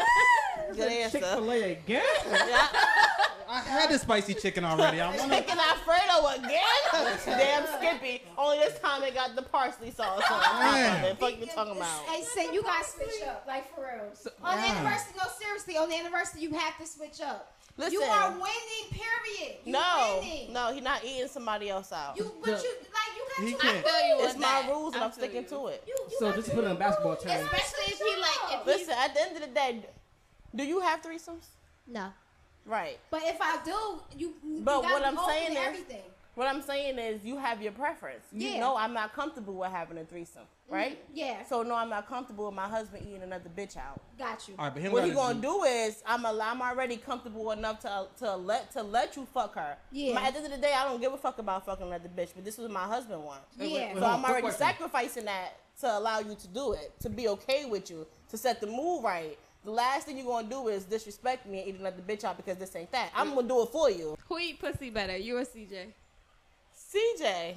Speaker 7: Good answer.
Speaker 8: Chick-fil-A again?
Speaker 5: I had the spicy chicken already. I want
Speaker 7: Chicken Alfredo [laughs] again? Damn Skippy. Only this time it got the parsley sauce on top of it. Fuck you talking about.
Speaker 2: Hey, say you guys switch up, like for real. on the
Speaker 5: Yeah.
Speaker 2: anniversary, no, seriously, on the anniversary, you have to switch up. You
Speaker 7: Listen.
Speaker 2: are winning, period. You
Speaker 7: No,
Speaker 2: winning.
Speaker 7: no, he's not eating somebody else out.
Speaker 2: You, but you, like, you
Speaker 5: He
Speaker 2: got to.
Speaker 5: can't.
Speaker 3: feel you
Speaker 7: It's
Speaker 3: with
Speaker 7: my
Speaker 3: that.
Speaker 7: rules and
Speaker 3: I
Speaker 7: I'm
Speaker 3: feel
Speaker 7: sticking
Speaker 3: you.
Speaker 7: to it.
Speaker 2: You, you
Speaker 8: So
Speaker 2: got
Speaker 8: just
Speaker 2: to
Speaker 8: put it in basketball
Speaker 2: do
Speaker 8: terms.
Speaker 2: it.
Speaker 3: Especially if he like if he
Speaker 7: Listen, at the end of the day, do you have threesomes?
Speaker 2: No.
Speaker 7: Right.
Speaker 2: But if I do, you. you
Speaker 7: But
Speaker 2: gotta
Speaker 7: what
Speaker 2: be
Speaker 7: I'm
Speaker 2: open
Speaker 7: saying
Speaker 2: to
Speaker 7: is-
Speaker 2: everything.
Speaker 7: What I'm saying is you have your preference. You
Speaker 2: Yeah. Mm-hmm.
Speaker 7: know I'm not comfortable with having a threesome, right?
Speaker 2: Yeah.
Speaker 7: So no, I'm not comfortable with my husband eating another bitch out.
Speaker 2: got you.
Speaker 5: All right, but him
Speaker 7: what
Speaker 5: gotta
Speaker 7: he gonna
Speaker 5: do-
Speaker 7: do is I'm a, I'm already comfortable enough to to let to let you fuck her.
Speaker 2: Yeah.
Speaker 7: My- at the end of the day, I don't give a fuck about fucking another bitch, but this was my husband one.
Speaker 2: Yeah.
Speaker 7: So I'm
Speaker 8: quick
Speaker 7: already
Speaker 8: question.
Speaker 7: sacrificing that to allow you to do it, to be okay with you, to set the mood right. The last thing you're gonna do is disrespect me and eat another bitch out because this ain't that. I'm gonna do it for you.
Speaker 3: [laughs] who eat pussy better, you or CJ?
Speaker 7: CJ.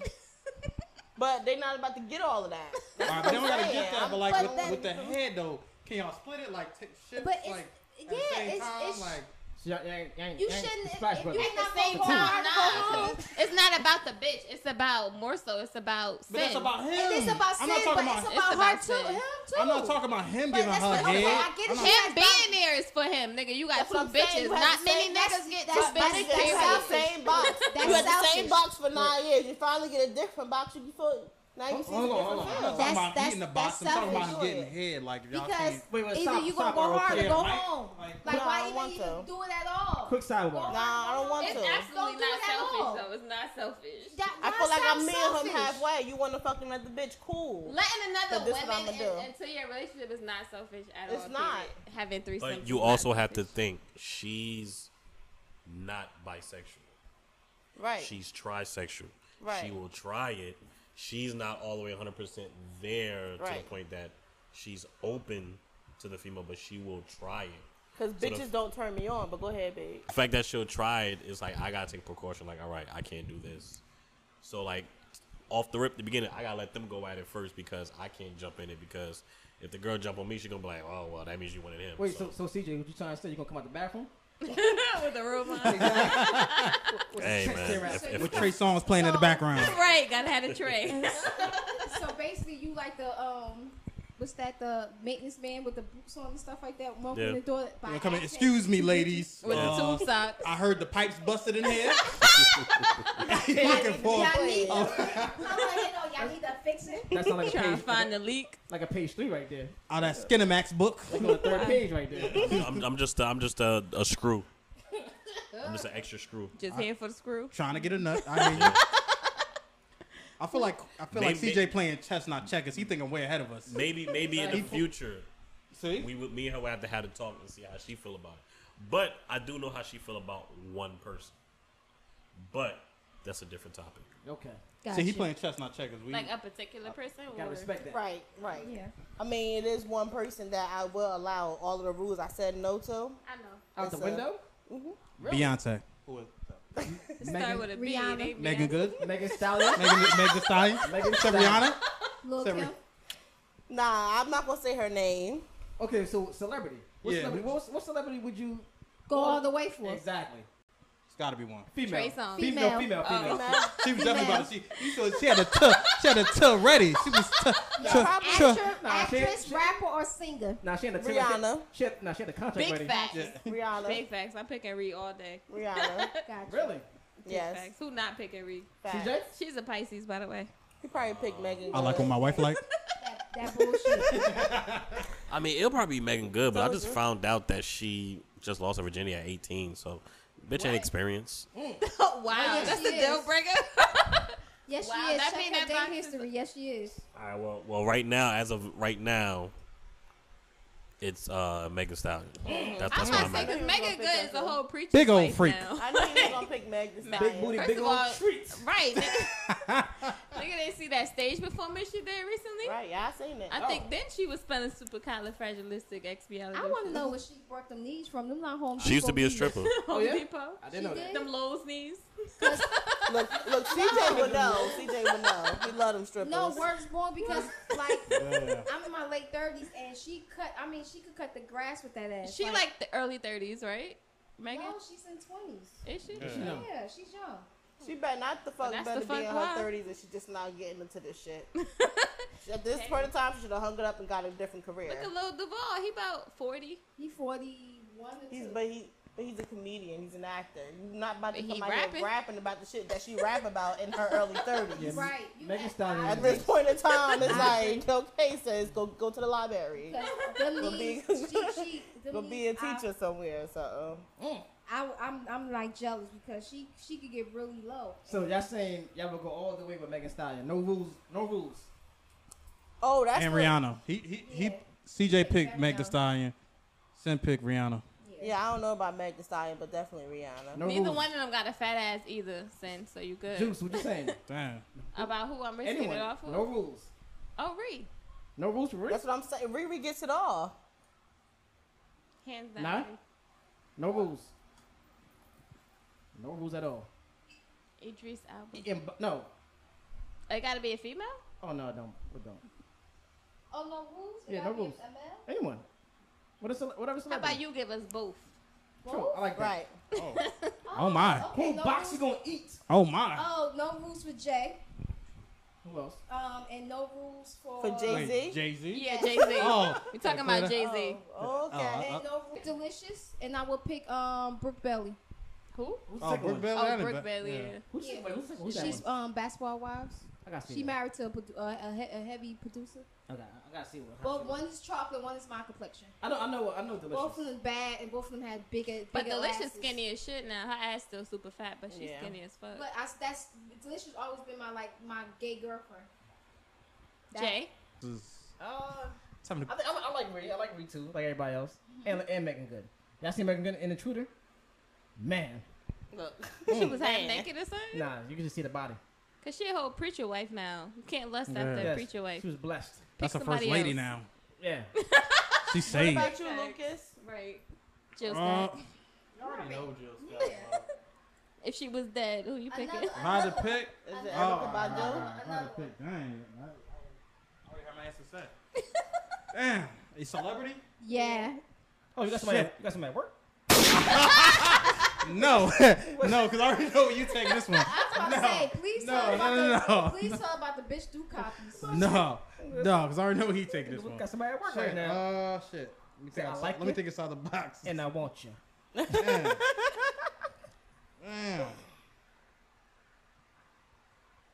Speaker 7: but they not about to get all of that.
Speaker 5: All right, but they don't gotta get that. But like
Speaker 2: But
Speaker 5: with,
Speaker 2: then-
Speaker 5: with the head though, can y'all split it like t- shifts?
Speaker 2: But it's-
Speaker 5: like at the
Speaker 2: yeah,
Speaker 5: same
Speaker 2: it's-
Speaker 5: time,
Speaker 2: it's-
Speaker 5: like
Speaker 8: So y'all- y'all ain't- y'all ain't-
Speaker 2: You
Speaker 8: y'all ain't
Speaker 2: shouldn't. If,
Speaker 8: Splash
Speaker 2: if
Speaker 8: Brothers.
Speaker 2: you ain't not
Speaker 3: Same
Speaker 2: going hard,
Speaker 3: time,
Speaker 2: go
Speaker 3: nah.
Speaker 2: home.
Speaker 3: It's not about the bitch. It's about more so. It's about
Speaker 5: But that's
Speaker 3: sin.
Speaker 5: about him.
Speaker 2: And it's about sin,
Speaker 5: I'm not
Speaker 2: but
Speaker 5: talking about.
Speaker 2: it's
Speaker 3: It's
Speaker 2: about,
Speaker 3: about
Speaker 2: her too.
Speaker 3: sin.
Speaker 2: Him too.
Speaker 5: I'm not talking about him
Speaker 2: But
Speaker 5: giving her
Speaker 2: that's what-
Speaker 5: head.
Speaker 2: okay, I get it.
Speaker 5: I'm not-
Speaker 2: She
Speaker 3: Him being there is for him, nigga. You got
Speaker 7: That's what I'm
Speaker 3: two
Speaker 7: saying.
Speaker 3: bitches.
Speaker 7: You have
Speaker 3: Not
Speaker 7: to
Speaker 3: many
Speaker 7: say- that's-
Speaker 3: niggas get two
Speaker 2: that's- that's
Speaker 3: bitches.
Speaker 7: Niggas, you
Speaker 3: period.
Speaker 7: had the same box.
Speaker 2: That's
Speaker 7: you had the
Speaker 2: selfish.
Speaker 7: same box for nine years. You finally get a different box. You you feel now you see
Speaker 8: Hold
Speaker 7: the
Speaker 8: on, hold on.
Speaker 7: different
Speaker 5: I'm
Speaker 7: feel.
Speaker 5: not
Speaker 2: That's-
Speaker 5: talking about eating the
Speaker 2: that's-
Speaker 5: box. I'm
Speaker 2: that's
Speaker 5: talking about him
Speaker 7: selfish.
Speaker 5: getting head. Like if y'all
Speaker 2: Because
Speaker 8: Wait,
Speaker 5: can't.
Speaker 8: wait,
Speaker 2: either
Speaker 8: stop,
Speaker 2: you
Speaker 8: stop,
Speaker 2: gonna
Speaker 8: or
Speaker 2: go hard or
Speaker 8: yeah,
Speaker 2: go
Speaker 8: Mike,
Speaker 2: home.
Speaker 5: like-
Speaker 2: Like
Speaker 7: No, I
Speaker 2: why
Speaker 7: don't
Speaker 2: even
Speaker 7: want
Speaker 2: even
Speaker 7: to.
Speaker 2: do it at all?
Speaker 8: Quick sidebar.
Speaker 7: Nah, I don't want
Speaker 3: It's
Speaker 7: to.
Speaker 2: Don't
Speaker 3: absolutely
Speaker 2: do
Speaker 3: not
Speaker 2: it at all.
Speaker 3: selfish, though. It's not selfish.
Speaker 2: That-
Speaker 7: I
Speaker 2: why
Speaker 7: feel like
Speaker 2: sound
Speaker 7: I'm me and him
Speaker 2: selfish?
Speaker 7: halfway. You want to fucking another bitch? Cool.
Speaker 3: Letting
Speaker 7: But
Speaker 3: another
Speaker 7: this what
Speaker 3: woman
Speaker 7: I'ma do.
Speaker 3: in, into your relationship is not selfish at all.
Speaker 7: It's not.
Speaker 3: period. having three.
Speaker 6: [laughs] But you also have to think she's not bisexual.
Speaker 7: Right.
Speaker 6: She's trisexual.
Speaker 7: Right.
Speaker 6: She will try it. She's not all the way 100% there to the
Speaker 7: Right.
Speaker 6: point that she's open to the female, but she will try it.
Speaker 7: Because
Speaker 6: the-
Speaker 7: bitches don't turn me on. But go ahead, babe.
Speaker 6: The fact that she'll try it is like, I gotta take precaution. Like, all right, I can't do this. So, like, off the rip, the beginning, I gotta let them go at it first because I can't jump in it. Because if the girl jump on me, she's gonna be like, oh, well, that means you wanted him.
Speaker 8: Wait,
Speaker 6: so,
Speaker 8: so, so CJ, what you trying to say? You gonna come out the bathroom?
Speaker 3: [laughs] with the room on.
Speaker 7: [laughs]
Speaker 6: hey, man. If, if,
Speaker 5: With Trey songs playing in the
Speaker 2: So-
Speaker 5: background.
Speaker 3: right, gotta have a
Speaker 7: [laughs]
Speaker 3: tray.
Speaker 2: So basically, you like the um, what's that? The maintenance man with the boots on and stuff like that walking
Speaker 6: Yeah.
Speaker 2: the door. By
Speaker 5: You know, come in,
Speaker 2: accident. [laughs]
Speaker 5: Excuse me, ladies.
Speaker 3: with
Speaker 5: Uh,
Speaker 3: the tube
Speaker 5: [laughs]
Speaker 3: socks.
Speaker 5: I heard the pipes busted
Speaker 2: [laughs]
Speaker 5: in here. He looking for.
Speaker 2: Y'all need. I'm like, you know, [laughs] y'all need to fix it.
Speaker 8: That sounds like a
Speaker 3: Trying
Speaker 8: page,
Speaker 3: to find the leak.
Speaker 8: like a page three right there.
Speaker 5: Oh, that Skinemax book.
Speaker 8: Go to the third page right
Speaker 6: [laughs]
Speaker 8: there.
Speaker 6: I'm, I'm just, I'm just a, a screw. I'm just an extra screw.
Speaker 3: Just hand for the screw.
Speaker 5: Trying to get a nut. I hear you. I feel like I feel like
Speaker 6: Maybe-
Speaker 5: CJ playing chess, not checkers. He thinking way ahead of us.
Speaker 6: Maybe, maybe in the future,
Speaker 5: See,
Speaker 6: we would, me and her would have to have a talk and see how she feel about it. But I do know how she feel about one person. But that's a different topic.
Speaker 8: Okay,
Speaker 5: see, he playing chess, not checkers. We
Speaker 3: Like a particular person.
Speaker 8: gotta
Speaker 3: or-
Speaker 8: respect that.
Speaker 7: Right. Right.
Speaker 2: Yeah.
Speaker 7: I mean, it is one person that I will allow all of the rules I said no to.
Speaker 3: I know.
Speaker 8: Out the
Speaker 7: That's a-
Speaker 8: window.
Speaker 5: Beyonce,
Speaker 3: Start with a B.
Speaker 2: Rihanna.
Speaker 3: they be-
Speaker 5: Megan Good,
Speaker 8: Megan
Speaker 5: [laughs]
Speaker 8: Stallion.
Speaker 5: Megan Megan Thee Stallion,
Speaker 8: Megan
Speaker 5: Said
Speaker 8: Thee
Speaker 5: Rihanna.
Speaker 2: Lil
Speaker 5: Said
Speaker 2: Kim.
Speaker 5: Rih-
Speaker 7: Nah, I'm not gonna say her name.
Speaker 8: Okay, so celebrity. What
Speaker 5: Yeah.
Speaker 8: celebrity? What, what celebrity would you
Speaker 2: Go all the way for. it.
Speaker 8: exactly?
Speaker 5: It's got to be one.
Speaker 8: Female.
Speaker 3: Trey Songz.
Speaker 8: Female. Female.
Speaker 2: Female.
Speaker 8: Female.
Speaker 4: Oh.
Speaker 7: Uh,
Speaker 5: She was definitely about to. She, you saw- she had a tuh. She had a tuh ready. She was tuh. tuh, tuh.
Speaker 2: Actor,
Speaker 8: Nah, she-
Speaker 2: actress, rapper, or singer.
Speaker 8: Now she had the
Speaker 7: Rihanna.
Speaker 8: She had, nah, she had the contract ready.
Speaker 3: Big facts.
Speaker 7: Rihanna.
Speaker 3: Big facts. I'm picking Ree all day.
Speaker 7: Rihanna.
Speaker 2: Gotcha.
Speaker 8: Really?
Speaker 3: Big
Speaker 7: Yes.
Speaker 3: facts. Who not picking Ree?
Speaker 7: Facts.
Speaker 8: CJ.
Speaker 3: She's a Pisces, by the
Speaker 7: [laughs]
Speaker 3: way.
Speaker 7: He probably picked Megan.
Speaker 5: I like
Speaker 7: Good.
Speaker 5: what my wife like.
Speaker 2: That, that bullshit.
Speaker 6: I mean, it'll probably be Megan Good, but I
Speaker 7: So
Speaker 6: just
Speaker 7: good.
Speaker 6: found out that she just lost her virginity at 18. So, bitch ain't experienced.
Speaker 3: wow,
Speaker 2: yes,
Speaker 3: that's
Speaker 2: she
Speaker 3: a deal
Speaker 2: is.
Speaker 3: [laughs] breaker.
Speaker 2: Yes,
Speaker 3: Wow,
Speaker 2: she is.
Speaker 3: that
Speaker 2: Check
Speaker 3: mean
Speaker 2: her
Speaker 3: that box
Speaker 2: dating
Speaker 3: is-
Speaker 2: history. Yes, she is.
Speaker 6: All right. Well, well, right now, as of right now, it's uh Megan Stallion. That's,
Speaker 3: I'm
Speaker 6: that's why
Speaker 3: about
Speaker 6: I'm
Speaker 3: to say
Speaker 6: at.
Speaker 3: because
Speaker 7: at.
Speaker 3: Megan Good is a whole preacher.
Speaker 5: Big old
Speaker 3: place
Speaker 5: freak.
Speaker 3: now.
Speaker 7: I knew he was gonna pick Megan. Thee
Speaker 3: Big
Speaker 7: Stallion.
Speaker 8: Booty,
Speaker 3: First
Speaker 4: [laughs]
Speaker 8: big
Speaker 3: of
Speaker 8: old
Speaker 3: all-
Speaker 8: treats.
Speaker 3: Right. nigga. Nigga didn't see that stage performance she did recently.
Speaker 7: Right, yeah, I seen it.
Speaker 3: I
Speaker 4: Oh.
Speaker 3: think then she was spelling supercalifragilistic expialidocious.
Speaker 2: I want to know where she brought them knees from. Them not home.
Speaker 6: She used to
Speaker 2: Depot
Speaker 6: be a
Speaker 2: knees.
Speaker 3: [laughs]
Speaker 6: stripper.
Speaker 3: Home
Speaker 4: Oh, yeah?
Speaker 3: Depot.
Speaker 4: I
Speaker 2: She
Speaker 4: didn't know that.
Speaker 2: did?
Speaker 3: Them Lowe's knees.
Speaker 7: look, look, CJ would know. CJ would know. We love them strippers.
Speaker 2: No, works more because like
Speaker 4: Yeah.
Speaker 2: I'm in my late thirties and she cut. I mean, she could cut the grass with that ass.
Speaker 3: She like the early 30s, right? Megan?
Speaker 2: no, she's in twenties.
Speaker 3: Is she?
Speaker 5: Yeah.
Speaker 2: Yeah.
Speaker 4: No.
Speaker 2: she's young.
Speaker 7: She better not the fuck
Speaker 3: that's
Speaker 7: better
Speaker 3: the
Speaker 7: be in
Speaker 3: fuck
Speaker 7: her
Speaker 3: why.
Speaker 7: thirties and she just not getting into this
Speaker 3: [laughs]
Speaker 7: shit. At this point in time, she should have hung it up and got a different career.
Speaker 3: Look at Lil Duval. He about 40.
Speaker 2: He forty one or
Speaker 7: He's
Speaker 2: two.
Speaker 7: but he but he's a comedian. He's an actor. You're not about to
Speaker 3: But
Speaker 7: come
Speaker 3: he
Speaker 7: out
Speaker 3: rapping.
Speaker 7: here rapping about the shit that she rap about in her
Speaker 3: [laughs]
Speaker 7: early thirties.
Speaker 2: right. You
Speaker 4: Megan
Speaker 2: at
Speaker 4: Stallion.
Speaker 2: five
Speaker 7: At this point in time, it's like okay, says go go to the library.
Speaker 2: because
Speaker 4: [laughs]
Speaker 2: them
Speaker 7: Go
Speaker 2: knees,
Speaker 7: be-
Speaker 2: she, she, them
Speaker 7: Go be a
Speaker 2: knees, I-
Speaker 7: teacher somewhere or something.
Speaker 2: I, am I'm like jealous because she she could get really low.
Speaker 4: So y'all saying y'all will go all the way with Megan Stallion? No rules, no rules.
Speaker 7: Oh, that's
Speaker 5: and
Speaker 7: what-
Speaker 5: Rihanna. He he,
Speaker 2: Yeah.
Speaker 5: he CJ picked
Speaker 2: Rihanna.
Speaker 5: Meg Thee Stallion. Sin picked Rihanna.
Speaker 7: Yeah, I don't know about Meg Thee Stallion, but definitely Rihanna.
Speaker 4: No
Speaker 3: Neither
Speaker 4: rules.
Speaker 3: one of them got a fat ass either, Sin, so you good.
Speaker 4: Oh. Juice, what
Speaker 3: [laughs]
Speaker 4: you saying?
Speaker 5: Damn.
Speaker 3: About who I'm risking
Speaker 4: Anyone?
Speaker 3: it off with?
Speaker 4: No rules.
Speaker 3: Oh, Ree.
Speaker 4: No rules for real.
Speaker 7: That's what I'm saying. Riri gets it all.
Speaker 3: Hands down.
Speaker 4: Nah.
Speaker 3: Riri.
Speaker 4: No rules. No rules at all.
Speaker 3: Idris Alba.
Speaker 4: And, bu- no.
Speaker 3: It gotta be a female?
Speaker 4: Oh no, don't. We don't.
Speaker 2: Oh no rules?
Speaker 4: Yeah, no rules. Anyone. What is cele- whatever
Speaker 3: How
Speaker 4: celebrity?
Speaker 3: about you give us both?
Speaker 4: True. I like that.
Speaker 7: Right.
Speaker 4: Oh.
Speaker 5: Oh my.
Speaker 4: Who box you gonna eat?
Speaker 5: Oh my.
Speaker 2: Oh, no rules for Jay.
Speaker 4: Who else?
Speaker 2: Um, and no rules for
Speaker 7: For Jay Z.
Speaker 5: Jay Z.
Speaker 3: Yeah, Jay Z.
Speaker 5: Oh.
Speaker 3: we talking about Jay Z.
Speaker 7: Oh,
Speaker 5: [laughs]
Speaker 7: okay.
Speaker 5: Oh,
Speaker 2: And no rules. Delicious, and I would pick um Brooke Belly.
Speaker 3: Who?
Speaker 4: Who's the
Speaker 5: Oh,
Speaker 4: second
Speaker 5: Brooke
Speaker 4: one?
Speaker 5: Bailey.
Speaker 3: Oh,
Speaker 5: Allen-
Speaker 3: Brooke Bailey.
Speaker 5: yeah.
Speaker 3: yeah.
Speaker 4: Who's, the- wait, who's, the- who's that
Speaker 2: She's
Speaker 4: one?
Speaker 2: um Basketball Wives.
Speaker 4: I gotta see.
Speaker 2: She
Speaker 4: that.
Speaker 2: married to a, produ- uh, a, he- a heavy producer.
Speaker 4: Okay, I gotta see what.
Speaker 2: Well, one is chocolate, one is my complexion.
Speaker 4: I know. I know. I know.
Speaker 2: Both of
Speaker 4: Delicious.
Speaker 2: them bad, and both of them had bigger.
Speaker 3: But
Speaker 2: bigger
Speaker 3: Delicious
Speaker 2: asses.
Speaker 3: skinny as shit now. Her ass still super fat, but she's
Speaker 7: Yeah.
Speaker 3: skinny as fuck.
Speaker 2: But I, that's Delicious. Always been my like my gay girlfriend. That-
Speaker 3: [laughs] Jay?
Speaker 5: This is-
Speaker 4: Uh,
Speaker 5: Time to
Speaker 4: I, think, I, I like Ree. I like Ree too, like everybody else, and and Megan Good. Y'all see Megan Good in Intruder? Man,
Speaker 7: Look.
Speaker 3: She was half
Speaker 7: Man.
Speaker 3: naked or something?
Speaker 4: nah, you can just see the body.
Speaker 3: Cause she a whole preacher wife now. You can't lust
Speaker 5: Yeah.
Speaker 3: after a
Speaker 4: Yes,
Speaker 3: preacher wife.
Speaker 4: She was blessed.
Speaker 5: That's a
Speaker 3: Pick
Speaker 5: first
Speaker 3: somebody
Speaker 5: lady
Speaker 3: else.
Speaker 5: now.
Speaker 4: Yeah.
Speaker 5: She's
Speaker 7: What
Speaker 5: saved.
Speaker 7: about you,
Speaker 3: Thanks.
Speaker 7: Lucas?
Speaker 3: Right. Jill
Speaker 5: Uh,
Speaker 3: Scott.
Speaker 2: Yeah.
Speaker 3: If she was dead, who you picking?
Speaker 2: Another-
Speaker 5: Mine to pick.
Speaker 7: Is it
Speaker 5: Oh,
Speaker 7: Erica Badu?
Speaker 5: Mine to pick. Dang. I already have my answer set. Damn. A celebrity?
Speaker 2: Yeah.
Speaker 4: Oh, you got somebody.
Speaker 5: Shit.
Speaker 4: You got somebody at work?
Speaker 5: No. [laughs] no, because I already know you take this one.
Speaker 2: I was about to say, please
Speaker 5: No,
Speaker 2: tell
Speaker 5: no,
Speaker 2: about
Speaker 5: no,
Speaker 2: the
Speaker 5: no.
Speaker 2: please tell about the bitch do copies.
Speaker 5: No. No, because I already know he taking this
Speaker 4: We
Speaker 5: one.
Speaker 4: got somebody at work right
Speaker 5: Shit.
Speaker 4: now.
Speaker 5: Uh, shit. Let me think,
Speaker 4: I
Speaker 5: outside-
Speaker 4: like
Speaker 5: let me
Speaker 4: it.
Speaker 5: think inside the box.
Speaker 4: and I want you. [laughs]
Speaker 5: Damn. Damn.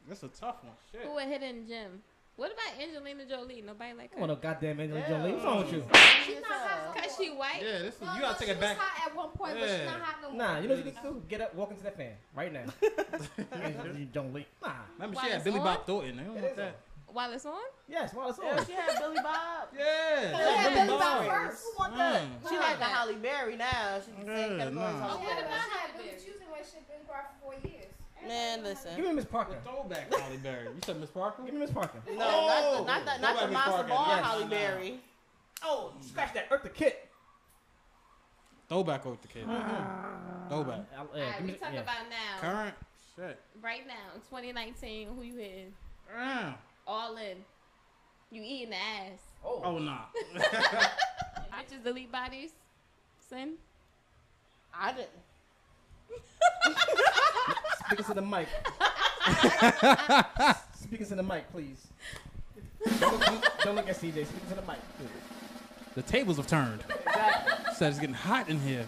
Speaker 5: That's a tough one. Shit.
Speaker 3: [laughs] who a hidden gem? What about Angelina Jolie? Nobody like
Speaker 4: Come on,
Speaker 3: her.
Speaker 4: no goddamn Angelina
Speaker 7: Yeah.
Speaker 4: Jolie. What's wrong with you?
Speaker 2: She's not hot.
Speaker 3: Cause she white.
Speaker 5: Yeah, this is,
Speaker 2: No,
Speaker 5: you
Speaker 2: no,
Speaker 5: gotta
Speaker 2: she
Speaker 5: take it
Speaker 2: was
Speaker 5: back.
Speaker 2: hot at one point, but she's
Speaker 5: Yeah.
Speaker 2: not hot no more.
Speaker 4: Nah, you know what you can do? Get up, walk into that fan right now. Angelina Jolie. Nah.
Speaker 5: Remember,
Speaker 3: Why
Speaker 5: she
Speaker 3: it's
Speaker 5: had Billy
Speaker 3: on?
Speaker 5: Bob Thornton. They don't
Speaker 4: It
Speaker 5: want
Speaker 4: is
Speaker 5: that.
Speaker 3: While it's on?
Speaker 4: Yes, while it's on.
Speaker 7: Yeah, she had Billy Bob.
Speaker 5: Yeah.
Speaker 2: Yeah,
Speaker 7: Billie
Speaker 2: Billy Bob
Speaker 7: Bob.
Speaker 2: first.
Speaker 7: Who want that?
Speaker 5: Mm.
Speaker 3: Who
Speaker 7: She had
Speaker 3: want
Speaker 7: the
Speaker 3: that?
Speaker 7: Holly Berry now. She's the same
Speaker 5: Yeah,
Speaker 7: category
Speaker 5: nah.
Speaker 7: as
Speaker 2: She had
Speaker 7: Holly Berry.
Speaker 2: about had Billy choosing when she been quiet for four years.
Speaker 7: Man,
Speaker 4: Give
Speaker 7: listen.
Speaker 4: me Miss Parker.
Speaker 5: Throwback Holly Berry. You said Miss Parker?
Speaker 4: Give me Miss Parker.
Speaker 7: No, not the, not the, not
Speaker 5: Oh, Nobody
Speaker 7: the Monster
Speaker 5: fucking-
Speaker 7: Bar
Speaker 5: yes,
Speaker 7: Holly
Speaker 5: nah.
Speaker 7: Berry.
Speaker 4: Oh, scratch that. Earth the Kit.
Speaker 5: Throwback over the kid.
Speaker 4: Uh-huh.
Speaker 5: Throwback.
Speaker 4: Uh,
Speaker 3: Alright,
Speaker 4: give
Speaker 3: we
Speaker 4: me-
Speaker 3: talk
Speaker 4: yeah.
Speaker 3: about now.
Speaker 5: Current. Shit.
Speaker 3: Right now, in 2019, who you hitting?
Speaker 5: Damn.
Speaker 3: All in. You eating the ass.
Speaker 5: Oh, nah.
Speaker 3: Bitches delete bodies. Sin.
Speaker 7: I didn't.
Speaker 4: Speaking to the mic. Speaking to the mic, please. Don't look, don't look at CJ. Speaking to the mic. please.
Speaker 5: the tables have turned. Said it's getting hot in here.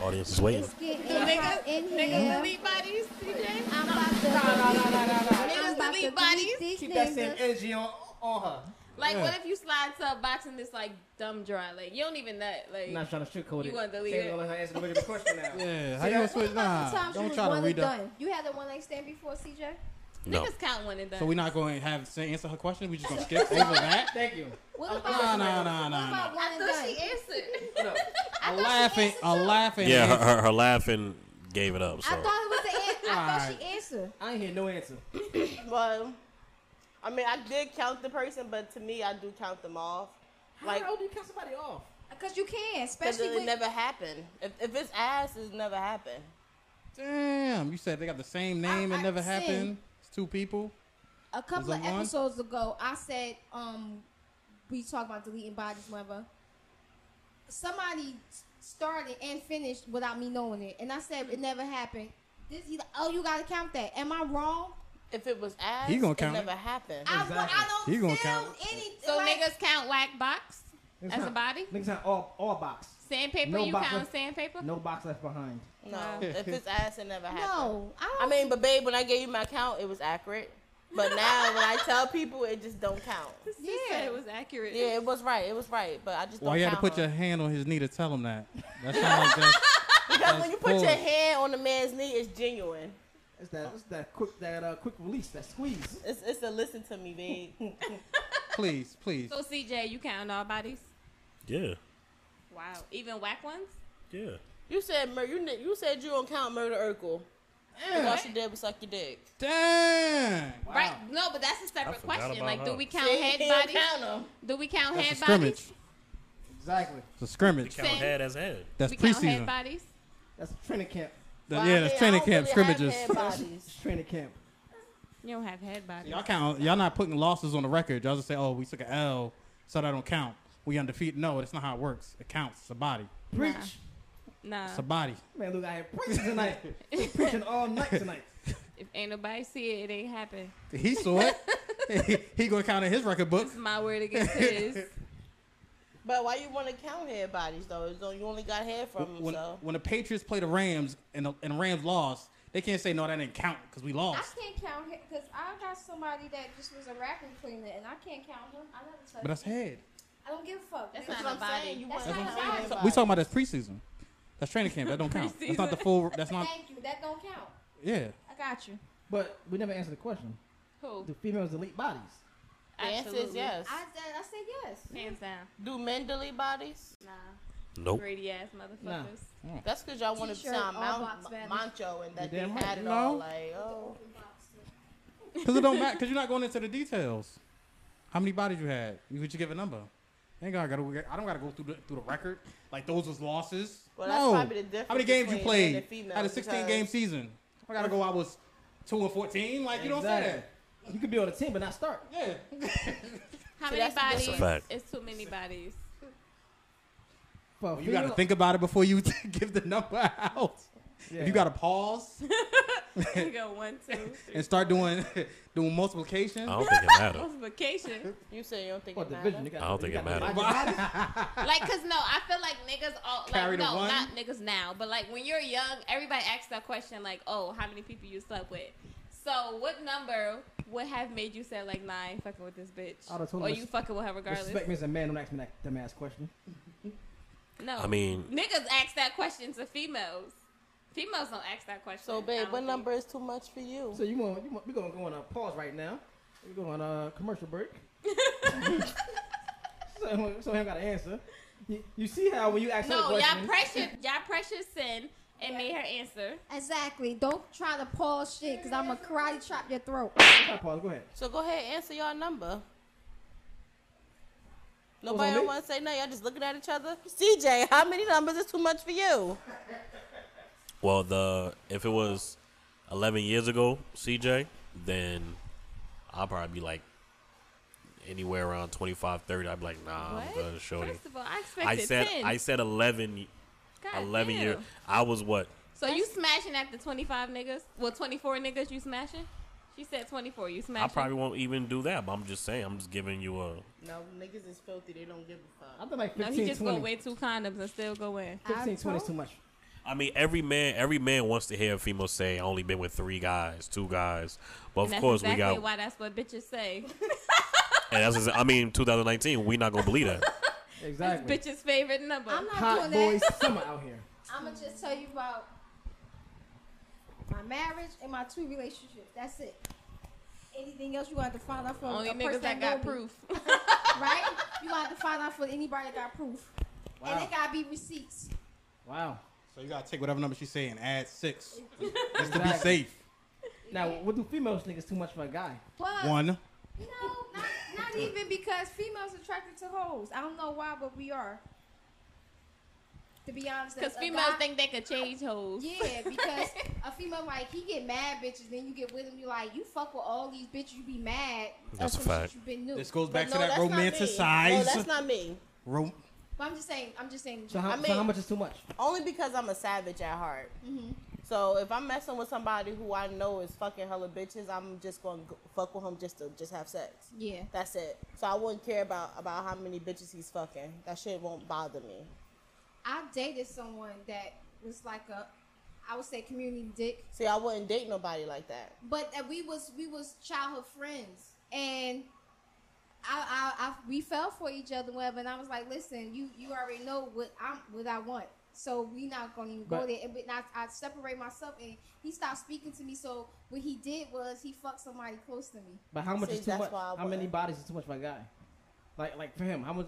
Speaker 6: Audience is [laughs] waiting.
Speaker 2: Let's get
Speaker 3: So niggas,
Speaker 2: Improv in
Speaker 3: niggas
Speaker 2: here.
Speaker 3: delete bodies, CJ.
Speaker 2: I'm about to I'm
Speaker 3: Niggas
Speaker 2: about to delete
Speaker 3: delete bodies.
Speaker 2: these
Speaker 4: Keep that same
Speaker 2: niggas.
Speaker 4: energy on, on her.
Speaker 3: Like,
Speaker 5: Yeah.
Speaker 3: what if you slide to a box and it's like dumb dry? Like, you don't even nut. Like,
Speaker 4: I'm not trying to sugarcoat
Speaker 3: You
Speaker 4: it.
Speaker 3: gonna delete
Speaker 4: Saying
Speaker 3: it?
Speaker 4: all her answers, look at the question now.
Speaker 5: Yeah. How
Speaker 4: See
Speaker 5: you gonna
Speaker 4: that?
Speaker 2: What
Speaker 5: switch?
Speaker 2: about the
Speaker 5: Nah.
Speaker 2: times you
Speaker 5: Don't
Speaker 2: was
Speaker 5: try to
Speaker 2: one and
Speaker 5: read up.
Speaker 2: done? You had the one night stand before, CJ?
Speaker 6: No.
Speaker 3: niggas count one and done.
Speaker 5: So we're not going to have say, answer her question. We just gonna skip over that.
Speaker 4: Thank you.
Speaker 2: What about
Speaker 5: Uh, Nah, nah, nah,
Speaker 2: What
Speaker 5: nah,
Speaker 2: about
Speaker 5: nah.
Speaker 2: one
Speaker 3: I
Speaker 2: and
Speaker 3: thought
Speaker 2: done?
Speaker 3: she answered.
Speaker 4: No.
Speaker 5: A laughing, a laughing.
Speaker 6: Yeah, her, her, her laughing gave it up. So
Speaker 2: I thought it was the end. I thought she answered.
Speaker 8: I ain't hear no answer.
Speaker 7: Well, I mean, I did count the person, but to me, I do count them off. Like,
Speaker 8: How do you cut somebody off?
Speaker 2: Because you can,
Speaker 7: because
Speaker 2: especially
Speaker 7: it
Speaker 2: with.
Speaker 7: never happened. If, if it's ass, it's never happened.
Speaker 5: Damn, you said they got the same name.
Speaker 2: I-
Speaker 5: it never
Speaker 2: I've seen-
Speaker 5: happened. It's two people.
Speaker 2: a couple
Speaker 5: Was
Speaker 2: of
Speaker 5: it one?
Speaker 2: episodes ago, I said um, we talked about deleting bodies, whatever. Somebody started and finished without me knowing it, and I said it never happened. This, he like, oh, you gotta count that. Am I wrong?
Speaker 7: If it was ass,
Speaker 5: He gonna
Speaker 7: it
Speaker 5: count it.
Speaker 7: never happened.
Speaker 2: I, I
Speaker 5: He
Speaker 2: don't
Speaker 5: gonna
Speaker 2: feel
Speaker 5: count
Speaker 2: anything.
Speaker 3: So
Speaker 2: like,
Speaker 3: niggas count whack box
Speaker 8: Niggas
Speaker 3: as a
Speaker 8: not-
Speaker 3: body.
Speaker 8: Niggas not all all box.
Speaker 3: Sandpaper,
Speaker 8: No
Speaker 3: you
Speaker 8: box
Speaker 3: count
Speaker 8: left.
Speaker 3: sandpaper.
Speaker 8: No box left behind.
Speaker 7: no, if it's ass, it never happened.
Speaker 2: no, I
Speaker 7: I
Speaker 2: don't.
Speaker 7: mean, but babe, when I gave you my count, it was accurate. But
Speaker 2: [laughs]
Speaker 7: now, when I tell people, it just don't count.
Speaker 3: She
Speaker 2: yeah.
Speaker 3: said it was accurate.
Speaker 7: Yeah, it was right. It was right, but I just don't
Speaker 5: Why you had
Speaker 7: count
Speaker 5: to put your
Speaker 7: them.
Speaker 5: hand on his knee to tell him that? That sounds like that.
Speaker 7: [laughs] because when you put your
Speaker 5: forward.
Speaker 7: hand on a man's knee, it's genuine.
Speaker 8: It's that it's that quick that uh, quick release that squeeze.
Speaker 7: It's it's a listen to me, babe.
Speaker 5: Please, please.
Speaker 3: So CJ, you count all bodies.
Speaker 6: Yeah,
Speaker 3: Wow, even whack ones.
Speaker 6: yeah.
Speaker 7: [laughs] You said mur- you ni- you said you don't count murder Urkel. 'Cause All she did was suck your dick.
Speaker 5: Dang.
Speaker 3: Right? No, but that's a separate
Speaker 6: forgot
Speaker 3: question.
Speaker 6: about
Speaker 3: Like, do
Speaker 6: her.
Speaker 3: we count
Speaker 7: See,
Speaker 3: head
Speaker 7: you don't
Speaker 3: bodies?
Speaker 7: Count them.
Speaker 3: Do we count
Speaker 5: That's a
Speaker 3: head
Speaker 5: scrimmage.
Speaker 3: bodies?
Speaker 8: Exactly.
Speaker 5: It's a scrimmage.
Speaker 6: Count
Speaker 3: Same.
Speaker 6: head as head.
Speaker 5: That's
Speaker 3: we count head
Speaker 5: preseason.
Speaker 3: bodies.
Speaker 8: That's training camp.
Speaker 5: That- yeah, that's training camp scrimmages.
Speaker 8: It's training camp.
Speaker 3: You don't have head bodies.
Speaker 5: Y'all count. Y'all not putting losses on the record. Y'all just say, "Oh, we took an L, so that don't count. We undefeated." No, that's not how it works. It counts. It's a body.
Speaker 8: Preach.
Speaker 3: Nah,
Speaker 5: It's a body.
Speaker 8: Man, look, I had preaching
Speaker 3: [laughs]
Speaker 8: tonight. They preaching all night tonight.
Speaker 3: if ain't nobody see it, it ain't happen. [laughs]
Speaker 5: He saw it. [laughs] he, he gonna count in his record book.
Speaker 3: It's my word against
Speaker 5: [laughs]
Speaker 3: his. [laughs]
Speaker 7: But why you want to count head bodies though? It's only- You only got head from them,
Speaker 5: When,
Speaker 7: so
Speaker 5: when the Patriots play the Rams and the, and the Rams lost, they can't say no, that didn't count because we
Speaker 2: I
Speaker 5: lost.
Speaker 2: can't count him because I got somebody that just was a vacuum cleaner, and I can't count him. I never touched.
Speaker 5: But that's head.
Speaker 2: I don't give a fuck.
Speaker 3: That's
Speaker 2: nigga.
Speaker 3: not a body.
Speaker 7: you
Speaker 2: That's
Speaker 7: wanna
Speaker 2: not
Speaker 7: count
Speaker 2: a
Speaker 7: head
Speaker 2: body.
Speaker 5: We
Speaker 7: bodies.
Speaker 5: talking about that's preseason. That's training camp. That don't count. That's not the full. That's not.
Speaker 2: Thank you. That don't count.
Speaker 5: Yeah.
Speaker 2: I got you.
Speaker 8: But we never answered the question.
Speaker 3: Who?
Speaker 8: Do females delete bodies?
Speaker 7: The answer is
Speaker 3: Absolutely.
Speaker 7: yes.
Speaker 2: I, I said yes.
Speaker 3: Hands down.
Speaker 7: Do men delete bodies?
Speaker 3: Nah.
Speaker 6: Nope.
Speaker 3: Greedy ass motherfuckers.
Speaker 5: Mm.
Speaker 7: That's because y'all want to
Speaker 2: T-shirt,
Speaker 7: sound
Speaker 2: all
Speaker 7: mount,
Speaker 2: box baddies.
Speaker 7: macho and that they
Speaker 8: damn right.
Speaker 7: had it
Speaker 5: No.
Speaker 7: all like oh.
Speaker 5: Because it don't matter. Because you're not going into the details. How many bodies you had? You would you give a number? Ain't gotta, gotta, I don't gotta go through the through the record. Like those was losses.
Speaker 7: Well, that's
Speaker 5: no.
Speaker 7: probably the difference
Speaker 5: How many games you
Speaker 7: between men
Speaker 5: played?
Speaker 7: and females
Speaker 5: I had a 16
Speaker 7: because-
Speaker 5: game season. I gotta go. I was two and 14. Like you don't say
Speaker 8: You could be on a team but not start.
Speaker 5: that. Yeah. [laughs]
Speaker 3: How
Speaker 7: See,
Speaker 3: many
Speaker 7: that's- that's
Speaker 3: bodies?
Speaker 6: a fact.
Speaker 3: It's too many bodies. [laughs]
Speaker 8: For a
Speaker 5: you gotta
Speaker 8: female-
Speaker 5: think about it before you [laughs] give the number out.
Speaker 8: Yeah.
Speaker 5: If you gotta pause
Speaker 3: You go one, two, three.
Speaker 5: and start doing [laughs] doing multiplication.
Speaker 6: I don't think it matters.
Speaker 3: Multiplication.
Speaker 7: You say you don't think
Speaker 8: What
Speaker 7: it
Speaker 8: division?
Speaker 7: matters.
Speaker 8: You got-
Speaker 6: I don't
Speaker 8: you
Speaker 6: think it
Speaker 8: got
Speaker 6: matters.
Speaker 8: divided
Speaker 5: Why?
Speaker 8: bodies?
Speaker 3: like, cause no, I feel like niggas all
Speaker 5: Carry
Speaker 3: like
Speaker 5: the
Speaker 3: no,
Speaker 5: one?
Speaker 3: not niggas now, but like when you're young, everybody asks that question like, oh, how many people you slept with? So what number would have made you say like, nah, I ain't fucking with this bitch,
Speaker 8: I'd have told
Speaker 3: or
Speaker 8: him
Speaker 3: you
Speaker 8: res-
Speaker 3: fucking with her regardless?
Speaker 8: Respect me as a man. Don't ask me that dumbass question.
Speaker 3: No,
Speaker 6: I mean,
Speaker 3: niggas ask that question to females. Females don't ask that question.
Speaker 7: So,
Speaker 3: I
Speaker 7: babe,
Speaker 3: don't
Speaker 7: what
Speaker 3: think.
Speaker 7: number is too much for you?
Speaker 8: So you want you want, we gonna go on a pause right now. We are going on a commercial
Speaker 3: [laughs]
Speaker 8: break. so so him got an answer. You, you see how when you ask her a
Speaker 3: No, y'all
Speaker 8: question,
Speaker 3: pressure, y'all pressure sin and made her answer.
Speaker 2: Exactly. Don't try to pause shit because I'm going to karate chop your throat.
Speaker 8: Not pause. Go ahead.
Speaker 7: So go ahead, answer y'all number.
Speaker 8: on
Speaker 7: Nobody
Speaker 8: me?
Speaker 7: want to say no. Y'all just looking at each other. CJ, how many numbers is too much for you?
Speaker 6: well, the if it was 11 years ago, CJ, then I'll probably be like anywhere around 25, 30. I'd be like, nah, I'm good, shorty.
Speaker 3: First of all, I expected
Speaker 6: I said,
Speaker 3: 10.
Speaker 6: I said 11,
Speaker 3: God
Speaker 6: 11
Speaker 3: damn.
Speaker 6: years. I was what?
Speaker 3: So you smashing after 25 niggas? Well, 24 niggas you smashing? She said 24. You smashing?
Speaker 6: I probably won't even do that, but I'm just saying, I'm just giving you a.
Speaker 7: No, niggas is filthy. They don't give a fuck.
Speaker 8: I think like
Speaker 3: No, he
Speaker 8: 15,
Speaker 3: just
Speaker 8: 20.
Speaker 3: go wear two condoms and still go in.
Speaker 8: 15, 20 is
Speaker 2: I
Speaker 8: too much.
Speaker 6: I mean, every man, every man wants to hear a female say, "I only been with three guys, two guys." But of
Speaker 3: And that's
Speaker 6: course,
Speaker 3: exactly
Speaker 6: we got,
Speaker 3: why that's what bitches [laughs] say.
Speaker 6: and that's. just- I mean, 2019, we not gonna believe that.
Speaker 8: Exactly.
Speaker 3: Bitches' favorite number.
Speaker 2: I'm not
Speaker 8: Hot
Speaker 2: doing
Speaker 8: boys
Speaker 2: that.
Speaker 8: summer out here.
Speaker 2: I'm going to just tell you about my marriage and my two relationships. That's it. Anything else you want to find out from
Speaker 3: Only
Speaker 2: a person
Speaker 3: niggas that got
Speaker 2: know me,
Speaker 3: [laughs] proof.
Speaker 2: right? You want to find out for anybody that got proof, and it gotta be receipts.
Speaker 8: Wow.
Speaker 5: [laughs] So you gotta take whatever number she's saying, add six, just to be safe.
Speaker 4: Now, what do females think is too much for a guy?
Speaker 2: But
Speaker 5: One.
Speaker 2: no, not, not even because females attracted to hoes. I don't know why, but we are. To be honest,
Speaker 3: Because
Speaker 2: a- a
Speaker 3: females
Speaker 2: guy-
Speaker 3: think they could change hoes.
Speaker 2: [laughs] Yeah, because a female like he get mad bitches, then you get with him, you like you fuck with all these bitches, you be mad. of
Speaker 6: That's a
Speaker 2: some shit
Speaker 6: fact.
Speaker 2: You been new.
Speaker 5: This goes back
Speaker 7: But
Speaker 5: to
Speaker 7: no,
Speaker 5: that
Speaker 7: that's not me.
Speaker 5: romanticize.
Speaker 7: No, that's not me.
Speaker 5: Ro-
Speaker 2: but I'm just saying, I'm just saying.
Speaker 4: So how,
Speaker 7: I
Speaker 4: so
Speaker 7: mean-
Speaker 4: how much is too much?
Speaker 7: Only because I'm a savage at heart. So if I'm messing with somebody who I know is fucking hella bitches, I'm just gonna go, fuck with him just to just have sex.
Speaker 2: Yeah.
Speaker 7: That's it. So I wouldn't care about about how many bitches he's fucking. That shit won't bother me.
Speaker 2: I dated someone that was like a, I would say community dick,
Speaker 7: See, I wouldn't date nobody like that.
Speaker 2: but that we was we was childhood friends, and I, I, I we fell for each other, whatever. And I was like, listen, you you already know what I'm what I want, so we not gonna even go
Speaker 4: But-
Speaker 2: there. And but I, I separate myself, and he stopped speaking to me. So what he did was he fucked somebody close to me.
Speaker 4: But how much
Speaker 7: See,
Speaker 4: is too
Speaker 7: that's
Speaker 4: much?
Speaker 7: why I
Speaker 4: How many
Speaker 7: wouldn't.
Speaker 4: bodies is too much for a guy? Like, like for him, how much?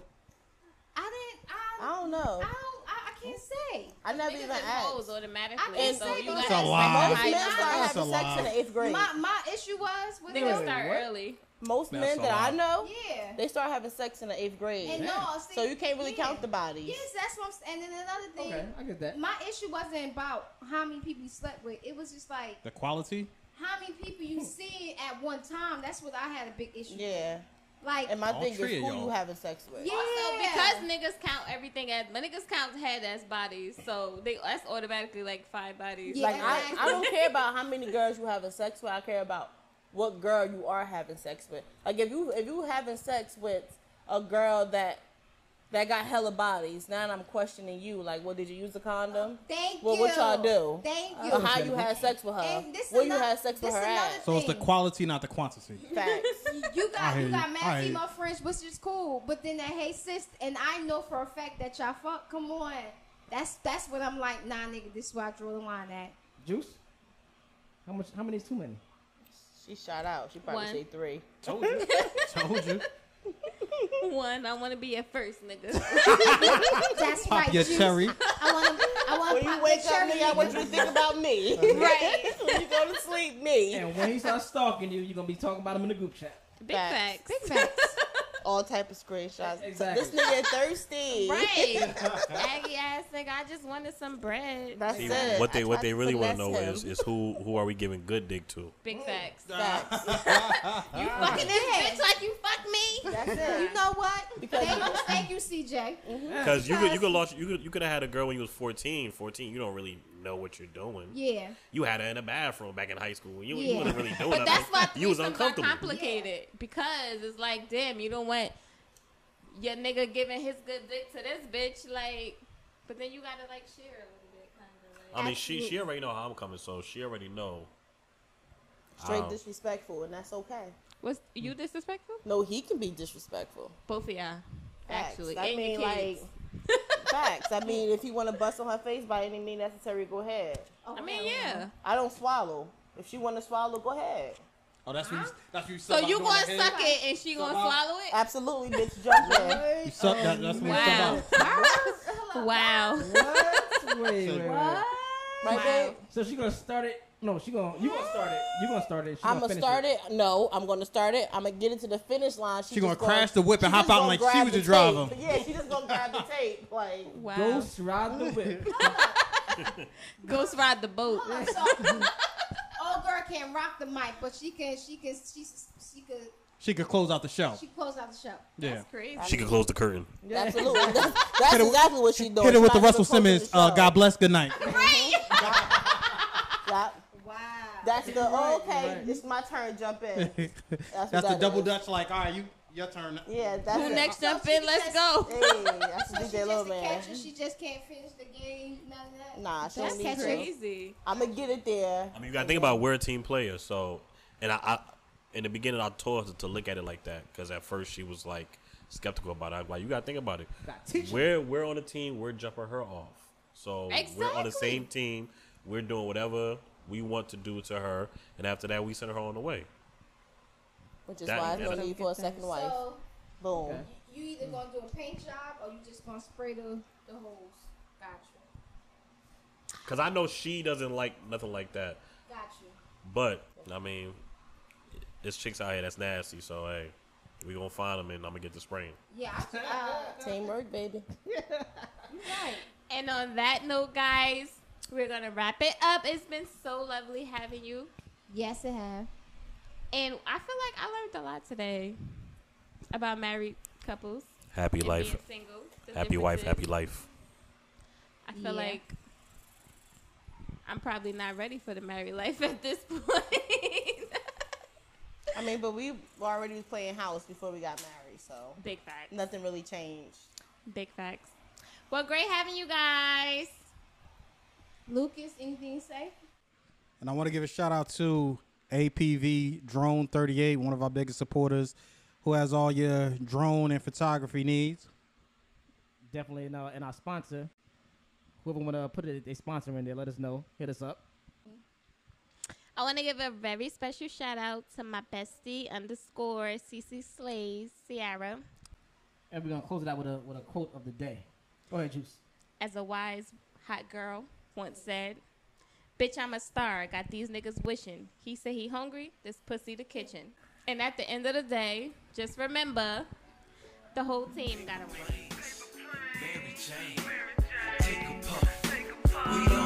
Speaker 2: I didn't.
Speaker 7: I
Speaker 2: I,
Speaker 7: don't
Speaker 2: I
Speaker 7: know.
Speaker 2: don't. I, I can't say.
Speaker 7: I never
Speaker 3: Niggas
Speaker 7: even
Speaker 3: is hoes
Speaker 7: asked.
Speaker 3: automatically.
Speaker 2: I can't
Speaker 3: so
Speaker 2: say
Speaker 3: you
Speaker 2: those That's
Speaker 3: gotta
Speaker 5: a
Speaker 3: expect
Speaker 5: lie.
Speaker 7: Most
Speaker 3: somebody
Speaker 7: men
Speaker 3: to
Speaker 7: start
Speaker 5: Ah. That's
Speaker 7: having
Speaker 5: a
Speaker 7: sex
Speaker 5: lie.
Speaker 7: in the eighth grade.
Speaker 2: My my issue was with
Speaker 4: Niggas
Speaker 2: him.
Speaker 4: are-
Speaker 3: Start
Speaker 4: What?
Speaker 3: early.
Speaker 7: Most
Speaker 5: That's
Speaker 7: men
Speaker 5: a
Speaker 7: that I
Speaker 5: lie.
Speaker 7: know,
Speaker 2: Yeah.
Speaker 7: they start having sex in the eighth grade.
Speaker 2: And no, see,
Speaker 7: so you can't really
Speaker 2: yeah.
Speaker 7: count the bodies.
Speaker 2: Yes, that's what I'm saying. And then another thing,
Speaker 4: Okay, I get that.
Speaker 2: my issue wasn't about how many people you slept with. It was just like
Speaker 5: the quality.
Speaker 2: how many people you seen at one time. That's what I had a big issue. with.
Speaker 7: Hmm. Yeah.
Speaker 2: Like
Speaker 7: And my
Speaker 5: All
Speaker 7: thing is who
Speaker 5: three of y'all.
Speaker 7: you having sex with.
Speaker 2: yeah,
Speaker 3: Also, because niggas count everything as but niggas count head as bodies, so they that's automatically like five bodies.
Speaker 2: Yeah.
Speaker 7: Like I, I don't care about how many girls you having sex with. I care about what girl you are having sex with. Like if you if you having sex with a girl that that got hella bodies, now I'm questioning you. Like, well, did you use a condom?
Speaker 2: thank
Speaker 7: Well,
Speaker 2: you.
Speaker 7: what y'all do?
Speaker 2: Thank you.
Speaker 7: Or how Uh-huh, you had sex with her?
Speaker 2: And this
Speaker 7: Where you
Speaker 2: another-
Speaker 7: had sex with
Speaker 2: this
Speaker 7: her
Speaker 2: another-
Speaker 7: at?
Speaker 5: So it's the
Speaker 2: Thing.
Speaker 5: quality, not the quantity.
Speaker 7: Facts.
Speaker 2: you
Speaker 5: I
Speaker 2: got
Speaker 5: hear
Speaker 2: you
Speaker 5: you.
Speaker 2: got
Speaker 5: I
Speaker 2: mad
Speaker 5: hear you.
Speaker 2: female friends, which is cool. But then that hey sis, and I know for a fact that y'all fuck. Come on, that's that's what I'm like. Nah, nigga, this is where I draw the line at.
Speaker 4: Juice? How much? How many is too many?
Speaker 7: [laughs] She shot out. She probably
Speaker 3: One.
Speaker 7: said three.
Speaker 5: Told you. [laughs] Told you.
Speaker 3: One, I want to be at first, [laughs] nigga.
Speaker 2: That's
Speaker 5: Pop
Speaker 2: right,
Speaker 5: your
Speaker 2: Juice.
Speaker 5: cherry.
Speaker 2: I want to. I want
Speaker 7: When
Speaker 2: to
Speaker 7: you
Speaker 2: pop
Speaker 7: wake
Speaker 2: your
Speaker 7: up,
Speaker 2: cherry.
Speaker 7: me, I want you to think about me.
Speaker 3: Right.
Speaker 7: [laughs] when you go to sleep, me. [laughs]
Speaker 4: And when he starts stalking you, you're gonna be talking about him in the group chat.
Speaker 3: Big
Speaker 7: Facts.
Speaker 3: facts.
Speaker 2: Big facts.
Speaker 7: All type of screenshots.
Speaker 4: Exactly.
Speaker 7: This nigga thirsty.
Speaker 3: Right. Aggie ass nigga, I just wanted some bread.
Speaker 7: That's
Speaker 6: See,
Speaker 7: it.
Speaker 6: what they
Speaker 7: I
Speaker 6: what
Speaker 7: tried
Speaker 6: they really want
Speaker 7: finesse
Speaker 6: to know
Speaker 7: him.
Speaker 6: is is who who are we giving good dick to?
Speaker 3: Big facts.
Speaker 7: Facts.
Speaker 3: Fucking this bitch like you fuck me.
Speaker 7: That's
Speaker 2: [laughs]
Speaker 7: it.
Speaker 2: You know what? Thank you, thank you, CJ.
Speaker 6: Because you could you could launch you could you could have had a girl when you was 14, 14. You don't really know what you're doing.
Speaker 2: Yeah,
Speaker 6: You had her in the bathroom back in high school. You you
Speaker 2: Yeah.
Speaker 6: wasn't really
Speaker 3: [laughs]
Speaker 6: doing
Speaker 3: But
Speaker 6: nothing.
Speaker 3: that's why
Speaker 6: you was
Speaker 3: threesomes are
Speaker 6: uncomfortable.
Speaker 3: complicated because it's like, damn, you don't want your nigga giving his good dick to this bitch, like. But then you gotta like share a little bit, kind of like.
Speaker 6: I mean, she she already know how I'm coming, so she already know.
Speaker 7: Straight
Speaker 6: Um,
Speaker 7: disrespectful, and that's okay.
Speaker 3: Was you disrespectful?
Speaker 7: No, he can be disrespectful.
Speaker 3: Both of y'all,
Speaker 7: Facts.
Speaker 3: actually.
Speaker 7: I
Speaker 3: and
Speaker 7: mean,
Speaker 3: your
Speaker 7: like
Speaker 3: kids.
Speaker 7: facts. I mean, if you want to bust on her face by any means necessary, go ahead.
Speaker 3: I mean, yeah.
Speaker 7: I don't swallow. If she want to swallow, go ahead.
Speaker 5: Oh, that's what you. That's what you.
Speaker 3: So you gonna suck it and she gonna swallow it?
Speaker 7: Absolutely, bitch,
Speaker 2: [laughs]
Speaker 7: jump in.
Speaker 5: You suck
Speaker 7: Oh,
Speaker 5: that. That's what you
Speaker 3: Wow.
Speaker 5: suck out.
Speaker 3: Wow.
Speaker 4: What? wait, wait, wait.
Speaker 7: Right, babe?
Speaker 4: So she gonna start it? No, she gonna you gonna start it? You gonna start it? She
Speaker 7: I'm gonna
Speaker 4: finish
Speaker 7: start it. No, I'm gonna start it. I'm gonna get it to the finish line. She,
Speaker 5: She gonna
Speaker 7: just
Speaker 5: crash the whip and
Speaker 7: she
Speaker 5: hop
Speaker 7: just
Speaker 5: out
Speaker 7: gonna
Speaker 5: like she
Speaker 7: grab
Speaker 5: was
Speaker 7: the
Speaker 5: the driver.
Speaker 7: tape. Yeah, she just gonna grab the tape. Like
Speaker 3: Wow. Ghost,
Speaker 4: Ghost ride the whip.
Speaker 3: ride the boat.
Speaker 2: Hold on, so, old girl can rock the mic, but she can, she can, she, she could,
Speaker 5: She could close out the show.
Speaker 2: she close out the show.
Speaker 5: Yeah.
Speaker 3: Crazy.
Speaker 6: She could close the curtain.
Speaker 7: [laughs] absolutely, that's, that's
Speaker 5: Hit her-
Speaker 7: exactly what she doing.
Speaker 5: Hit her
Speaker 7: She
Speaker 5: with the
Speaker 7: not even
Speaker 5: Russell
Speaker 7: closing
Speaker 5: Simmons.
Speaker 7: the
Speaker 5: Uh,
Speaker 7: show.
Speaker 5: God bless.
Speaker 7: [laughs]
Speaker 5: Good night. [laughs]
Speaker 7: Yep.
Speaker 2: Wow.
Speaker 7: That's the oh, okay.
Speaker 4: right.
Speaker 7: It's my turn. Jump
Speaker 5: [laughs]
Speaker 7: in. what
Speaker 5: that's the
Speaker 7: that
Speaker 5: double
Speaker 7: is.
Speaker 5: dutch. Like, all right, you your turn.
Speaker 7: Yeah, that's
Speaker 3: Who
Speaker 7: it.
Speaker 3: next
Speaker 2: So
Speaker 3: up
Speaker 2: she
Speaker 3: in? Let's
Speaker 2: just-
Speaker 3: go.
Speaker 7: Hey, that's
Speaker 2: So
Speaker 7: what
Speaker 2: she
Speaker 7: you
Speaker 2: just
Speaker 7: did,
Speaker 2: a
Speaker 7: little man.
Speaker 2: catcher. She just can't finish the game. None of that.
Speaker 7: Nah, she
Speaker 2: That's
Speaker 7: don't need
Speaker 2: catchy.
Speaker 7: to.
Speaker 3: Crazy.
Speaker 7: I'm gonna get it there.
Speaker 6: I mean, you gotta think about we're a team player. So, and I, I in the beginning, I told her to look at it like that because at first she was like skeptical about it. I'm like, you gotta think about it. We're we're on a team. We're jumping her off. So we're on
Speaker 3: Exactly.
Speaker 6: the same team. We're doing whatever we want to do to her, and after that, we send her on the way.
Speaker 7: Which is
Speaker 6: That-
Speaker 7: why I no
Speaker 6: that-
Speaker 7: need for a second wife.
Speaker 2: So
Speaker 7: Boom.
Speaker 2: you either gonna do a paint job or you just gonna spray the the holes. Gotcha.
Speaker 6: Because I know she doesn't like nothing like that.
Speaker 2: Got you.
Speaker 6: But I mean, there's chicks out here that's nasty. So hey, we gonna find them and I'm gonna get the sprain.
Speaker 2: Yeah, I, uh,
Speaker 7: Teamwork, baby.
Speaker 2: you right.
Speaker 3: And on that note, guys, we're gonna wrap it up. It's been so lovely having you,
Speaker 2: Yes, it have.
Speaker 3: and I feel like I learned a lot today about married couples,
Speaker 6: Happy
Speaker 3: and
Speaker 6: life,
Speaker 3: being single, the
Speaker 6: happy wife,
Speaker 3: differences.
Speaker 6: happy life.
Speaker 3: I feel
Speaker 2: Yeah.
Speaker 3: like I'm probably not ready for the married [laughs] life at this point.
Speaker 2: [laughs]
Speaker 7: I mean, but we were already playing house before we got married, so
Speaker 3: Big facts.
Speaker 7: nothing really changed.
Speaker 3: Big facts. Well, great having you guys.
Speaker 2: Lucas, anything to say?
Speaker 5: And I want to give a shout out to APV Drone 38, one of our biggest supporters, who has all your drone and photography needs.
Speaker 8: Definitely, and, uh, and our sponsor, whoever want to put a, a sponsor in there, let us know. Hit us up.
Speaker 3: I want to give a very special shout out to my bestie underscore CC Slays, Sierra.
Speaker 8: And we're gonna close it out with a with a quote of the day. Go ahead, Juice.
Speaker 3: As a wise hot girl once said, Bitch, I'm a star. Got these niggas wishing. He said he hungry. This pussy the kitchen. And at the end of the day, just remember, the whole team gotta win.
Speaker 1: Mary Jane, take a puff. We on